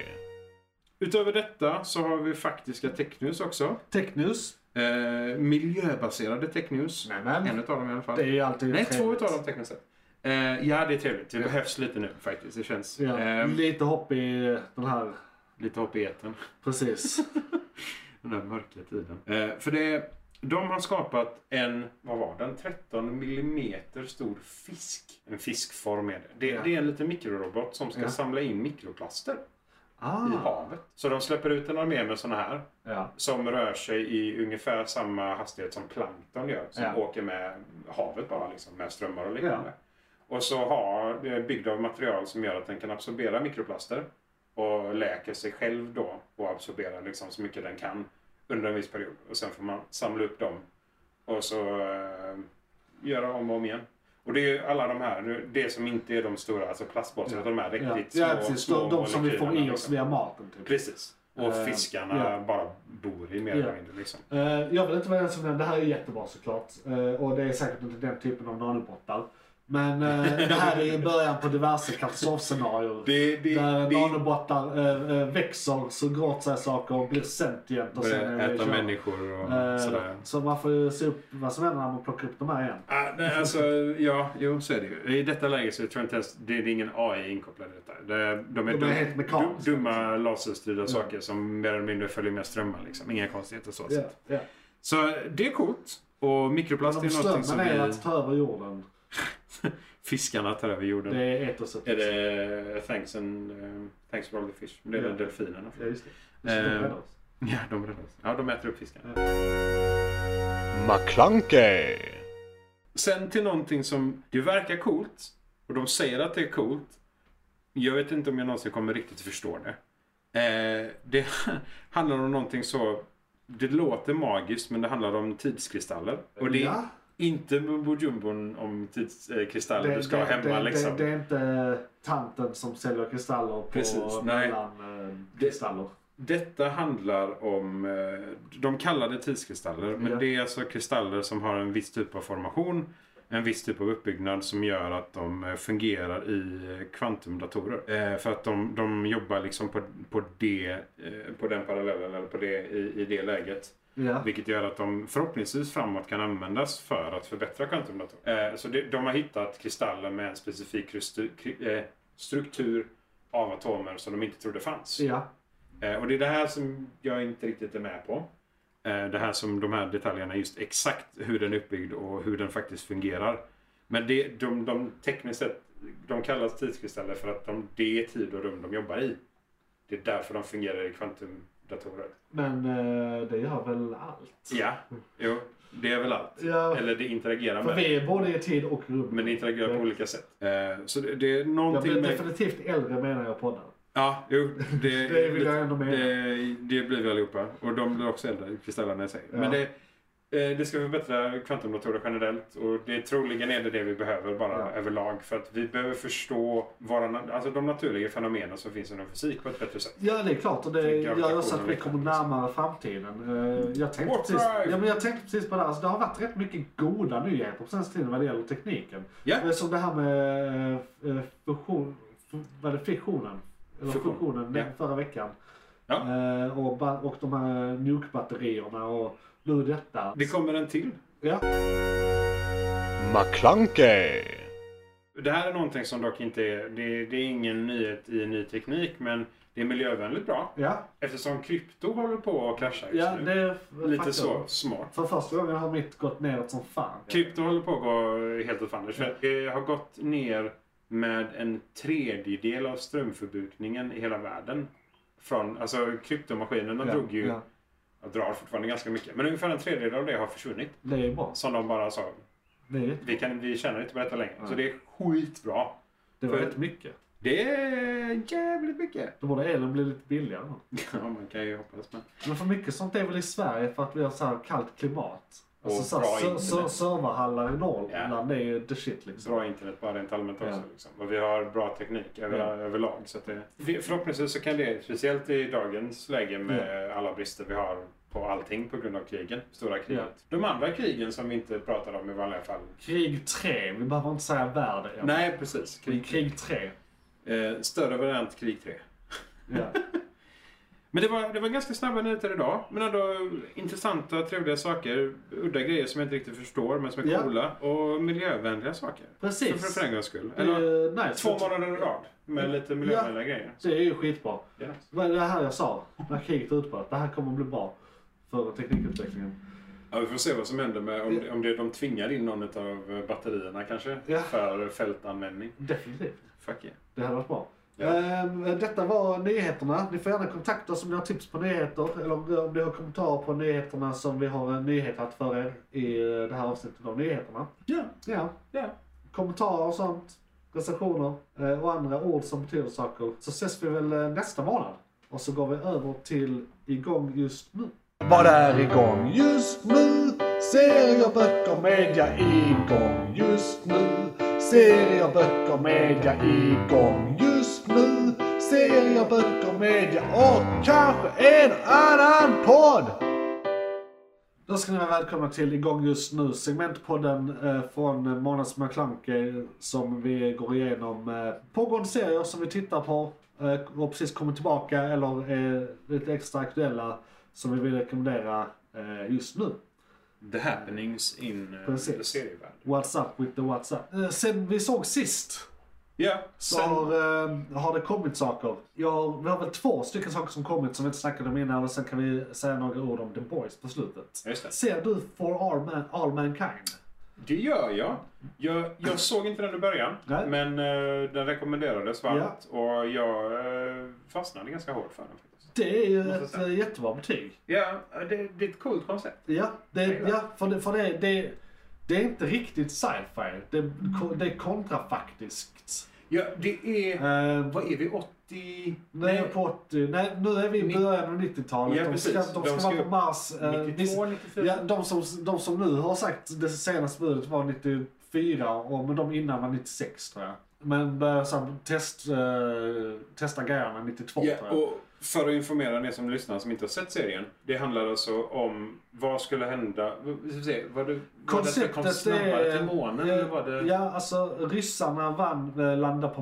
[SPEAKER 4] Utöver detta så har vi faktiska technews också.
[SPEAKER 3] Technews.
[SPEAKER 4] Eh, miljöbaserade technews.
[SPEAKER 3] Nämen.
[SPEAKER 4] En utav dem i alla fall.
[SPEAKER 3] Mm. Det är ju alltid
[SPEAKER 4] Nej, två
[SPEAKER 3] trevligt.
[SPEAKER 4] utav dem tekniskt sett. Eh, ja, det är trevligt. Det behövs lite nu faktiskt. Det känns.
[SPEAKER 3] Ja,
[SPEAKER 4] Eh,
[SPEAKER 3] lite hopp i eh, den här.
[SPEAKER 4] lite hopp i etern.
[SPEAKER 3] Precis.
[SPEAKER 4] Den här mörka tiden. Eh, för det, de har skapat en, vad var den, 13 millimeter stor fisk. En fiskform är det. Det,
[SPEAKER 3] Ja.
[SPEAKER 4] det är en liten mikrorobot som ska
[SPEAKER 3] Ja.
[SPEAKER 4] samla in mikroplaster
[SPEAKER 3] ah.
[SPEAKER 4] i havet. Så de släpper ut en armé med sådana här
[SPEAKER 3] Ja.
[SPEAKER 4] som rör sig i ungefär samma hastighet som plankton gör. Som
[SPEAKER 3] Ja.
[SPEAKER 4] åker med havet bara liksom, med strömmar och liknande. Och så har det är byggd av material som gör att den kan absorbera mikroplaster och läker sig själv då och absorberar liksom så mycket den kan under en viss period. Och sen får man samla upp dem och så eh, göra om och om igen. Och det är ju alla de här, nu- det som inte är de stora, alltså plastpåsar,
[SPEAKER 3] Ja.
[SPEAKER 4] utan de här
[SPEAKER 3] Ja.
[SPEAKER 4] riktigt
[SPEAKER 3] ja,
[SPEAKER 4] små,
[SPEAKER 3] precis.
[SPEAKER 4] små
[SPEAKER 3] De, de som vi får i
[SPEAKER 4] molekylerna,
[SPEAKER 3] oss
[SPEAKER 4] liksom.
[SPEAKER 3] via maten. Typ.
[SPEAKER 4] Precis. Och
[SPEAKER 3] Eh,
[SPEAKER 4] fiskarna
[SPEAKER 3] ja.
[SPEAKER 4] bara bor i mer
[SPEAKER 3] Ja.
[SPEAKER 4] eller mindre. Liksom.
[SPEAKER 3] Eh, jag vill inte vara den som nämner, det här är jättebra såklart. Eh, och det är säkert inte den typen av nanobottar. Men eh, det här är ju början på diverse katastrofscenarier.
[SPEAKER 4] Det, det,
[SPEAKER 3] Där
[SPEAKER 4] det,
[SPEAKER 3] nanobottar eh, eh, växer, suger åt sig saker och blir sentient. Och sen är det
[SPEAKER 4] äta
[SPEAKER 3] kört.
[SPEAKER 4] människor och
[SPEAKER 3] Eh,
[SPEAKER 4] sådär.
[SPEAKER 3] så man får ju se upp vad som händer när man plockar upp de här igen.
[SPEAKER 4] Ah, nej, alltså, ja, jo, så är det ju. I detta läge så tror jag inte ens det är ingen AI inkopplad i detta. Det, de är,
[SPEAKER 3] De är helt liksom. mekaniska.
[SPEAKER 4] dumma laserstyrda saker som mer eller mindre följer med strömmar. Liksom. Inga konstigheter så.
[SPEAKER 3] Ja,
[SPEAKER 4] sett.
[SPEAKER 3] ja.
[SPEAKER 4] Så det är coolt. Och mikroplast
[SPEAKER 3] Men
[SPEAKER 4] är någonting som
[SPEAKER 3] strömmen
[SPEAKER 4] vi,
[SPEAKER 3] är att ta över jorden.
[SPEAKER 4] fiskarna tar över jorden.
[SPEAKER 3] Det är etoset.
[SPEAKER 4] Är det thanks, and, eh, thanks for all the fish? Det är
[SPEAKER 3] Ja.
[SPEAKER 4] väl delfinerna.
[SPEAKER 3] Ja, just det. det. är så
[SPEAKER 4] Eh,
[SPEAKER 3] de räddar oss.
[SPEAKER 4] Ja, de räddas. Ja, de äter upp fiskarna.
[SPEAKER 2] McClunkey!
[SPEAKER 4] Sen till någonting som det verkar coolt och de säger att det är coolt. Jag vet inte om jag någonsin kommer riktigt förstå det. Eh, det handlar om någonting så... Det låter magiskt men det handlar om tidskristaller. Och det är
[SPEAKER 3] Ja.
[SPEAKER 4] inte mumbo jumbon om tidskristaller
[SPEAKER 3] Det-
[SPEAKER 4] du ska ha
[SPEAKER 3] det-
[SPEAKER 4] hemma
[SPEAKER 3] det,
[SPEAKER 4] liksom.
[SPEAKER 3] Det, det är inte tanten som säljer kristaller på
[SPEAKER 4] Precis, nej.
[SPEAKER 3] mellan eh, kristaller.
[SPEAKER 4] Detta handlar om... eh, De kallar det tidskristaller, men
[SPEAKER 3] Ja.
[SPEAKER 4] det är alltså kristaller som har en viss typ av formation, en viss typ av uppbyggnad som gör att de eh, fungerar i eh, kvantumdatorer. Eh, För att de, de jobbar liksom på, på, det, eh, på den parallellen, eller på det, i, i det läget.
[SPEAKER 3] Ja.
[SPEAKER 4] Vilket gör att de förhoppningsvis framåt kan användas för att förbättra kvantumdatorer. Eh, så det, de har hittat kristaller med en specifik kristu, kri, eh, struktur av atomer som de inte trodde fanns.
[SPEAKER 3] ja.
[SPEAKER 4] Eh, Och det är det här som jag inte riktigt är med på. Eh, Det här som de här detaljerna, just exakt hur den är uppbyggd och hur den faktiskt fungerar. Men det, de, de tekniskt sett, de kallas tidskristaller för att de, det är tid och rum de jobbar i. Det är därför de fungerar i kvantumdatorer.
[SPEAKER 3] Men eh, det gör väl allt?
[SPEAKER 4] Ja, jo, det är väl allt.
[SPEAKER 3] Ja,
[SPEAKER 4] Eller det interagerar
[SPEAKER 3] för
[SPEAKER 4] med,
[SPEAKER 3] vi är både i tid och rum.
[SPEAKER 4] men det interagerar på olika sätt. Eh, Så det, det är
[SPEAKER 3] Jag
[SPEAKER 4] någonting
[SPEAKER 3] blir
[SPEAKER 4] med...
[SPEAKER 3] definitivt äldre menar jag på den.
[SPEAKER 4] Ja, jo. Det,
[SPEAKER 3] Det vill jag ändå mena.
[SPEAKER 4] det, det blir vi allihopa. Och de blir också äldre, kristallerna i sig.
[SPEAKER 3] Ja.
[SPEAKER 4] Men det, Eh, Det ska förbättra kvantumdatorer generellt och det troligen är det, det vi behöver bara
[SPEAKER 3] Ja.
[SPEAKER 4] överlag för att vi behöver förstå våra, na- alltså de naturliga fenomenen som finns inom fysik på ett bättre sätt.
[SPEAKER 3] Ja, det är klart. Och det
[SPEAKER 4] Tänker jag
[SPEAKER 3] gör också att vi
[SPEAKER 4] reflektioner.
[SPEAKER 3] kommer närmare framtiden. Eh, Jag tänkte,
[SPEAKER 4] Warp
[SPEAKER 3] precis,
[SPEAKER 4] drive!
[SPEAKER 3] ja, men jag tänkte precis på det. här. Alltså, det har varit rätt mycket goda nyheter på senaste tiden vad det gäller tekniken.
[SPEAKER 4] Ja.
[SPEAKER 3] Eh, Som det här med eh, fusion, f- vad är det, fissionen. Eller
[SPEAKER 4] Fusion,
[SPEAKER 3] fusionen den
[SPEAKER 4] ja.
[SPEAKER 3] förra veckan.
[SPEAKER 4] Ja.
[SPEAKER 3] Eh, Och, ba- och de här nuke-batterierna och nu detta.
[SPEAKER 4] Det kommer en till.
[SPEAKER 3] Ja.
[SPEAKER 2] McClunkey.
[SPEAKER 4] Det här är någonting som dock inte är, det, det är ingen nyhet i ny teknik men det är miljövänligt bra
[SPEAKER 3] Ja,
[SPEAKER 4] eftersom krypto håller på att krascha just
[SPEAKER 3] ja
[SPEAKER 4] nu.
[SPEAKER 3] det är
[SPEAKER 4] Lite
[SPEAKER 3] faktum.
[SPEAKER 4] så smart.
[SPEAKER 3] För första gången har mitt gått neråt som fan.
[SPEAKER 4] Krypto håller på att gå helt åt fanders. För Det har gått ner med en tredjedel av strömförbrukningen i hela världen. Från, alltså kryptomaskinerna
[SPEAKER 3] Ja,
[SPEAKER 4] drog ju,
[SPEAKER 3] ja.
[SPEAKER 4] ja, drar fortfarande ganska mycket, men ungefär en tredjedel av det har försvunnit.
[SPEAKER 3] Det är bra.
[SPEAKER 4] Som de bara sa,
[SPEAKER 3] Det, är,
[SPEAKER 4] vi, kan, vi tjänar inte på detta längre. Så det är skitbra.
[SPEAKER 3] det var
[SPEAKER 4] För-
[SPEAKER 3] rätt mycket.
[SPEAKER 4] Det är jävligt mycket.
[SPEAKER 3] Då borde elen bli lite billigare.
[SPEAKER 4] Ja, man kan ju hoppas. Men...
[SPEAKER 3] Men för mycket sånt är väl i Sverige för att vi har så här kallt klimat.
[SPEAKER 4] Och
[SPEAKER 3] Alltså så här,
[SPEAKER 4] bra
[SPEAKER 3] ser-
[SPEAKER 4] internet.
[SPEAKER 3] ser- serverhallar i Norrland är ju the shit liksom.
[SPEAKER 4] Bra internet bara rent allmänt också.
[SPEAKER 3] Ja.
[SPEAKER 4] Liksom. Och vi har bra teknik över,
[SPEAKER 3] Ja.
[SPEAKER 4] överlag. Så att det, det- förhoppningsvis så kan det, speciellt i dagens läge med alla brister vi har på allting på grund av krigen, stora kriget. De andra krigen som vi inte pratar om i vanliga fall.
[SPEAKER 3] Krig 3, vi behöver inte säga värld än.
[SPEAKER 4] Nej, precis.
[SPEAKER 3] Krig,
[SPEAKER 4] Krig.
[SPEAKER 3] krig 3.
[SPEAKER 4] Eh, större variant krig 3.
[SPEAKER 3] Ja.
[SPEAKER 4] Men det var, det var ganska snabba nyheter idag. Men ändå intressanta, trevliga saker. Udda grejer som jag inte riktigt förstår, men som är
[SPEAKER 3] Ja.
[SPEAKER 4] coola. Och miljövänliga saker. Så
[SPEAKER 3] Precis.
[SPEAKER 4] för en gångs skull.
[SPEAKER 3] Det
[SPEAKER 4] Eller,
[SPEAKER 3] är nice.
[SPEAKER 4] Två månader i rad med lite miljövänliga grejer.
[SPEAKER 3] Det är ju skitbra.
[SPEAKER 4] Ja.
[SPEAKER 3] Vad är det här jag sa? När kriget är utbröt. Det här kommer bli bra för teknikutvecklingen.
[SPEAKER 4] Ja, vi får se vad som händer med om, det- om det, de tvingar in någon av batterierna kanske
[SPEAKER 3] Ja.
[SPEAKER 4] för fältanvändning.
[SPEAKER 3] Definitivt.
[SPEAKER 4] Fuck yeah.
[SPEAKER 3] Det hade varit bra.
[SPEAKER 4] Ja.
[SPEAKER 3] Ehm, Detta var nyheterna. Ni får gärna kontakta oss om ni har tips på nyheter eller om- om ni har kommentarer på nyheterna som vi har en nyhet att för er i eh, det här avsnittet av nyheterna.
[SPEAKER 4] Ja,
[SPEAKER 3] Ja,
[SPEAKER 4] ja.
[SPEAKER 3] kommentarer och sånt, recensioner eh, och andra ord som betyder saker. Så ses vi väl eh, nästa månad. Och så går vi över till igång just nu.
[SPEAKER 5] Vad är igång just nu? Serier, böcker, media igång just nu. Serier, böcker, media igång just nu. Serier, böcker, media och kanske en annan podd.
[SPEAKER 3] Då ska ni vara välkomna till igång just nu segmentpodden eh, från Månads McClunky som vi går igenom eh, pågående serier som vi tittar på eh, och precis kommit tillbaka eller är lite extra aktuella som vi vill rekommendera eh, just nu.
[SPEAKER 4] The happenings in eh,
[SPEAKER 3] Precis.
[SPEAKER 4] the serievärld.
[SPEAKER 3] What's up with the what's up? Eh, sen vi såg sist
[SPEAKER 4] Ja,
[SPEAKER 3] så har, eh, har det kommit saker. Ja, vi har väl två stycken saker som kommit som vi inte snackade om innan och sen kan vi säga några ord om The Boys på slutet.
[SPEAKER 4] Just det.
[SPEAKER 3] Ser du For All, Man, all Mankind?
[SPEAKER 4] Det gör jag. Jag, jag såg inte den i början,
[SPEAKER 3] Nej.
[SPEAKER 4] men eh, den rekommenderades varmt och jag eh, fastnade ganska hårt för den. faktiskt.
[SPEAKER 3] Det är ju
[SPEAKER 4] Måste
[SPEAKER 3] ett
[SPEAKER 4] säga.
[SPEAKER 3] eh, jättebra betyg.
[SPEAKER 4] Ja, eh, det, det är ett coolt koncept.
[SPEAKER 3] Ja, det,
[SPEAKER 4] gillar
[SPEAKER 3] ja för, det, för det, det, det är inte riktigt sci-fi. Det,
[SPEAKER 4] Mm.
[SPEAKER 3] det är kontrafaktiskt.
[SPEAKER 4] Ja, det är...
[SPEAKER 3] Eh,
[SPEAKER 4] Vad är vi? 80?
[SPEAKER 3] nu är jag på 80, nej, nu är vi i
[SPEAKER 4] Ni-
[SPEAKER 3] början av 90-talet.
[SPEAKER 4] Ja,
[SPEAKER 3] de ska, de
[SPEAKER 4] precis.
[SPEAKER 3] ska,
[SPEAKER 4] De ska
[SPEAKER 3] vara på
[SPEAKER 4] upp-
[SPEAKER 3] Mars. eh,
[SPEAKER 4] 92,
[SPEAKER 3] vis-
[SPEAKER 4] 94?
[SPEAKER 3] ja, de, som, de som nu har sagt det senaste budet var 94, och, men de innan var 96 tror jag. Men började så här, test, eh, testa grejerna 92
[SPEAKER 4] Ja,
[SPEAKER 3] tror jag.
[SPEAKER 4] och för att informera er som lyssnar som inte har sett serien. Det handlar alltså om vad skulle hända... vi ska se, Var det, var det att det kom
[SPEAKER 3] Konceptet
[SPEAKER 4] snabbare
[SPEAKER 3] är...
[SPEAKER 4] till månen?
[SPEAKER 3] eh,
[SPEAKER 4] eller var det...
[SPEAKER 3] Ja, alltså ryssarna vann eh, landa på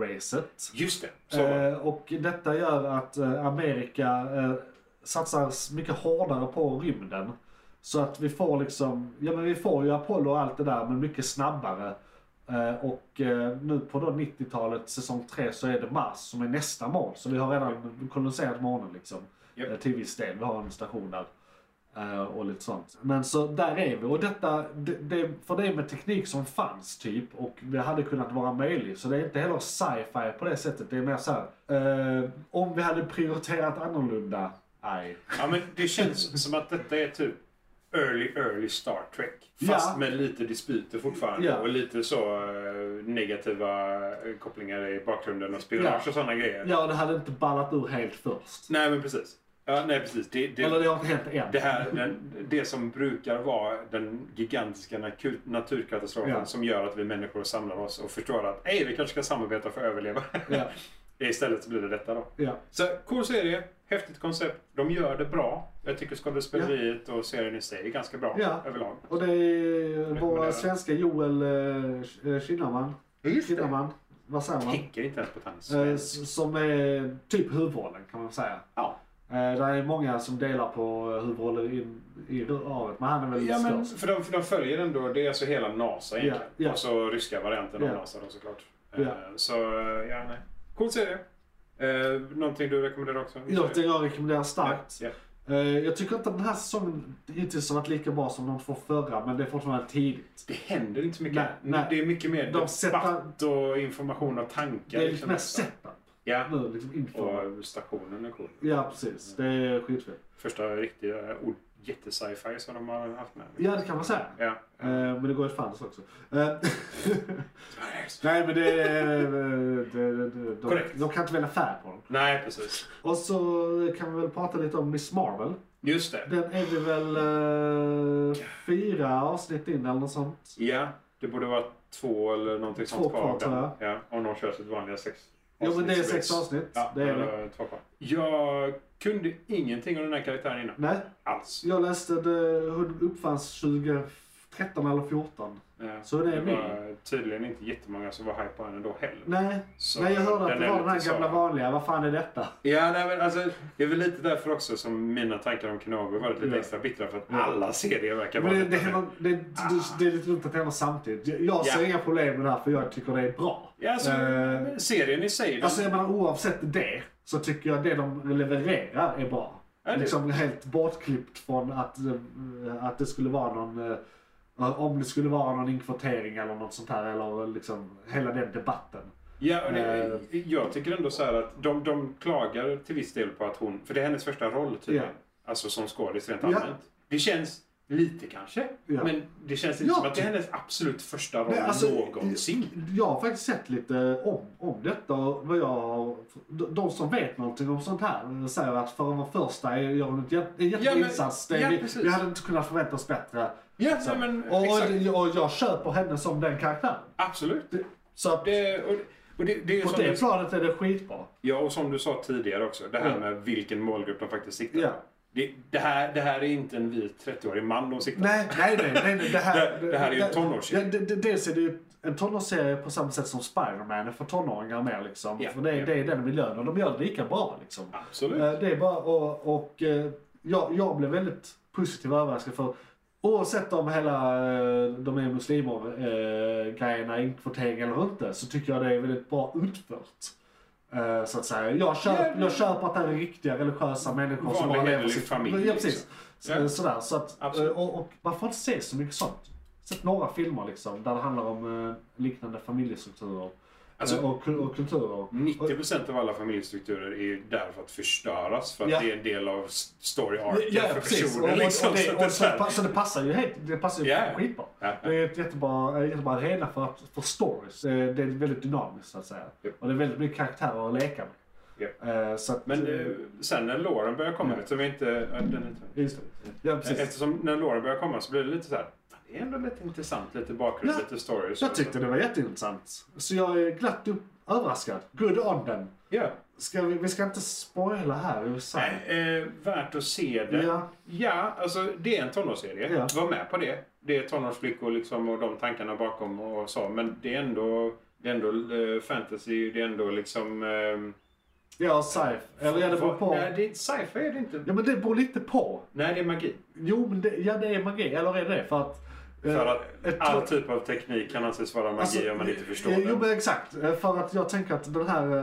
[SPEAKER 3] månen-racet.
[SPEAKER 4] Just det! Så var det.
[SPEAKER 3] Eh, och detta gör att eh, Amerika eh, satsar s- mycket hårdare på rymden. Så att vi får liksom, ja men vi får ju Apollo och allt det där men mycket snabbare. Eh, och eh, nu på då 90-talet, säsong 3, så är det Mars som är nästa mål. Så vi har redan koloniserat månen liksom.
[SPEAKER 4] Japp.
[SPEAKER 3] Eh, till viss del, vi har en station där. Eh, och lite sånt. Men så där är vi. Och detta, det, det, för det är med teknik som fanns typ och det hade kunnat vara möjligt. Så det är inte heller sci-fi på det sättet. Det är mer så här, eh, om vi hade prioriterat annorlunda. Nej.
[SPEAKER 4] Ja, men det känns som att detta är typ early, early Star Trek. Fast
[SPEAKER 3] Ja.
[SPEAKER 4] med lite disputer fortfarande
[SPEAKER 3] Ja.
[SPEAKER 4] och lite så eh, negativa eh, kopplingar i bakgrunden och spionage
[SPEAKER 3] Ja.
[SPEAKER 4] och sådana grejer.
[SPEAKER 3] Ja, det hade inte ballat ur helt först.
[SPEAKER 4] Nej, men precis. Ja, nej, precis. Det,
[SPEAKER 3] Eller
[SPEAKER 4] det,
[SPEAKER 3] det har inte hänt än.
[SPEAKER 4] det, här, den, det som brukar vara den gigantiska naku- naturkatastrofen
[SPEAKER 3] Ja.
[SPEAKER 4] som gör att vi människor samlar oss och förstår att Ej, vi kanske ska samarbeta för att överleva.
[SPEAKER 3] Ja.
[SPEAKER 4] Istället så blir det detta då.
[SPEAKER 3] Ja.
[SPEAKER 4] Så cool serie, häftigt koncept. De gör det bra. Jag tycker skådespeleriet och serien i sig är ganska bra
[SPEAKER 3] Ja.
[SPEAKER 4] överlag.
[SPEAKER 3] Och det är vår
[SPEAKER 4] Rekommenderar.
[SPEAKER 3] svenska Joel eh, Sch- eh, Kinnaman. Kinnaman. Vad säger man?
[SPEAKER 4] Tänker inte ens på att han är
[SPEAKER 3] Eh,
[SPEAKER 4] svensk.
[SPEAKER 3] s- Som är typ huvudrollen kan man säga.
[SPEAKER 4] Ja.
[SPEAKER 3] Eh, Det är många som delar på eh, huvudrollen i, i röret, men han är väl
[SPEAKER 4] Ja, men
[SPEAKER 3] störst.
[SPEAKER 4] för de, för de följer ändå, det är alltså hela NASA egentligen.
[SPEAKER 3] Ja, ja.
[SPEAKER 4] Och så ryska varianten
[SPEAKER 3] Ja.
[SPEAKER 4] av NASA då såklart.
[SPEAKER 3] Ja.
[SPEAKER 4] Eh, Så eh, ja, nej. Cool serie. Eh, någonting du rekommenderar också?
[SPEAKER 3] Någonting jag rekommenderar starkt.
[SPEAKER 4] Ja,
[SPEAKER 3] Eh, Jag tycker inte att den här säsongen hittills har varit lika bra som de två förra, men det är fortfarande tidigt.
[SPEAKER 4] Det händer inte så mycket.
[SPEAKER 3] Nej, nej.
[SPEAKER 4] Det är mycket mer
[SPEAKER 3] De
[SPEAKER 4] debatt
[SPEAKER 3] sätter-
[SPEAKER 4] och information och tankar.
[SPEAKER 3] det är lite
[SPEAKER 4] liksom.
[SPEAKER 3] mer setup
[SPEAKER 4] Ja.
[SPEAKER 3] nu, liksom inför.
[SPEAKER 4] Och stationen är cool.
[SPEAKER 3] Ja, precis. Det är skitfett.
[SPEAKER 4] Första riktiga ord, jätte-sci-fi som de har haft med.
[SPEAKER 3] Ja, det kan man säga.
[SPEAKER 4] Ja.
[SPEAKER 3] Eh, Men det går ju fans också. Eh, Nej, men det... eh, det- det- det- De,
[SPEAKER 4] Korrekt.
[SPEAKER 3] de kan inte välja färg på dem.
[SPEAKER 4] Nej, precis.
[SPEAKER 3] Och så kan vi väl prata lite om Miss Marvel.
[SPEAKER 4] Just det.
[SPEAKER 3] Den är vi väl eh, fyra avsnitt in eller något sånt.
[SPEAKER 4] Ja, det borde vara två eller någonting
[SPEAKER 3] Två
[SPEAKER 4] sånt
[SPEAKER 3] kvar,
[SPEAKER 4] kvar. av den.
[SPEAKER 3] tror jag.
[SPEAKER 4] Ja, om de kör sitt vanliga sex
[SPEAKER 3] Jo men det är
[SPEAKER 4] avsnitts-
[SPEAKER 3] sex avsnitt.
[SPEAKER 4] Ja,
[SPEAKER 3] det är
[SPEAKER 4] då
[SPEAKER 3] det.
[SPEAKER 4] det två kvar. Jag kunde ingenting om den här karaktären innan.
[SPEAKER 3] Nej,
[SPEAKER 4] Alls.
[SPEAKER 3] jag läste att eh, hon uppfanns 2013 eller 14.
[SPEAKER 4] Eh,
[SPEAKER 3] Så det är
[SPEAKER 4] var tydligen inte jättemånga som var hype på henne då heller.
[SPEAKER 3] Nej,
[SPEAKER 4] Så
[SPEAKER 3] nej jag hörde att det
[SPEAKER 4] är
[SPEAKER 3] var den här
[SPEAKER 4] lite
[SPEAKER 3] gamla
[SPEAKER 4] så.
[SPEAKER 3] vanliga. Vad fan är detta?
[SPEAKER 4] Ja, nej, men alltså, det är väl lite därför också som mina tankar om Kenobi varit lite
[SPEAKER 3] Ja.
[SPEAKER 4] extra bittra. För att
[SPEAKER 3] Ja.
[SPEAKER 4] alla serier verkar
[SPEAKER 3] Men
[SPEAKER 4] vara
[SPEAKER 3] det,
[SPEAKER 4] lite
[SPEAKER 3] det,
[SPEAKER 4] så här.
[SPEAKER 3] händer, det, det, det är lite dumt att det händer samtidigt. Jag, jag ser
[SPEAKER 4] Ja.
[SPEAKER 3] inga problem med det här för jag tycker det är bra.
[SPEAKER 4] Ja, alltså,
[SPEAKER 3] Eh,
[SPEAKER 4] serien i sig. den-
[SPEAKER 3] Alltså jag menar oavsett det så tycker jag det de levererar är bra.
[SPEAKER 4] Ja, det-
[SPEAKER 3] Liksom helt bortklippt från att, eh, att det skulle vara någon, eh, om det skulle vara någon inkvotering eller något sånt här eller liksom hela den debatten.
[SPEAKER 4] Ja, och det,
[SPEAKER 3] Eh.
[SPEAKER 4] jag tycker ändå så här att de, de klagar till viss del på att hon, för det är hennes första roll tydligen,
[SPEAKER 3] Ja.
[SPEAKER 4] alltså som skådis rent
[SPEAKER 3] Ja.
[SPEAKER 4] allmänt. Det känns lite kanske,
[SPEAKER 3] Ja.
[SPEAKER 4] men det känns inte
[SPEAKER 3] Ja,
[SPEAKER 4] som att det är
[SPEAKER 3] ty-
[SPEAKER 4] hennes absolut första roll
[SPEAKER 3] Nej, alltså,
[SPEAKER 4] någonsin.
[SPEAKER 3] Jag har faktiskt sett lite om, om detta och vad jag, de de som vet någonting om sånt här säger att för att vara första gör hon ett jä- en jätteinsats.
[SPEAKER 4] ja,
[SPEAKER 3] det, vi,
[SPEAKER 4] precis.
[SPEAKER 3] vi hade inte kunnat förvänta oss bättre.
[SPEAKER 4] Ja,
[SPEAKER 3] Så.
[SPEAKER 4] nej, men
[SPEAKER 3] och, och,
[SPEAKER 4] exakt.
[SPEAKER 3] det- och jag köper henne som den karaktären.
[SPEAKER 4] Absolut.
[SPEAKER 3] Så att,
[SPEAKER 4] Det, och, och det, det är ju
[SPEAKER 3] På
[SPEAKER 4] som
[SPEAKER 3] det
[SPEAKER 4] du,
[SPEAKER 3] planet är det skitbra.
[SPEAKER 4] ja, och som du sa tidigare också, det här
[SPEAKER 3] Ja.
[SPEAKER 4] med vilken målgrupp de faktiskt siktar
[SPEAKER 3] Ja.
[SPEAKER 4] på. Det, det, här, det här är inte en vit 30-årig man de siktar på.
[SPEAKER 3] Nej, nej, nej. nej, nej det, här,
[SPEAKER 4] Det- det här är ju en tonårsserie.
[SPEAKER 3] Ja, det- det- Dels är det ju en tonårsserie på samma sätt som Spiderman är för tonåringar mer liksom.
[SPEAKER 4] Ja,
[SPEAKER 3] För det, är-
[SPEAKER 4] ja.
[SPEAKER 3] det är den miljön och de gör det lika bra liksom.
[SPEAKER 4] Absolut.
[SPEAKER 3] Eh, Det är bara, och, och eh, jag, jag blev väldigt positivt överraskad för oavsett om hela eh, de är muslimer eh, grejerna, inkvotering eller inte, så tycker jag det är väldigt bra utfört. Eh, Så att säga. Jag, köp,
[SPEAKER 4] Ja, det-
[SPEAKER 3] jag köper att det här är riktiga religiösa människor som
[SPEAKER 4] Vanlig
[SPEAKER 3] bara lever
[SPEAKER 4] hederlig
[SPEAKER 3] sitt...
[SPEAKER 4] familj,
[SPEAKER 3] Ja, precis. Eh, Så,
[SPEAKER 4] liksom. Ja.
[SPEAKER 3] Sådär, så att,
[SPEAKER 4] Absolut.
[SPEAKER 3] eh, och, och man får inte se så mycket sånt. Sett några filmer liksom, där det handlar om eh, liknande familjestrukturer
[SPEAKER 4] Alltså-
[SPEAKER 3] eh, och, kul- och kulturer.
[SPEAKER 4] 90% av alla familjestrukturer är ju där för att förstöras för att
[SPEAKER 3] Ja.
[SPEAKER 4] det är en del av s- story arc
[SPEAKER 3] Ja,
[SPEAKER 4] för
[SPEAKER 3] precis. Och,
[SPEAKER 4] personer.
[SPEAKER 3] och,
[SPEAKER 4] liksom,
[SPEAKER 3] och det,
[SPEAKER 4] så att
[SPEAKER 3] och
[SPEAKER 4] det
[SPEAKER 3] så,
[SPEAKER 4] är så här-
[SPEAKER 3] så det passar ju helt, det passar ju
[SPEAKER 4] Ja.
[SPEAKER 3] skitbra.
[SPEAKER 4] Ja.
[SPEAKER 3] Det är ett jättebra, en jättebra arena för, att- för stories. Eh, Det är väldigt dynamiskt så att säga.
[SPEAKER 4] Ja.
[SPEAKER 3] Och det är väldigt mycket karaktärer att leka med. Eh, Så att,
[SPEAKER 4] Men
[SPEAKER 3] eh,
[SPEAKER 4] eh, sen när låren börjar komma, eftersom vi inte... ja, den är inte-
[SPEAKER 3] Just det. Ja, precis.
[SPEAKER 4] Eftersom när låren börjar komma så blir det lite så här. Det är ändå lite intressant, lite bakgrund,
[SPEAKER 3] Ja.
[SPEAKER 4] lite story. och så.
[SPEAKER 3] Jag tyckte det var jätteintressant. Så jag är glatt upp, överraskad. Good on them.
[SPEAKER 4] Ja.
[SPEAKER 3] Ska vi, vi ska inte spoila här i USA.
[SPEAKER 4] Nej, eh, värt att se det.
[SPEAKER 3] Ja.
[SPEAKER 4] Ja, alltså det är en tonårsserie.
[SPEAKER 3] Ja.
[SPEAKER 4] Var med på det. Det är tonårsflickor liksom och de tankarna bakom och så. Men det är ändå, det är ändå eh, fantasy, det är ändå liksom... ehm,
[SPEAKER 3] Ja, sci-fi. Eller ja, det beror på.
[SPEAKER 4] Nej, det är, sci-fi är det inte.
[SPEAKER 3] Ja, men det beror lite på.
[SPEAKER 4] Nej, det är magi.
[SPEAKER 3] Jo, men det, ja, det är magi. Eller är det för att... eh,
[SPEAKER 4] För att
[SPEAKER 3] ett-
[SPEAKER 4] all typ av teknik kan anses vara magi
[SPEAKER 3] Alltså,
[SPEAKER 4] om man inte förstår
[SPEAKER 3] jo, Jo
[SPEAKER 4] den.
[SPEAKER 3] men exakt. Eh, För att jag tänker att den här...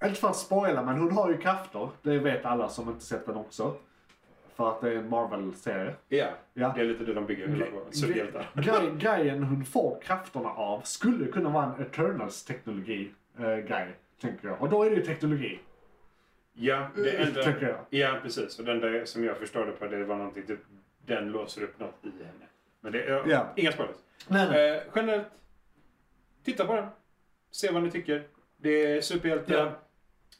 [SPEAKER 3] eh, Inte för att spoila men hon har ju krafter. Det vet alla som inte sett den också. För att det är en Marvel-serie.
[SPEAKER 4] Ja,
[SPEAKER 3] Ja.
[SPEAKER 4] det är lite det de bygger hela vår superhjältar.
[SPEAKER 3] Grej- Grejen hon får krafterna av skulle kunna vara en Eternals-teknologi-grej. Tänker jag. Och då är det ju teknologi.
[SPEAKER 4] Ja, det
[SPEAKER 3] Eh,
[SPEAKER 4] enda,
[SPEAKER 3] tänker jag.
[SPEAKER 4] ja, precis. Och den där som jag förstörde på det var någonting typ, den låser upp något i henne. Men det, ja,
[SPEAKER 3] Ja.
[SPEAKER 4] inga spoilers.
[SPEAKER 3] Nej, nej.
[SPEAKER 4] Eh, generellt, titta på den. Se vad ni tycker. Det är superhjältar.
[SPEAKER 3] Ja.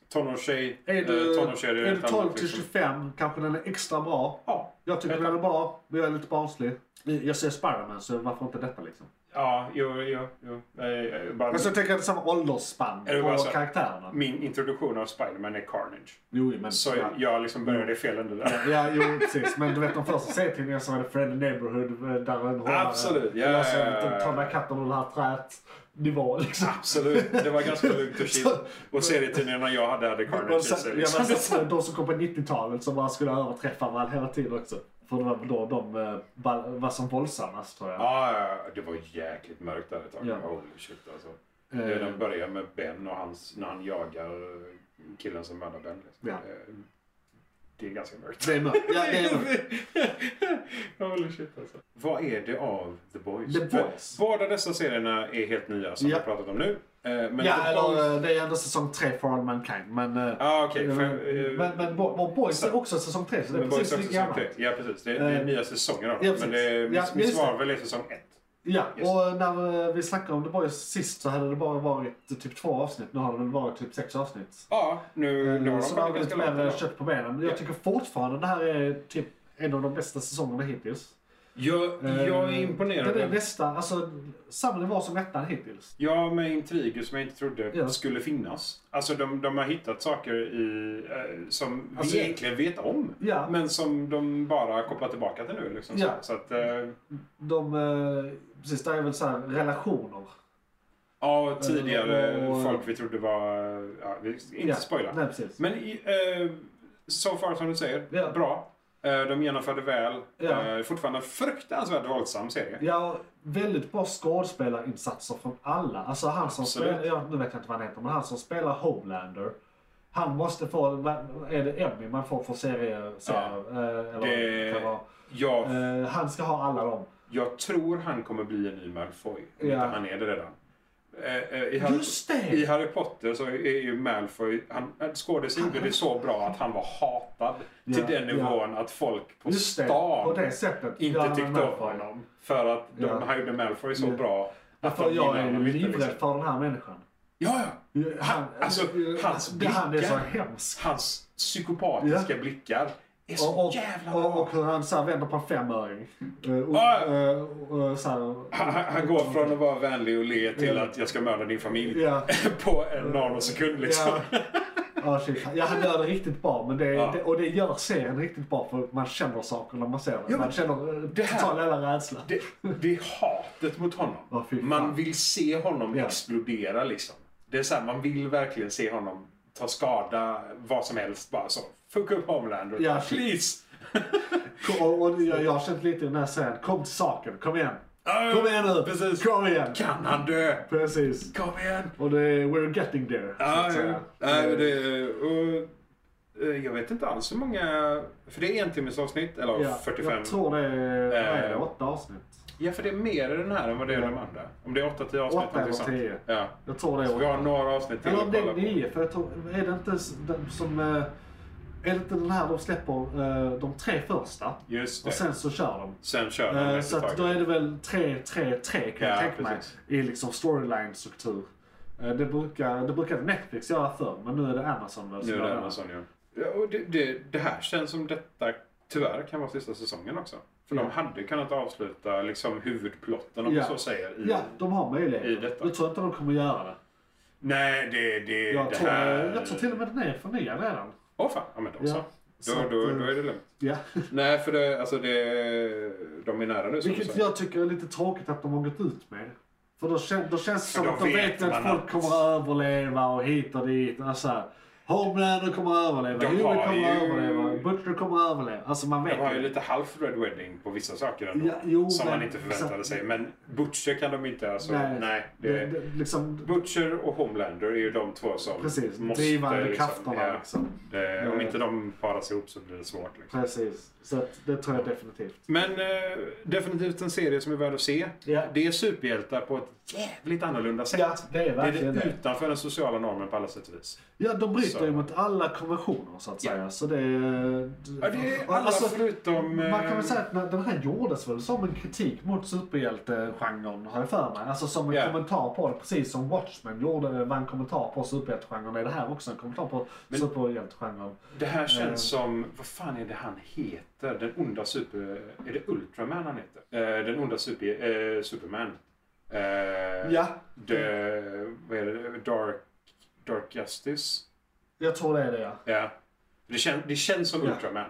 [SPEAKER 4] Tonårstjej.
[SPEAKER 3] Är du,
[SPEAKER 4] eh, tonårstjejer
[SPEAKER 3] är du
[SPEAKER 4] helt
[SPEAKER 3] 12
[SPEAKER 4] annat,
[SPEAKER 3] till
[SPEAKER 4] liksom.
[SPEAKER 3] 25 kanske den är extra bra.
[SPEAKER 4] Ja.
[SPEAKER 3] Jag tycker den är bra, men jag är lite barnslig. Jag ser Spiderman, så varför inte detta liksom?
[SPEAKER 4] Ja, jo, jo, jo. Eh, eh, bara
[SPEAKER 3] Alltså jag tänker att det är samma åldersspann
[SPEAKER 4] Är det
[SPEAKER 3] på
[SPEAKER 4] bara så här-
[SPEAKER 3] karaktärerna.
[SPEAKER 4] Min introduktion av Spiderman är Carnage.
[SPEAKER 3] Jo, men...
[SPEAKER 4] Så
[SPEAKER 3] ja.
[SPEAKER 4] jag liksom började i fel ände där.
[SPEAKER 3] Ja, jo precis. Men du vet de första serietidningarna som hade Friend and Neighborhood eh, där en hårdare-
[SPEAKER 4] Absolut, ja,
[SPEAKER 3] Jag
[SPEAKER 4] ja, ja,
[SPEAKER 3] ser
[SPEAKER 4] ja.
[SPEAKER 3] inte ta med katten ur det här träet nivå liksom.
[SPEAKER 4] Absolut, det var ganska lugnt och chill. Och serietidningarna jag hade hade Carnage i
[SPEAKER 3] Men sen-
[SPEAKER 4] sig.
[SPEAKER 3] Jag
[SPEAKER 4] Liksom.
[SPEAKER 3] läste de som kom på 90-talet som bara skulle överträffa varandra hela tiden också. För det var då de eh, ba- var som våldsammast tror jag.
[SPEAKER 4] Ja, ja, ja. det var jäkligt mörkt där ett tag.
[SPEAKER 3] Ja. Eh.
[SPEAKER 4] Holy shit alltså. Det den börjar med Ben och hans, när han jagar eh, killen som mördar Ben. Liksom.
[SPEAKER 3] Ja.
[SPEAKER 4] Eh, Det är ganska mörkt.
[SPEAKER 3] Det är mörkt. Ja, det är mörkt.
[SPEAKER 4] Holy shit alltså. Vad är det av The Boys?
[SPEAKER 3] The Boys.
[SPEAKER 4] För Båda dessa serierna är helt nya
[SPEAKER 3] Ja.
[SPEAKER 4] som vi har pratat om nu. Eh, Men
[SPEAKER 3] Ja,
[SPEAKER 4] The Boys...
[SPEAKER 3] eller, eh, det är ändå säsong 3 for all mankind. Men, eh,
[SPEAKER 4] Ah, okej. för, eh,
[SPEAKER 3] men, men Bo- Bo- Boys är också säsong 3 så det är
[SPEAKER 4] Men Boys
[SPEAKER 3] precis
[SPEAKER 4] är också
[SPEAKER 3] lika
[SPEAKER 4] säsong
[SPEAKER 3] gammalt.
[SPEAKER 4] tre. Ja, precis. Det är, det är
[SPEAKER 3] Eh,
[SPEAKER 4] nya säsonger av
[SPEAKER 3] ja,
[SPEAKER 4] det. Men det är,
[SPEAKER 3] precis. Ja,
[SPEAKER 4] Miss, Miss
[SPEAKER 3] just det.
[SPEAKER 4] Marvel är säsong ett.
[SPEAKER 3] Ja,
[SPEAKER 4] Just.
[SPEAKER 3] och när eh, vi snackade om The Boys sist så hade det bara varit typ två avsnitt. Nu har det väl varit typ sex avsnitt.
[SPEAKER 4] Ja, nu, nu har de
[SPEAKER 3] så det har
[SPEAKER 4] kommit
[SPEAKER 3] vi lite
[SPEAKER 4] ganska
[SPEAKER 3] mer
[SPEAKER 4] långt. ändå.
[SPEAKER 3] kött på benen. Jag
[SPEAKER 4] Ja.
[SPEAKER 3] tycker fortfarande det här är typ en av de bästa säsongerna hittills.
[SPEAKER 4] Jag, jag är
[SPEAKER 3] Eh,
[SPEAKER 4] imponerad.
[SPEAKER 3] Det är
[SPEAKER 4] över-
[SPEAKER 3] nästan, alltså samma nivå som ettan hittills.
[SPEAKER 4] Ja, med intriger som jag inte trodde
[SPEAKER 3] Ja.
[SPEAKER 4] skulle finnas. Alltså de, de har hittat saker i, eh, som
[SPEAKER 3] Alltså,
[SPEAKER 4] vi egentligen vet om.
[SPEAKER 3] Ja.
[SPEAKER 4] Men som de bara kopplar tillbaka till nu. Liksom,
[SPEAKER 3] Ja.
[SPEAKER 4] så, så att, eh,
[SPEAKER 3] De, eh, precis, det är väl så här relationer.
[SPEAKER 4] ja, tidigare
[SPEAKER 3] Eh, och-
[SPEAKER 4] folk vi trodde var... Ja, vi, inte
[SPEAKER 3] Ja,
[SPEAKER 4] spoila.
[SPEAKER 3] Nej, precis.
[SPEAKER 4] Men i, eh, so far som du säger,
[SPEAKER 3] Ja.
[SPEAKER 4] bra. Eh, de genomförde väl.
[SPEAKER 3] Ja.
[SPEAKER 4] Eh, fortfarande en fruktansvärt våldsam serie.
[SPEAKER 3] Ja, väldigt bra skådespelarinsatser från alla. Alltså han som
[SPEAKER 4] Absolut.
[SPEAKER 3] spelar, ja, nu vet jag inte vad han heter, men han som spelar Homelander. Han måste få, vad- är det Emmy man får för serie? serie eh, eller
[SPEAKER 4] Det-
[SPEAKER 3] det kan vara.
[SPEAKER 4] Jag,
[SPEAKER 3] Eh, han ska ha alla dem.
[SPEAKER 4] jag tror han kommer bli en ny Malfoy. Om
[SPEAKER 3] Ja.
[SPEAKER 4] inte han är det redan. Eh, eh, i, Harry,
[SPEAKER 3] Just det!
[SPEAKER 4] I Harry Potter så är ju Malfoy, han- han, skådisen gjorde det så bra att han var hatad till
[SPEAKER 3] Ja,
[SPEAKER 4] den
[SPEAKER 3] ja.
[SPEAKER 4] nivån att folk på
[SPEAKER 3] Just det,
[SPEAKER 4] stan
[SPEAKER 3] på det sättet.
[SPEAKER 4] inte
[SPEAKER 3] Ja, han
[SPEAKER 4] tyckte
[SPEAKER 3] var
[SPEAKER 4] om
[SPEAKER 3] Malfoy.
[SPEAKER 4] honom. För att de,
[SPEAKER 3] Ja.
[SPEAKER 4] han gjorde Malfoy så
[SPEAKER 3] Ja.
[SPEAKER 4] bra. Att
[SPEAKER 3] Därför
[SPEAKER 4] de
[SPEAKER 3] jag
[SPEAKER 4] gillade
[SPEAKER 3] är
[SPEAKER 4] honom inte,
[SPEAKER 3] livrädd
[SPEAKER 4] liksom.
[SPEAKER 3] för den här människan.
[SPEAKER 4] Ja, ja. Han- alltså, hans
[SPEAKER 3] det, han är så
[SPEAKER 4] blickar.
[SPEAKER 3] hemsk.
[SPEAKER 4] Hans psykopatiska blickar är så
[SPEAKER 3] Och, och,
[SPEAKER 4] jävla
[SPEAKER 3] och,
[SPEAKER 4] bra.
[SPEAKER 3] och hur han så här vänder på en femöring. Eh, och-
[SPEAKER 4] Ja.
[SPEAKER 3] eh, och- och så här-
[SPEAKER 4] Han, han han går från att vara vänlig och le till att jag ska mörda din familj
[SPEAKER 3] Ja.
[SPEAKER 4] på en nanosekund liksom.
[SPEAKER 3] Ja. Ja, shit. ja, han gör det riktigt bra. Men det,
[SPEAKER 4] Ja.
[SPEAKER 3] det, och det gör serien riktigt bra för man känner saker när man ser det.
[SPEAKER 4] Ja, men
[SPEAKER 3] man känner eh,
[SPEAKER 4] det här-
[SPEAKER 3] total jävla rädsla.
[SPEAKER 4] Det, det är hatet mot honom.
[SPEAKER 3] Ja, fy fan.
[SPEAKER 4] man vill se honom
[SPEAKER 3] Ja.
[SPEAKER 4] explodera liksom. Det är så här, man vill verkligen se honom ta skada, vad som helst. Bara så, fuck upp Homelander.
[SPEAKER 3] Ja.
[SPEAKER 4] Please!
[SPEAKER 3] Och, och jag, jag har känt lite i den här serien, kom till saken, kom igen.
[SPEAKER 4] Ja,
[SPEAKER 3] Kom igen nu,
[SPEAKER 4] precis.
[SPEAKER 3] kom igen.
[SPEAKER 4] Kan han dö?
[SPEAKER 3] Precis.
[SPEAKER 4] Kom igen!
[SPEAKER 3] Och det är we're getting there. så
[SPEAKER 4] Ja,
[SPEAKER 3] att säga. Eh,
[SPEAKER 4] ja. Ja, det, och, eh, jag vet inte alls hur många... För det är en timmes avsnitt, eller
[SPEAKER 3] Ja,
[SPEAKER 4] 45.
[SPEAKER 3] Jag tror det är, vad är det,
[SPEAKER 4] Eh,
[SPEAKER 3] åtta avsnitt.
[SPEAKER 4] Ja, för det är mer i den här än vad det är i de andra. Om det är 8-10 avsnitt.
[SPEAKER 3] Åtta
[SPEAKER 4] någonting
[SPEAKER 3] eller
[SPEAKER 4] sånt.
[SPEAKER 3] tio.
[SPEAKER 4] Ja.
[SPEAKER 3] Jag tror det är
[SPEAKER 4] Så vi
[SPEAKER 3] åtta.
[SPEAKER 4] har några avsnitt till
[SPEAKER 3] Eller om
[SPEAKER 4] att
[SPEAKER 3] det
[SPEAKER 4] kolla
[SPEAKER 3] är
[SPEAKER 4] på.
[SPEAKER 3] nio, för jag tror, är det inte s- den som... eh, Är det inte den här de släpper eh, de tre första?
[SPEAKER 4] Just det.
[SPEAKER 3] Och
[SPEAKER 4] Sen,
[SPEAKER 3] sen så kör de.
[SPEAKER 4] kör de
[SPEAKER 3] Eh,
[SPEAKER 4] efter
[SPEAKER 3] Så att
[SPEAKER 4] taget.
[SPEAKER 3] då är det väl 3-3-3 kan jag
[SPEAKER 4] Ja,
[SPEAKER 3] tänka mig.
[SPEAKER 4] precis.
[SPEAKER 3] I liksom storyline-struktur. Eh, Det brukar, det brukade Netflix göra förr, men nu är det Amazon väl som
[SPEAKER 4] Nu är
[SPEAKER 3] gör
[SPEAKER 4] det Amazon, ja. ja och det, det, det här känns som detta tyvärr kan vara sista säsongen också. För
[SPEAKER 3] Ja.
[SPEAKER 4] de hade kunnat avsluta liksom huvudplotten, om
[SPEAKER 3] Ja.
[SPEAKER 4] man så säger. I,
[SPEAKER 3] Ja, de har
[SPEAKER 4] i
[SPEAKER 3] möjlighet.
[SPEAKER 4] detta.
[SPEAKER 3] Jag tror inte de kommer göra det.
[SPEAKER 4] Nej, det, det,
[SPEAKER 3] Jag,
[SPEAKER 4] det
[SPEAKER 3] tror,
[SPEAKER 4] här...
[SPEAKER 3] jag tror till och med den är förnyad redan.
[SPEAKER 4] Åh fan, ja men då
[SPEAKER 3] Ja.
[SPEAKER 4] så.
[SPEAKER 3] Så
[SPEAKER 4] Då,
[SPEAKER 3] att,
[SPEAKER 4] då,
[SPEAKER 3] eh,
[SPEAKER 4] då är det lugnt.
[SPEAKER 3] Ja.
[SPEAKER 4] Nej, för det, alltså det, de är nära nu som du
[SPEAKER 3] Vilket
[SPEAKER 4] säger.
[SPEAKER 3] jag tycker är lite tråkigt att de har gått ut med. För då, kän, då känns det som
[SPEAKER 4] För då
[SPEAKER 3] att de vet
[SPEAKER 4] vet
[SPEAKER 3] att
[SPEAKER 4] man
[SPEAKER 3] folk
[SPEAKER 4] att-
[SPEAKER 3] kommer att överleva och hit och dit. Alltså, Homelander kommer att överleva,
[SPEAKER 4] De
[SPEAKER 3] Huey
[SPEAKER 4] har
[SPEAKER 3] kommer att
[SPEAKER 4] ju-
[SPEAKER 3] överleva, Butcher kommer att överleva. Alltså man vet
[SPEAKER 4] De har ju
[SPEAKER 3] ju.
[SPEAKER 4] lite halv Red Wedding på vissa saker ändå.
[SPEAKER 3] Ja, jo,
[SPEAKER 4] som man
[SPEAKER 3] men-
[SPEAKER 4] inte förväntade
[SPEAKER 3] exakt.
[SPEAKER 4] sig. Men Butcher kan de inte alltså. Nej. det,
[SPEAKER 3] det, det, liksom,
[SPEAKER 4] Butcher och Homelander är ju de två som
[SPEAKER 3] precis.
[SPEAKER 4] måste...
[SPEAKER 3] Drivande
[SPEAKER 4] liksom,
[SPEAKER 3] krafterna
[SPEAKER 4] ja.
[SPEAKER 3] liksom.
[SPEAKER 4] Det, om
[SPEAKER 3] Eh.
[SPEAKER 4] inte de paras ihop så blir det svårt. Liksom.
[SPEAKER 3] Precis. Så att, det tror jag definitivt.
[SPEAKER 4] Men eh, definitivt en serie som är värd att se.
[SPEAKER 3] Ja.
[SPEAKER 4] Det är superhjältar på ett jävligt annorlunda sätt.
[SPEAKER 3] Ja, det är
[SPEAKER 4] det är
[SPEAKER 3] verkligen
[SPEAKER 4] det
[SPEAKER 3] det.
[SPEAKER 4] utanför den sociala normen på alla sätt och vis.
[SPEAKER 3] Ja, de bryter
[SPEAKER 4] så.
[SPEAKER 3] bryter emot alla konventioner så att
[SPEAKER 4] Ja.
[SPEAKER 3] säga. Så det, Alltså,
[SPEAKER 4] Ja, det är alla förutom... eh,
[SPEAKER 3] Man kan väl säga att när- den här gjordes väl som en kritik mot superhjältegenren har jag för mig. Alltså som en
[SPEAKER 4] Ja.
[SPEAKER 3] kommentar på det. Precis som Watchmen gjorde, var en kommentar på superhjältegenren. Är det här också en kommentar på
[SPEAKER 4] Men-
[SPEAKER 3] superhjältegenren?
[SPEAKER 4] Det här känns
[SPEAKER 3] Eh.
[SPEAKER 4] som... Vad fan är det han heter? Den onda super... Är det Ultraman han heter? Eh, den onda super, eh, Superman. Eh,
[SPEAKER 3] Ja,
[SPEAKER 4] The... Vad är det? Dark... Dark Justice?
[SPEAKER 3] jag tror det är det ja.
[SPEAKER 4] Ja. Det, kän, det känns som
[SPEAKER 3] Ja.
[SPEAKER 4] Ultraman.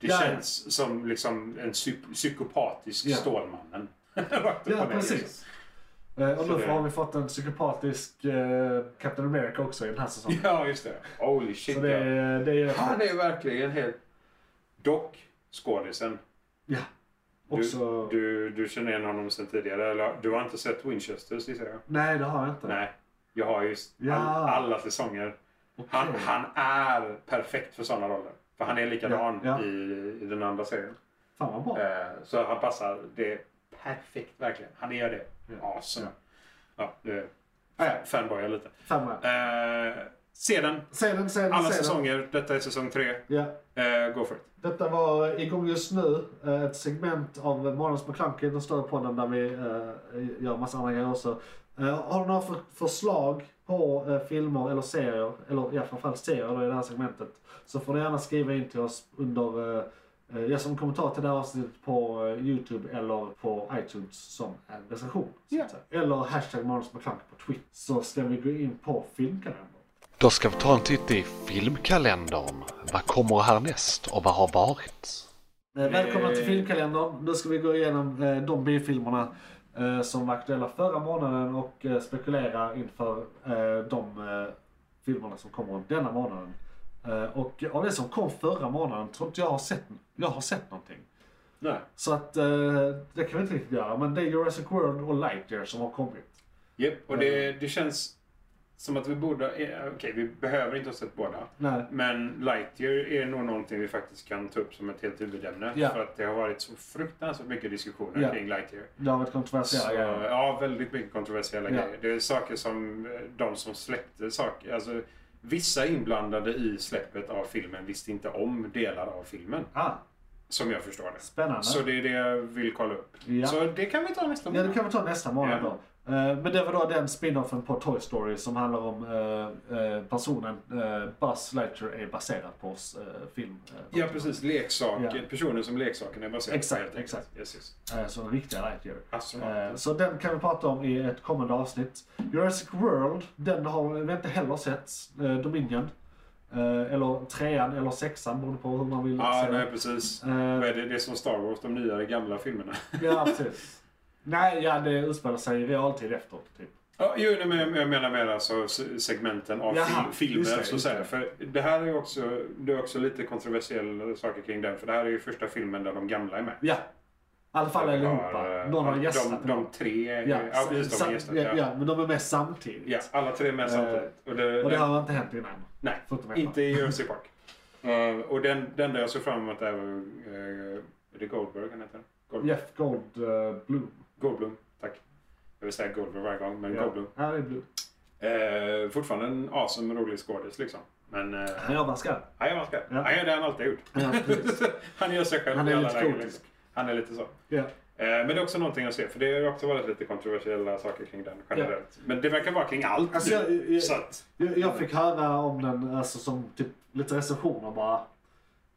[SPEAKER 4] Det
[SPEAKER 3] Ja, ja.
[SPEAKER 4] känns som liksom en psy- psykopatisk
[SPEAKER 3] Ja.
[SPEAKER 4] Stålmannen. Rakt upp
[SPEAKER 3] Ja,
[SPEAKER 4] och ner,
[SPEAKER 3] precis.
[SPEAKER 4] liksom.
[SPEAKER 3] Eh, Och
[SPEAKER 4] Så
[SPEAKER 3] nu
[SPEAKER 4] det-
[SPEAKER 3] har vi fått en psykopatisk eh, Captain America också i den här säsongen.
[SPEAKER 4] Ja, just det. Holy shit,
[SPEAKER 3] Så det,
[SPEAKER 4] ja.
[SPEAKER 3] är- det är
[SPEAKER 4] Han är verkligen helt... Dock, skådisen.
[SPEAKER 3] ja, också...
[SPEAKER 4] Du, du känner igen honom sedan tidigare. Eller, du har inte sett Winchesters, gissar jag?
[SPEAKER 3] Nej, det har jag inte.
[SPEAKER 4] Nej. Jag har ju
[SPEAKER 3] Ja.
[SPEAKER 4] all, alla säsonger.
[SPEAKER 3] Okej.
[SPEAKER 4] Han, han är perfekt för sådana roller. För han är likadan
[SPEAKER 3] Ja, ja.
[SPEAKER 4] I, i den andra serien.
[SPEAKER 3] Fan vad bra.
[SPEAKER 4] Eh, Så han passar det perfekt verkligen. Han gör det.
[SPEAKER 3] Ja.
[SPEAKER 4] Awesome. Ja, nu fan- fanboyar lite.
[SPEAKER 3] Fan vad
[SPEAKER 4] Eh, se den.
[SPEAKER 3] Se den, se den,
[SPEAKER 4] Alla
[SPEAKER 3] se den.
[SPEAKER 4] säsonger. Detta är säsong tre.
[SPEAKER 3] Ja.
[SPEAKER 4] Eh, go for it.
[SPEAKER 3] Detta var igång just nu, eh, ett segment av Månadens McKlunky, den större podden där vi eh, gör massa andra grejer också. Eh, Har du några för, förslag på eh, filmer eller serier, eller ja, framförallt serier då i det här segmentet, så får ni gärna skriva in till oss under, eh, eh, ja, som kommentar till det här avsnittet på eh, YouTube eller på iTunes som en recension. så att säga. Eller hashtag Månadens McKlunky på Twitter, så ska vi gå in på filmkalendern.
[SPEAKER 6] Då ska vi ta en titt i filmkalendern. Vad kommer härnäst och vad har varit?
[SPEAKER 3] Eh, Välkomna till filmkalendern. Nu ska vi gå igenom eh, de biofilmerna eh, som var aktuella förra månaden och eh, spekulera inför eh, de eh, filmerna som kommer denna månaden. Eh, och av det som kom förra månaden tror inte jag har sett, jag har sett någonting.
[SPEAKER 4] Nej.
[SPEAKER 3] Så att eh, det kan vi inte riktigt göra. Men det är Jurassic World och Lightyear som har kommit.
[SPEAKER 4] Yep. Och det,
[SPEAKER 3] Ehm.
[SPEAKER 4] det känns som att vi borde... eh, Okej, vi behöver inte ha sett båda.
[SPEAKER 3] Nej.
[SPEAKER 4] Men Lightyear är nog någonting vi faktiskt kan ta upp som ett helt huvudämne.
[SPEAKER 3] Ja.
[SPEAKER 4] För att det har varit så fruktansvärt mycket diskussioner
[SPEAKER 3] Ja.
[SPEAKER 4] kring Lightyear.
[SPEAKER 3] Det har varit
[SPEAKER 4] Så,
[SPEAKER 3] kontroversiella grejer.
[SPEAKER 4] ja, väldigt mycket kontroversiella
[SPEAKER 3] Ja.
[SPEAKER 4] grejer. Det är saker som eh, de som släppte saker, alltså vissa inblandade i släppet av filmen visste inte om delar av filmen.
[SPEAKER 3] Ah,
[SPEAKER 4] Som jag förstår det.
[SPEAKER 3] spännande.
[SPEAKER 4] Så det är det jag vill kolla upp.
[SPEAKER 3] Ja.
[SPEAKER 4] Så det kan vi ta nästa
[SPEAKER 3] Ja,
[SPEAKER 4] månad.
[SPEAKER 3] det kan vi ta nästa månad
[SPEAKER 4] Ja.
[SPEAKER 3] då. Eh, Men det var då den spin-offen på Toy Story som handlar om eh, eh, personen eh, Buzz Lightyear är baserad på s- eh, film. eh,
[SPEAKER 4] Ja, precis. Leksak.
[SPEAKER 3] Ja.
[SPEAKER 4] Personer som leksaken är baserad
[SPEAKER 3] Exakt,
[SPEAKER 4] helt enkelt.
[SPEAKER 3] exakt.
[SPEAKER 4] Yes, yes.
[SPEAKER 3] eh, Så den riktiga Lightyear.
[SPEAKER 4] Astronauten.
[SPEAKER 3] Eh, Så den kan vi prata om i ett kommande avsnitt. Jurassic World, den har vi inte heller sett. eh, Dominion. Eh, Eller trean eller sexan beroende på hur man vill
[SPEAKER 4] Ja,
[SPEAKER 3] se
[SPEAKER 4] nej,
[SPEAKER 3] den.
[SPEAKER 4] precis.
[SPEAKER 3] Eh,
[SPEAKER 4] Vad är det, det är som Star Wars, de nyare gamla filmerna.
[SPEAKER 3] Ja, precis. Nej, ja, det utspelar sig i realtid efter. Typ.
[SPEAKER 4] Ja, jo, nej, men jag menar mer alltså se- segmenten av
[SPEAKER 3] Jaha,
[SPEAKER 4] fil- filmer.
[SPEAKER 3] just det,
[SPEAKER 4] så att
[SPEAKER 3] just
[SPEAKER 4] säga.
[SPEAKER 3] det.
[SPEAKER 4] För det här är också, det är också lite kontroversiella saker kring den. För det här är ju första filmen där de gamla är med.
[SPEAKER 3] Ja. I alla fall
[SPEAKER 4] Vi
[SPEAKER 3] allihopa.
[SPEAKER 4] eh,
[SPEAKER 3] Någon har
[SPEAKER 4] de-
[SPEAKER 3] gästat
[SPEAKER 4] de, de tre, ja,
[SPEAKER 3] Ja,
[SPEAKER 4] ja precis, de har
[SPEAKER 3] sam-
[SPEAKER 4] gästat.
[SPEAKER 3] ja,
[SPEAKER 4] Ja,
[SPEAKER 3] ja, men de är med samtidigt.
[SPEAKER 4] Ja, alla tre är med samtidigt. Och det,
[SPEAKER 3] Och det
[SPEAKER 4] det,
[SPEAKER 3] har inte hänt innan.
[SPEAKER 4] nej,
[SPEAKER 3] Förutom ett
[SPEAKER 4] inte i Jersey Park. Eh, och den, den där jag såg fram emot är uh, är det Goldberg han heter?
[SPEAKER 3] fall.
[SPEAKER 4] Gold,
[SPEAKER 3] Jeff Goldblum.
[SPEAKER 4] Goldblum, tack. Jag vill säga Goldberg varje gång, men
[SPEAKER 3] Ja,
[SPEAKER 4] Goldblum.
[SPEAKER 3] det är Blum.
[SPEAKER 4] Eh, fortfarande en awesome, rolig skådis liksom. Men... eh,
[SPEAKER 3] Han jobbar skarpt.
[SPEAKER 4] Nej, man ska.
[SPEAKER 3] Ja.
[SPEAKER 4] Nej, det har han alltid gjort.
[SPEAKER 3] Ja, precis.
[SPEAKER 4] han gör sig själv
[SPEAKER 3] Han är
[SPEAKER 4] i alla
[SPEAKER 3] lite
[SPEAKER 4] lägen,
[SPEAKER 3] gotisk.
[SPEAKER 4] liksom. Han är lite så. Eh,
[SPEAKER 3] Ja.
[SPEAKER 4] Men det är också någonting att se, för det har ju också varit lite kontroversiella saker kring den generellt. Men det verkar vara kring allt
[SPEAKER 3] Alltså,
[SPEAKER 4] nu,
[SPEAKER 3] jag- jag-
[SPEAKER 4] så att,
[SPEAKER 3] Jag, jag fick höra om den alltså, som typ, lite recensioner bara.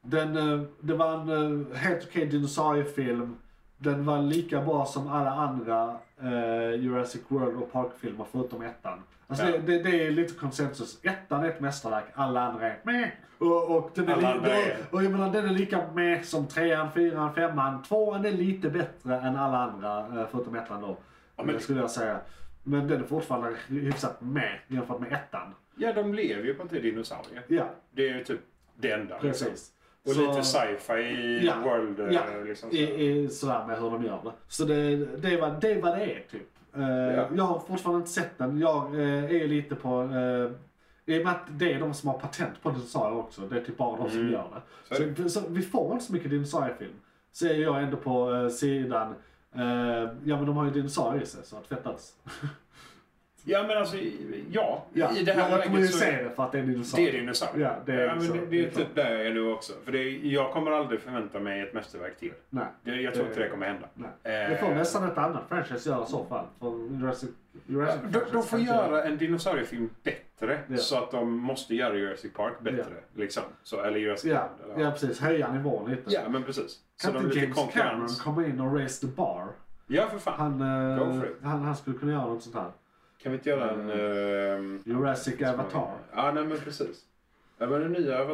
[SPEAKER 3] Den, eh, det var en eh, helt okej dinosauriefilm. Den var lika bra som alla andra eh, Jurassic World och Park-filmer förutom ettan. Alltså
[SPEAKER 4] Ja.
[SPEAKER 3] det, det, det är lite konsensus. Ettan är ett mästerverk, alla andra är meh. Och, och, den är
[SPEAKER 4] Alla
[SPEAKER 3] li-
[SPEAKER 4] andra är-
[SPEAKER 3] och, och jag menar, den är lika meh som trean, fyran, femman. Tvåan är lite bättre än alla andra eh, förutom ettan då.
[SPEAKER 4] Ja, men-
[SPEAKER 3] eh, Skulle jag säga. Men den är fortfarande hyfsat med jämfört med ettan.
[SPEAKER 4] ja de lever ju på inte dinosaurier.
[SPEAKER 3] Ja,
[SPEAKER 4] Det är ju typ det enda. liksom.
[SPEAKER 3] precis.
[SPEAKER 4] Och
[SPEAKER 3] Så-
[SPEAKER 4] lite sci-fi i
[SPEAKER 3] Ja,
[SPEAKER 4] world. eh,
[SPEAKER 3] ja,
[SPEAKER 4] Liksom, så.
[SPEAKER 3] i, i, sådär med hur de gör det. Så det, det, var, det var det är, typ. Eh,
[SPEAKER 4] Ja.
[SPEAKER 3] Jag har fortfarande inte sett den. Jag eh, är lite på... eh, I och med att det är de som har patent på dinosaurier också. Det är typ bara de som gör det.
[SPEAKER 4] Mm. Så
[SPEAKER 3] Så,
[SPEAKER 4] är
[SPEAKER 3] så, vi får inte så mycket dinosauriefilm. Så är jag ändå på eh, sidan... eh, ja men de har ju dinosaurier i sig så att fettas.
[SPEAKER 4] Ja, men alltså, ja.
[SPEAKER 3] Ja,
[SPEAKER 4] I det här
[SPEAKER 3] jag kommer ju
[SPEAKER 4] läget så...
[SPEAKER 3] se det för att det är
[SPEAKER 4] Det är
[SPEAKER 3] dinosaurier.
[SPEAKER 4] dinosaurie.
[SPEAKER 3] Ja, det är
[SPEAKER 4] ja, men
[SPEAKER 3] så.
[SPEAKER 4] det, det är typ där jag är nu också. För det är, jag kommer aldrig förvänta mig ett mästerverk till.
[SPEAKER 3] Nej.
[SPEAKER 4] Det, jag tror inte det kommer hända.
[SPEAKER 3] Nej. Det får
[SPEAKER 4] Eh,
[SPEAKER 3] nästan ett annat franchise göra i så fall. För Jurassic,
[SPEAKER 4] Ja,
[SPEAKER 3] Jurassic
[SPEAKER 4] De, de
[SPEAKER 3] franchise
[SPEAKER 4] får
[SPEAKER 3] kan inte
[SPEAKER 4] göra en dinosauriefilm bättre
[SPEAKER 3] Ja.
[SPEAKER 4] så att de måste göra Jurassic Park bättre. Liksom. Så, eller Jurassic
[SPEAKER 3] Ja,
[SPEAKER 4] World, eller-
[SPEAKER 3] ja, precis. Höja nivån lite.
[SPEAKER 4] ja, men precis. Så
[SPEAKER 3] Kan
[SPEAKER 4] de
[SPEAKER 3] inte
[SPEAKER 4] lite
[SPEAKER 3] James Cameron
[SPEAKER 4] konkurrens.
[SPEAKER 3] komma in och raise the bar?
[SPEAKER 4] Ja, för fan.
[SPEAKER 3] Han, eh,
[SPEAKER 4] Go for it.
[SPEAKER 3] han, han skulle kunna göra något sånt här.
[SPEAKER 4] Kan vi inte göra en...
[SPEAKER 3] Mm.
[SPEAKER 4] ehm,
[SPEAKER 3] Jurassic
[SPEAKER 4] som-
[SPEAKER 3] Avatar.
[SPEAKER 4] Ja, nej men precis. Ja, men den nya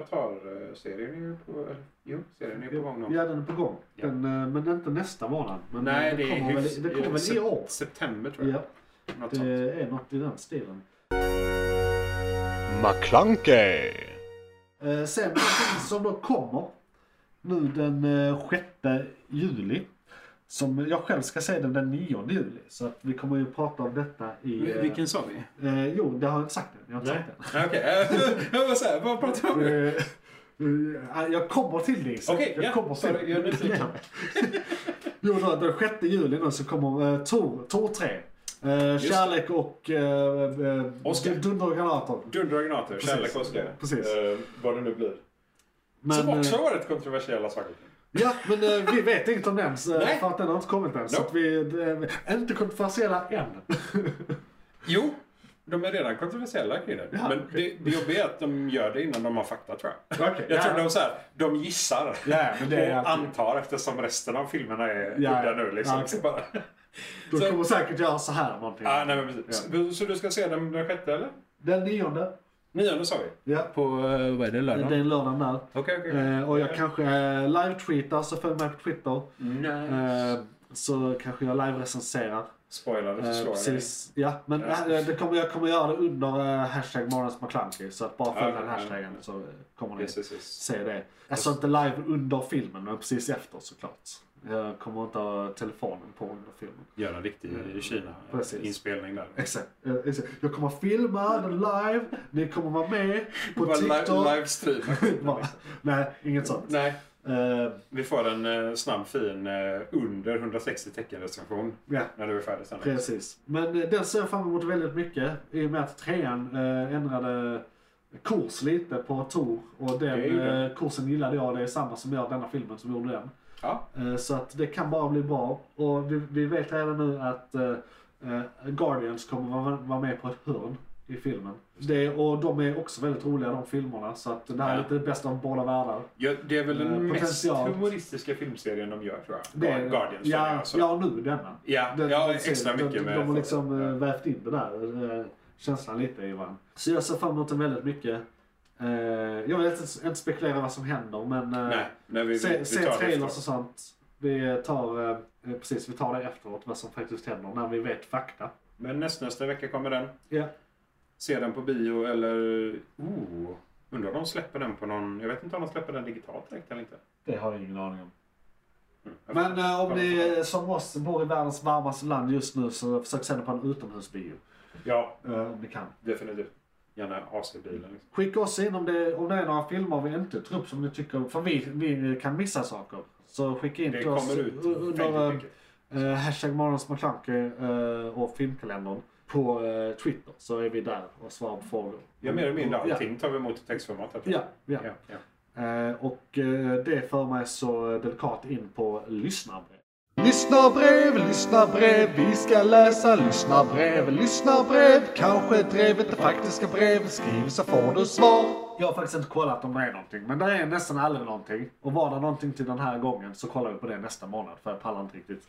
[SPEAKER 4] Avatar-serien är ju på... eller, Jo, serien är på gång nu.
[SPEAKER 3] Ja, den är på gång.
[SPEAKER 4] Ja.
[SPEAKER 3] Den, eh, men inte nästa månad. Men
[SPEAKER 4] Nej,
[SPEAKER 3] den
[SPEAKER 4] det är
[SPEAKER 3] kommer väl,
[SPEAKER 4] hyfs-
[SPEAKER 3] det kommer väl i
[SPEAKER 4] sep-
[SPEAKER 3] år.
[SPEAKER 4] September tror jag.
[SPEAKER 3] Ja, Eh,
[SPEAKER 4] Något sånt.
[SPEAKER 3] det är något i den stilen.
[SPEAKER 2] McClunkey.
[SPEAKER 3] Eh, sen någonting som då kommer nu den eh, 6 juli. Som jag själv ska se den den 9 juli. Så att vi kommer ju prata om detta i... eh,
[SPEAKER 4] Vilken sa vi?
[SPEAKER 3] Eh, jo, det har jag inte sagt än. Jag har inte sagt än.
[SPEAKER 4] Okej, eh, jag var såhär, vad pratar vi om? nu?
[SPEAKER 3] Eh, eh, Jag kommer till dig. så
[SPEAKER 4] Okej,
[SPEAKER 3] jag
[SPEAKER 4] ja,
[SPEAKER 3] kommer
[SPEAKER 4] sorry, jag är nyfiken.
[SPEAKER 3] jo, då, den 6 juli nu så kommer eh, Tor, Tor 3. Eh,
[SPEAKER 4] Just
[SPEAKER 3] kärlek och eh, eh,
[SPEAKER 4] Oscar.
[SPEAKER 3] dunder och granater.
[SPEAKER 4] Dunder och granater,
[SPEAKER 3] Precis.
[SPEAKER 4] kärlek och Oscar.
[SPEAKER 3] Precis.
[SPEAKER 4] Eh, vad det nu blir. Som
[SPEAKER 3] Men,
[SPEAKER 4] också
[SPEAKER 3] eh,
[SPEAKER 4] har varit kontroversiella saker.
[SPEAKER 3] ja, men eh, vi vet inget om den så- eh,
[SPEAKER 4] Nej.
[SPEAKER 3] för att den har inte kommit än. Så
[SPEAKER 4] Nope.
[SPEAKER 3] att vi, eh, inte kontroversiella än.
[SPEAKER 4] Jo, de är redan kontroversiella kring det.
[SPEAKER 3] Ja,
[SPEAKER 4] men
[SPEAKER 3] okej.
[SPEAKER 4] det, det jobbiga är att de gör det innan de har fakta tror jag.
[SPEAKER 3] Okej,
[SPEAKER 4] jag tror
[SPEAKER 3] ja.
[SPEAKER 4] de så här, de gissar
[SPEAKER 3] Ja, men det är
[SPEAKER 4] och
[SPEAKER 3] alltid-
[SPEAKER 4] antar eftersom resten av filmerna är
[SPEAKER 3] Ja,
[SPEAKER 4] udda nu. Liksom.
[SPEAKER 3] ja, okej.
[SPEAKER 4] så bara...
[SPEAKER 3] De
[SPEAKER 4] Så-
[SPEAKER 3] kommer säkert göra så här någonting.
[SPEAKER 4] ah, nej, men precis. Så, så du ska se den den sjätte eller?
[SPEAKER 3] Den nionde.
[SPEAKER 4] Nionde sa vi.
[SPEAKER 3] Ja.
[SPEAKER 4] På, uh, vad är det,
[SPEAKER 3] Det
[SPEAKER 4] lördagen?
[SPEAKER 3] eh, är en lördag där.
[SPEAKER 4] Okej, okej.
[SPEAKER 3] Eh, och jag kanske eh, live-tweetar, så följ mig på Twitter.
[SPEAKER 4] Nej.
[SPEAKER 3] Eh, så kanske jag live-recenserar.
[SPEAKER 4] Spoilade
[SPEAKER 3] Eh,
[SPEAKER 4] förslag.
[SPEAKER 3] precis. Ja, men eh, det kommer, jag kommer göra det under eh, hashtag Månadens McKlunky. Så att bara följ
[SPEAKER 4] Ja,
[SPEAKER 3] den
[SPEAKER 4] ja,
[SPEAKER 3] hashtaggen
[SPEAKER 4] ja.
[SPEAKER 3] så eh, kommer ni
[SPEAKER 4] Yes, yes, yes.
[SPEAKER 3] se det. Alltså inte live under filmen, men precis efter såklart. Jag kommer inte ha telefonen på under filmen.
[SPEAKER 4] Gör en riktig eh,
[SPEAKER 3] Mm, Precis.
[SPEAKER 4] Kina-inspelning där.
[SPEAKER 3] Exakt. eh, exakt. Jag kommer filma den live, ni kommer vara med på
[SPEAKER 4] Bara li-
[SPEAKER 3] TikTok.
[SPEAKER 4] livestreama.
[SPEAKER 3] Bara- Nej, inget sånt.
[SPEAKER 4] Nej,
[SPEAKER 3] Eh,
[SPEAKER 4] vi får en eh, snabb fin eh, under 160 tecken recension
[SPEAKER 3] ja.
[SPEAKER 4] när du är färdig sen.
[SPEAKER 3] Precis. Men eh, den ser jag fram emot väldigt mycket i och med att trean eh, ändrade kurs lite på Tor och den
[SPEAKER 4] Det gjorde den.
[SPEAKER 3] eh, kursen gillade jag. Det är samma som gör denna filmen som gjorde den.
[SPEAKER 4] Ja.
[SPEAKER 3] Eh, så att det kan bara bli bra. Och vi, vi vet redan nu att eh, eh, Guardians kommer vara, vara med på ett hörn i filmen. Det, och de är också väldigt roliga de filmerna så att det här är
[SPEAKER 4] Ja.
[SPEAKER 3] lite det bästa av båda världar.
[SPEAKER 4] Ja, det är väl
[SPEAKER 3] Eh,
[SPEAKER 4] den mest
[SPEAKER 3] potential.
[SPEAKER 4] humoristiska filmserien de gör tror jag.
[SPEAKER 3] Det, är-
[SPEAKER 4] Guardians.
[SPEAKER 3] ja,
[SPEAKER 4] känner jag, så.
[SPEAKER 3] ja, nu denna.
[SPEAKER 4] ja,
[SPEAKER 3] Den-
[SPEAKER 4] ja,
[SPEAKER 3] den
[SPEAKER 4] extra
[SPEAKER 3] serien,
[SPEAKER 4] mycket
[SPEAKER 3] de,
[SPEAKER 4] med...
[SPEAKER 3] De har liksom eh,
[SPEAKER 4] Ja.
[SPEAKER 3] vävt in det där eh, känslan lite i varandra. Så jag ser fram emot den väldigt mycket. Eh, jag vill inte, inte spekulera vad som händer men eh,
[SPEAKER 4] Nej, nej, vi, vi,
[SPEAKER 3] se,
[SPEAKER 4] vi
[SPEAKER 3] se
[SPEAKER 4] tar det
[SPEAKER 3] trailers och
[SPEAKER 4] efteråt.
[SPEAKER 3] sånt. Vi tar, eh, precis, vi tar det efteråt vad som faktiskt händer när vi vet fakta.
[SPEAKER 4] Men näst, nästa vecka kommer den.
[SPEAKER 3] Ja,
[SPEAKER 4] Se den på bio eller... Oh, undrar om de släpper den på någon... Jag vet inte om de släpper den digitalt direkt eller inte.
[SPEAKER 3] det har jag ingen aning om.
[SPEAKER 4] Mm.
[SPEAKER 3] Men eh, om ni eh, som oss bor i världens varmaste land just nu så försök se den på en utomhusbio.
[SPEAKER 4] Ja,
[SPEAKER 3] Eh, om ni kan.
[SPEAKER 4] Definitivt. Gärna AC-bilen. Liksom.
[SPEAKER 3] Skicka oss in om det, om det är några filmer vi inte tar upp som ni tycker, för vi, vi kan missa saker. Så skicka in
[SPEAKER 4] Det
[SPEAKER 3] till oss
[SPEAKER 4] kommer ut
[SPEAKER 3] u- under
[SPEAKER 4] väldigt
[SPEAKER 3] eh,
[SPEAKER 4] mycket.
[SPEAKER 3] eh, hashtag morgonsmacklunky eh, och filmkalendern på eh, Twitter så är vi där och svarar på frågor.
[SPEAKER 4] Ja, mer eller mindre
[SPEAKER 3] Ja.
[SPEAKER 4] allting tar vi emot i textformat. här, tror
[SPEAKER 3] Ja,
[SPEAKER 4] jag.
[SPEAKER 3] ja.
[SPEAKER 4] Ja, ja.
[SPEAKER 3] Eh, och eh, det för mig så delikat in på lyssnarbrev.
[SPEAKER 5] Lyssna brev, lyssna brev, vi ska läsa lyssna brev, lyssna brev. Kanske drevet det faktiska brevet skriv så får du svar.
[SPEAKER 3] Jag har faktiskt inte kollat om det är någonting, men det är nästan aldrig någonting. Och var det någonting till den här gången så kollar vi på det nästa månad, för jag pallar inte riktigt.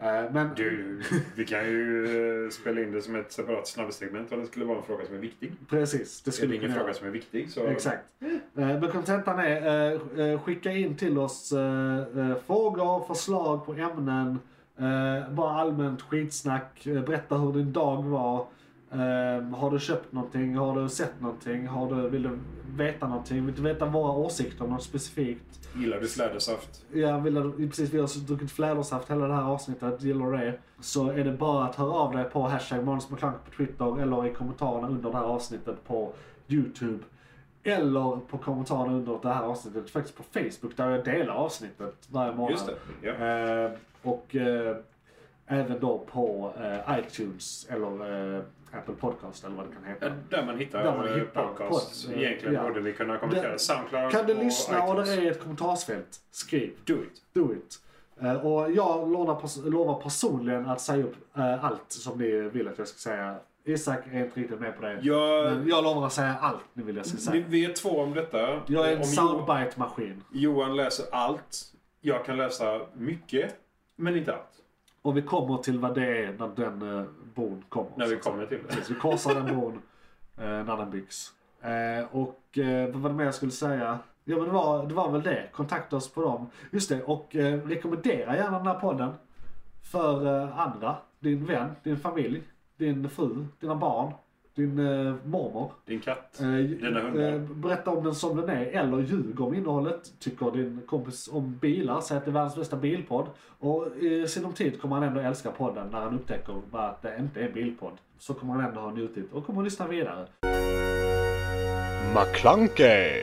[SPEAKER 3] Eh, men...
[SPEAKER 4] Du, vi kan ju eh, spela in det som ett separat snabbsegment om det skulle vara en fråga som är viktig.
[SPEAKER 3] Precis, det
[SPEAKER 4] Är
[SPEAKER 3] skulle
[SPEAKER 4] det
[SPEAKER 3] vi kunna
[SPEAKER 4] ingen
[SPEAKER 3] göra.
[SPEAKER 4] fråga som är viktig så...
[SPEAKER 3] Exakt. Eh, Men kontentan är, eh, eh, skicka in till oss eh, eh, frågor, förslag på ämnen, eh, bara allmänt skitsnack, eh, berätta hur din dag var. Eh, Har du köpt någonting? Har du sett någonting? Har du, vill du veta någonting? Vill du veta våra åsikter om något specifikt?
[SPEAKER 4] Gillar du flädersaft?
[SPEAKER 3] Ja, vill du, precis, vi har alltså druckit flädersaft hela det här avsnittet, gillar du det? Så är det bara att höra av dig på hashtag Måns McClunk på Twitter eller i kommentarerna under det här avsnittet på YouTube. Eller på kommentarerna under det här avsnittet faktiskt på Facebook där jag delar avsnittet varje månad.
[SPEAKER 4] Just det. Ja.
[SPEAKER 3] Eh, och eh, även då på eh, iTunes eller eh, Apple Podcast eller vad det kan heta.
[SPEAKER 4] Där man hittar,
[SPEAKER 3] Där man
[SPEAKER 4] eh,
[SPEAKER 3] hittar
[SPEAKER 4] podcasts.
[SPEAKER 3] podcasts,
[SPEAKER 4] Egentligen
[SPEAKER 3] ja.
[SPEAKER 4] borde vi kunna kommentera
[SPEAKER 3] Det-
[SPEAKER 4] Soundcloud
[SPEAKER 3] Kan du
[SPEAKER 4] och
[SPEAKER 3] lyssna och
[SPEAKER 4] iTunes.
[SPEAKER 3] det är ett kommentarsfält, skriv.
[SPEAKER 4] Do it.
[SPEAKER 3] Do it. Eh, Och jag lovar, pers- lovar personligen att säga upp eh, allt som ni vill att jag ska säga. Isak är inte riktigt med på det.
[SPEAKER 4] Jag,
[SPEAKER 3] Men jag lovar att säga allt ni vill jag ska
[SPEAKER 4] vi,
[SPEAKER 3] säga.
[SPEAKER 4] vi är två om detta. Eh,
[SPEAKER 3] Jag är en
[SPEAKER 4] om Jo-
[SPEAKER 3] soundbite-maskin.
[SPEAKER 4] Johan läser allt. Jag kan läsa mycket, men inte allt.
[SPEAKER 3] Och vi kommer till vad det är när den eh, bron kommer.
[SPEAKER 4] När vi
[SPEAKER 3] så att säga.
[SPEAKER 4] kommer till det.
[SPEAKER 3] Precis, vi korsar den bron eh, när den byggs. Eh, och eh, vad var det mer jag skulle säga? Ja men det var, det var väl det. Kontakta oss på dem. Just det, och eh, rekommendera gärna den här podden för eh, andra. Din vän, din familj, din fru, dina barn, din eh, mormor.
[SPEAKER 4] Din katt.
[SPEAKER 3] Eh,
[SPEAKER 4] Dina hundar.
[SPEAKER 3] eh, berätta om den som den är eller ljug om innehållet. Tycker din kompis om bilar, säg att det är världens bästa bilpodd. Och i sinom tid kommer han ändå älska podden när han upptäcker bara att det inte är en bilpodd. Så kommer han ändå ha njutit och kommer att lyssna vidare.
[SPEAKER 2] McClunkey!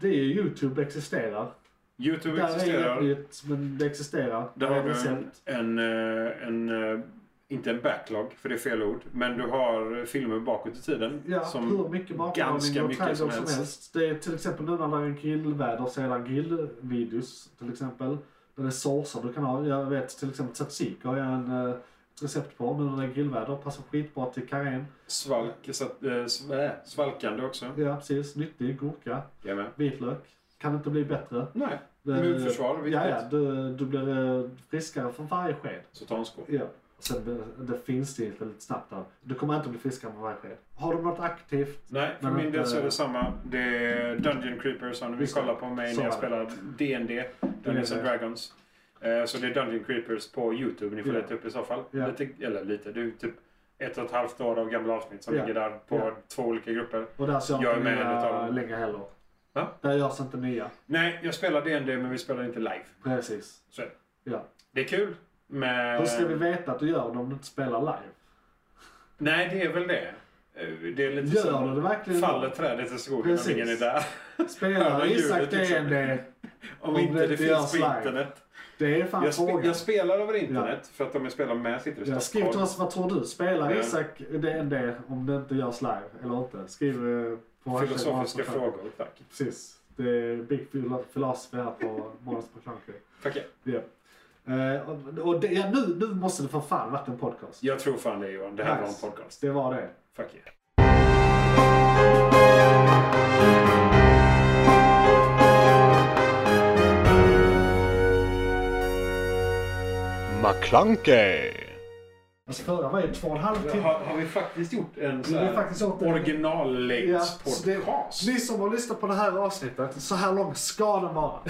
[SPEAKER 3] Det är ju Youtube existerar.
[SPEAKER 4] Youtube
[SPEAKER 3] Där är inget
[SPEAKER 4] existerar.
[SPEAKER 3] nytt, men det existerar.
[SPEAKER 4] Där har
[SPEAKER 3] är
[SPEAKER 4] du en,
[SPEAKER 3] recept.
[SPEAKER 4] en, eh, en, eh, inte en backlog, för det är fel ord, men du har filmer bakåt i tiden.
[SPEAKER 3] Ja, hur mycket matlagning
[SPEAKER 4] ganska
[SPEAKER 3] och
[SPEAKER 4] mycket
[SPEAKER 3] trädgård som
[SPEAKER 4] som
[SPEAKER 3] helst.
[SPEAKER 4] helst.
[SPEAKER 3] Det är till exempel nu när det är grillväder så är det grillvideos till exempel. Där det är såser du kan ha. Jag vet till exempel tzatziki har jag en, eh, ett recept på nu när det är grillväder. Passar skitbra till karén.
[SPEAKER 4] Svalk, så att, eh, sv- äh, svalkande också.
[SPEAKER 3] Ja precis, nyttig gurka,
[SPEAKER 4] Jag med.
[SPEAKER 3] vitlök. Kan inte bli bättre.
[SPEAKER 4] Nej,
[SPEAKER 3] Eh,
[SPEAKER 4] immunförsvar. viktigt.
[SPEAKER 3] Ja, ja du, du blir eh, friskare för varje sked.
[SPEAKER 4] Så ta en skål.
[SPEAKER 3] Ja. Sen eh, det finns det lite snabbt där. Du kommer inte bli friskare för varje sked. Har du något aktivt
[SPEAKER 4] Nej, för
[SPEAKER 3] Men
[SPEAKER 4] min del
[SPEAKER 3] att,
[SPEAKER 4] så är
[SPEAKER 3] eh,
[SPEAKER 4] det samma. Det är Dungeon Creepers som vi
[SPEAKER 3] Just det.
[SPEAKER 4] kollar på mig
[SPEAKER 3] Så
[SPEAKER 4] när jag
[SPEAKER 3] är det.
[SPEAKER 4] spelar D&D, Dungeons and Dragons. Eh, Så det är Dungeon Creepers på Youtube. Ni får
[SPEAKER 3] Ja.
[SPEAKER 4] leta upp i så fall.
[SPEAKER 3] Ja.
[SPEAKER 4] Lite, eller lite. Det är ju typ ett och ett halvt år av gamla avsnitt som
[SPEAKER 3] Ja.
[SPEAKER 4] ligger där på
[SPEAKER 3] Ja.
[SPEAKER 4] två olika grupper.
[SPEAKER 3] Och där ser jag,
[SPEAKER 4] Jag är
[SPEAKER 3] inte
[SPEAKER 4] med en utav
[SPEAKER 3] nya
[SPEAKER 4] dem.
[SPEAKER 3] längre heller.
[SPEAKER 4] Va?
[SPEAKER 3] Där görs inte nya.
[SPEAKER 4] Nej, jag spelar D&D men vi spelar inte live.
[SPEAKER 3] Precis.
[SPEAKER 4] Så är det.
[SPEAKER 3] Ja.
[SPEAKER 4] det är kul. Men...
[SPEAKER 3] Hur ska vi
[SPEAKER 4] Eh.
[SPEAKER 3] veta att du gör det om du inte spelar live?
[SPEAKER 4] Nej, det är väl det. Eh, Det är lite
[SPEAKER 3] Gör du det verkligen?
[SPEAKER 4] Faller trädet i skogen om
[SPEAKER 3] Precis.
[SPEAKER 4] ingen är där.
[SPEAKER 3] Spelar
[SPEAKER 4] Hör du
[SPEAKER 3] Isak eh,
[SPEAKER 4] ljudet, liksom?
[SPEAKER 3] DND?
[SPEAKER 4] Om,
[SPEAKER 3] Om
[SPEAKER 4] inte
[SPEAKER 3] det
[SPEAKER 4] det,
[SPEAKER 3] inte görs
[SPEAKER 4] finns på
[SPEAKER 3] live.
[SPEAKER 4] internet.
[SPEAKER 3] Det är fan
[SPEAKER 4] Jag, spe-
[SPEAKER 3] frågan.
[SPEAKER 4] jag spelar över internet för att om jag spelar med sitter det
[SPEAKER 3] Ja, skriv till oss vad tror du? Spelar
[SPEAKER 4] Ja.
[SPEAKER 3] Isak DND om det inte görs live eller inte? Skriv eh, på hashtag
[SPEAKER 4] Filosofiska
[SPEAKER 3] Morgans McClunky.
[SPEAKER 4] frågor, tack.
[SPEAKER 3] Precis. Det är Big philo- Philosophy här på Månads McClunky.
[SPEAKER 4] tack. ja.
[SPEAKER 3] Ja. Eh, och- Och det, ja, nu, nu måste det för fan varit en podcast.
[SPEAKER 4] Jag tror fan det Johan, det här
[SPEAKER 3] Nice.
[SPEAKER 4] var en podcast.
[SPEAKER 3] Det var det.
[SPEAKER 4] Fuck yeah.
[SPEAKER 2] McClunkey!
[SPEAKER 3] Alltså förra var ju två och en halv timme.
[SPEAKER 4] Har, har vi faktiskt gjort en sån
[SPEAKER 3] Vi har faktiskt gjort en- Ja, så det-
[SPEAKER 4] originallängds-podcast?
[SPEAKER 3] Ni som har lyssnat på det här avsnittet, så här långt ska den vara.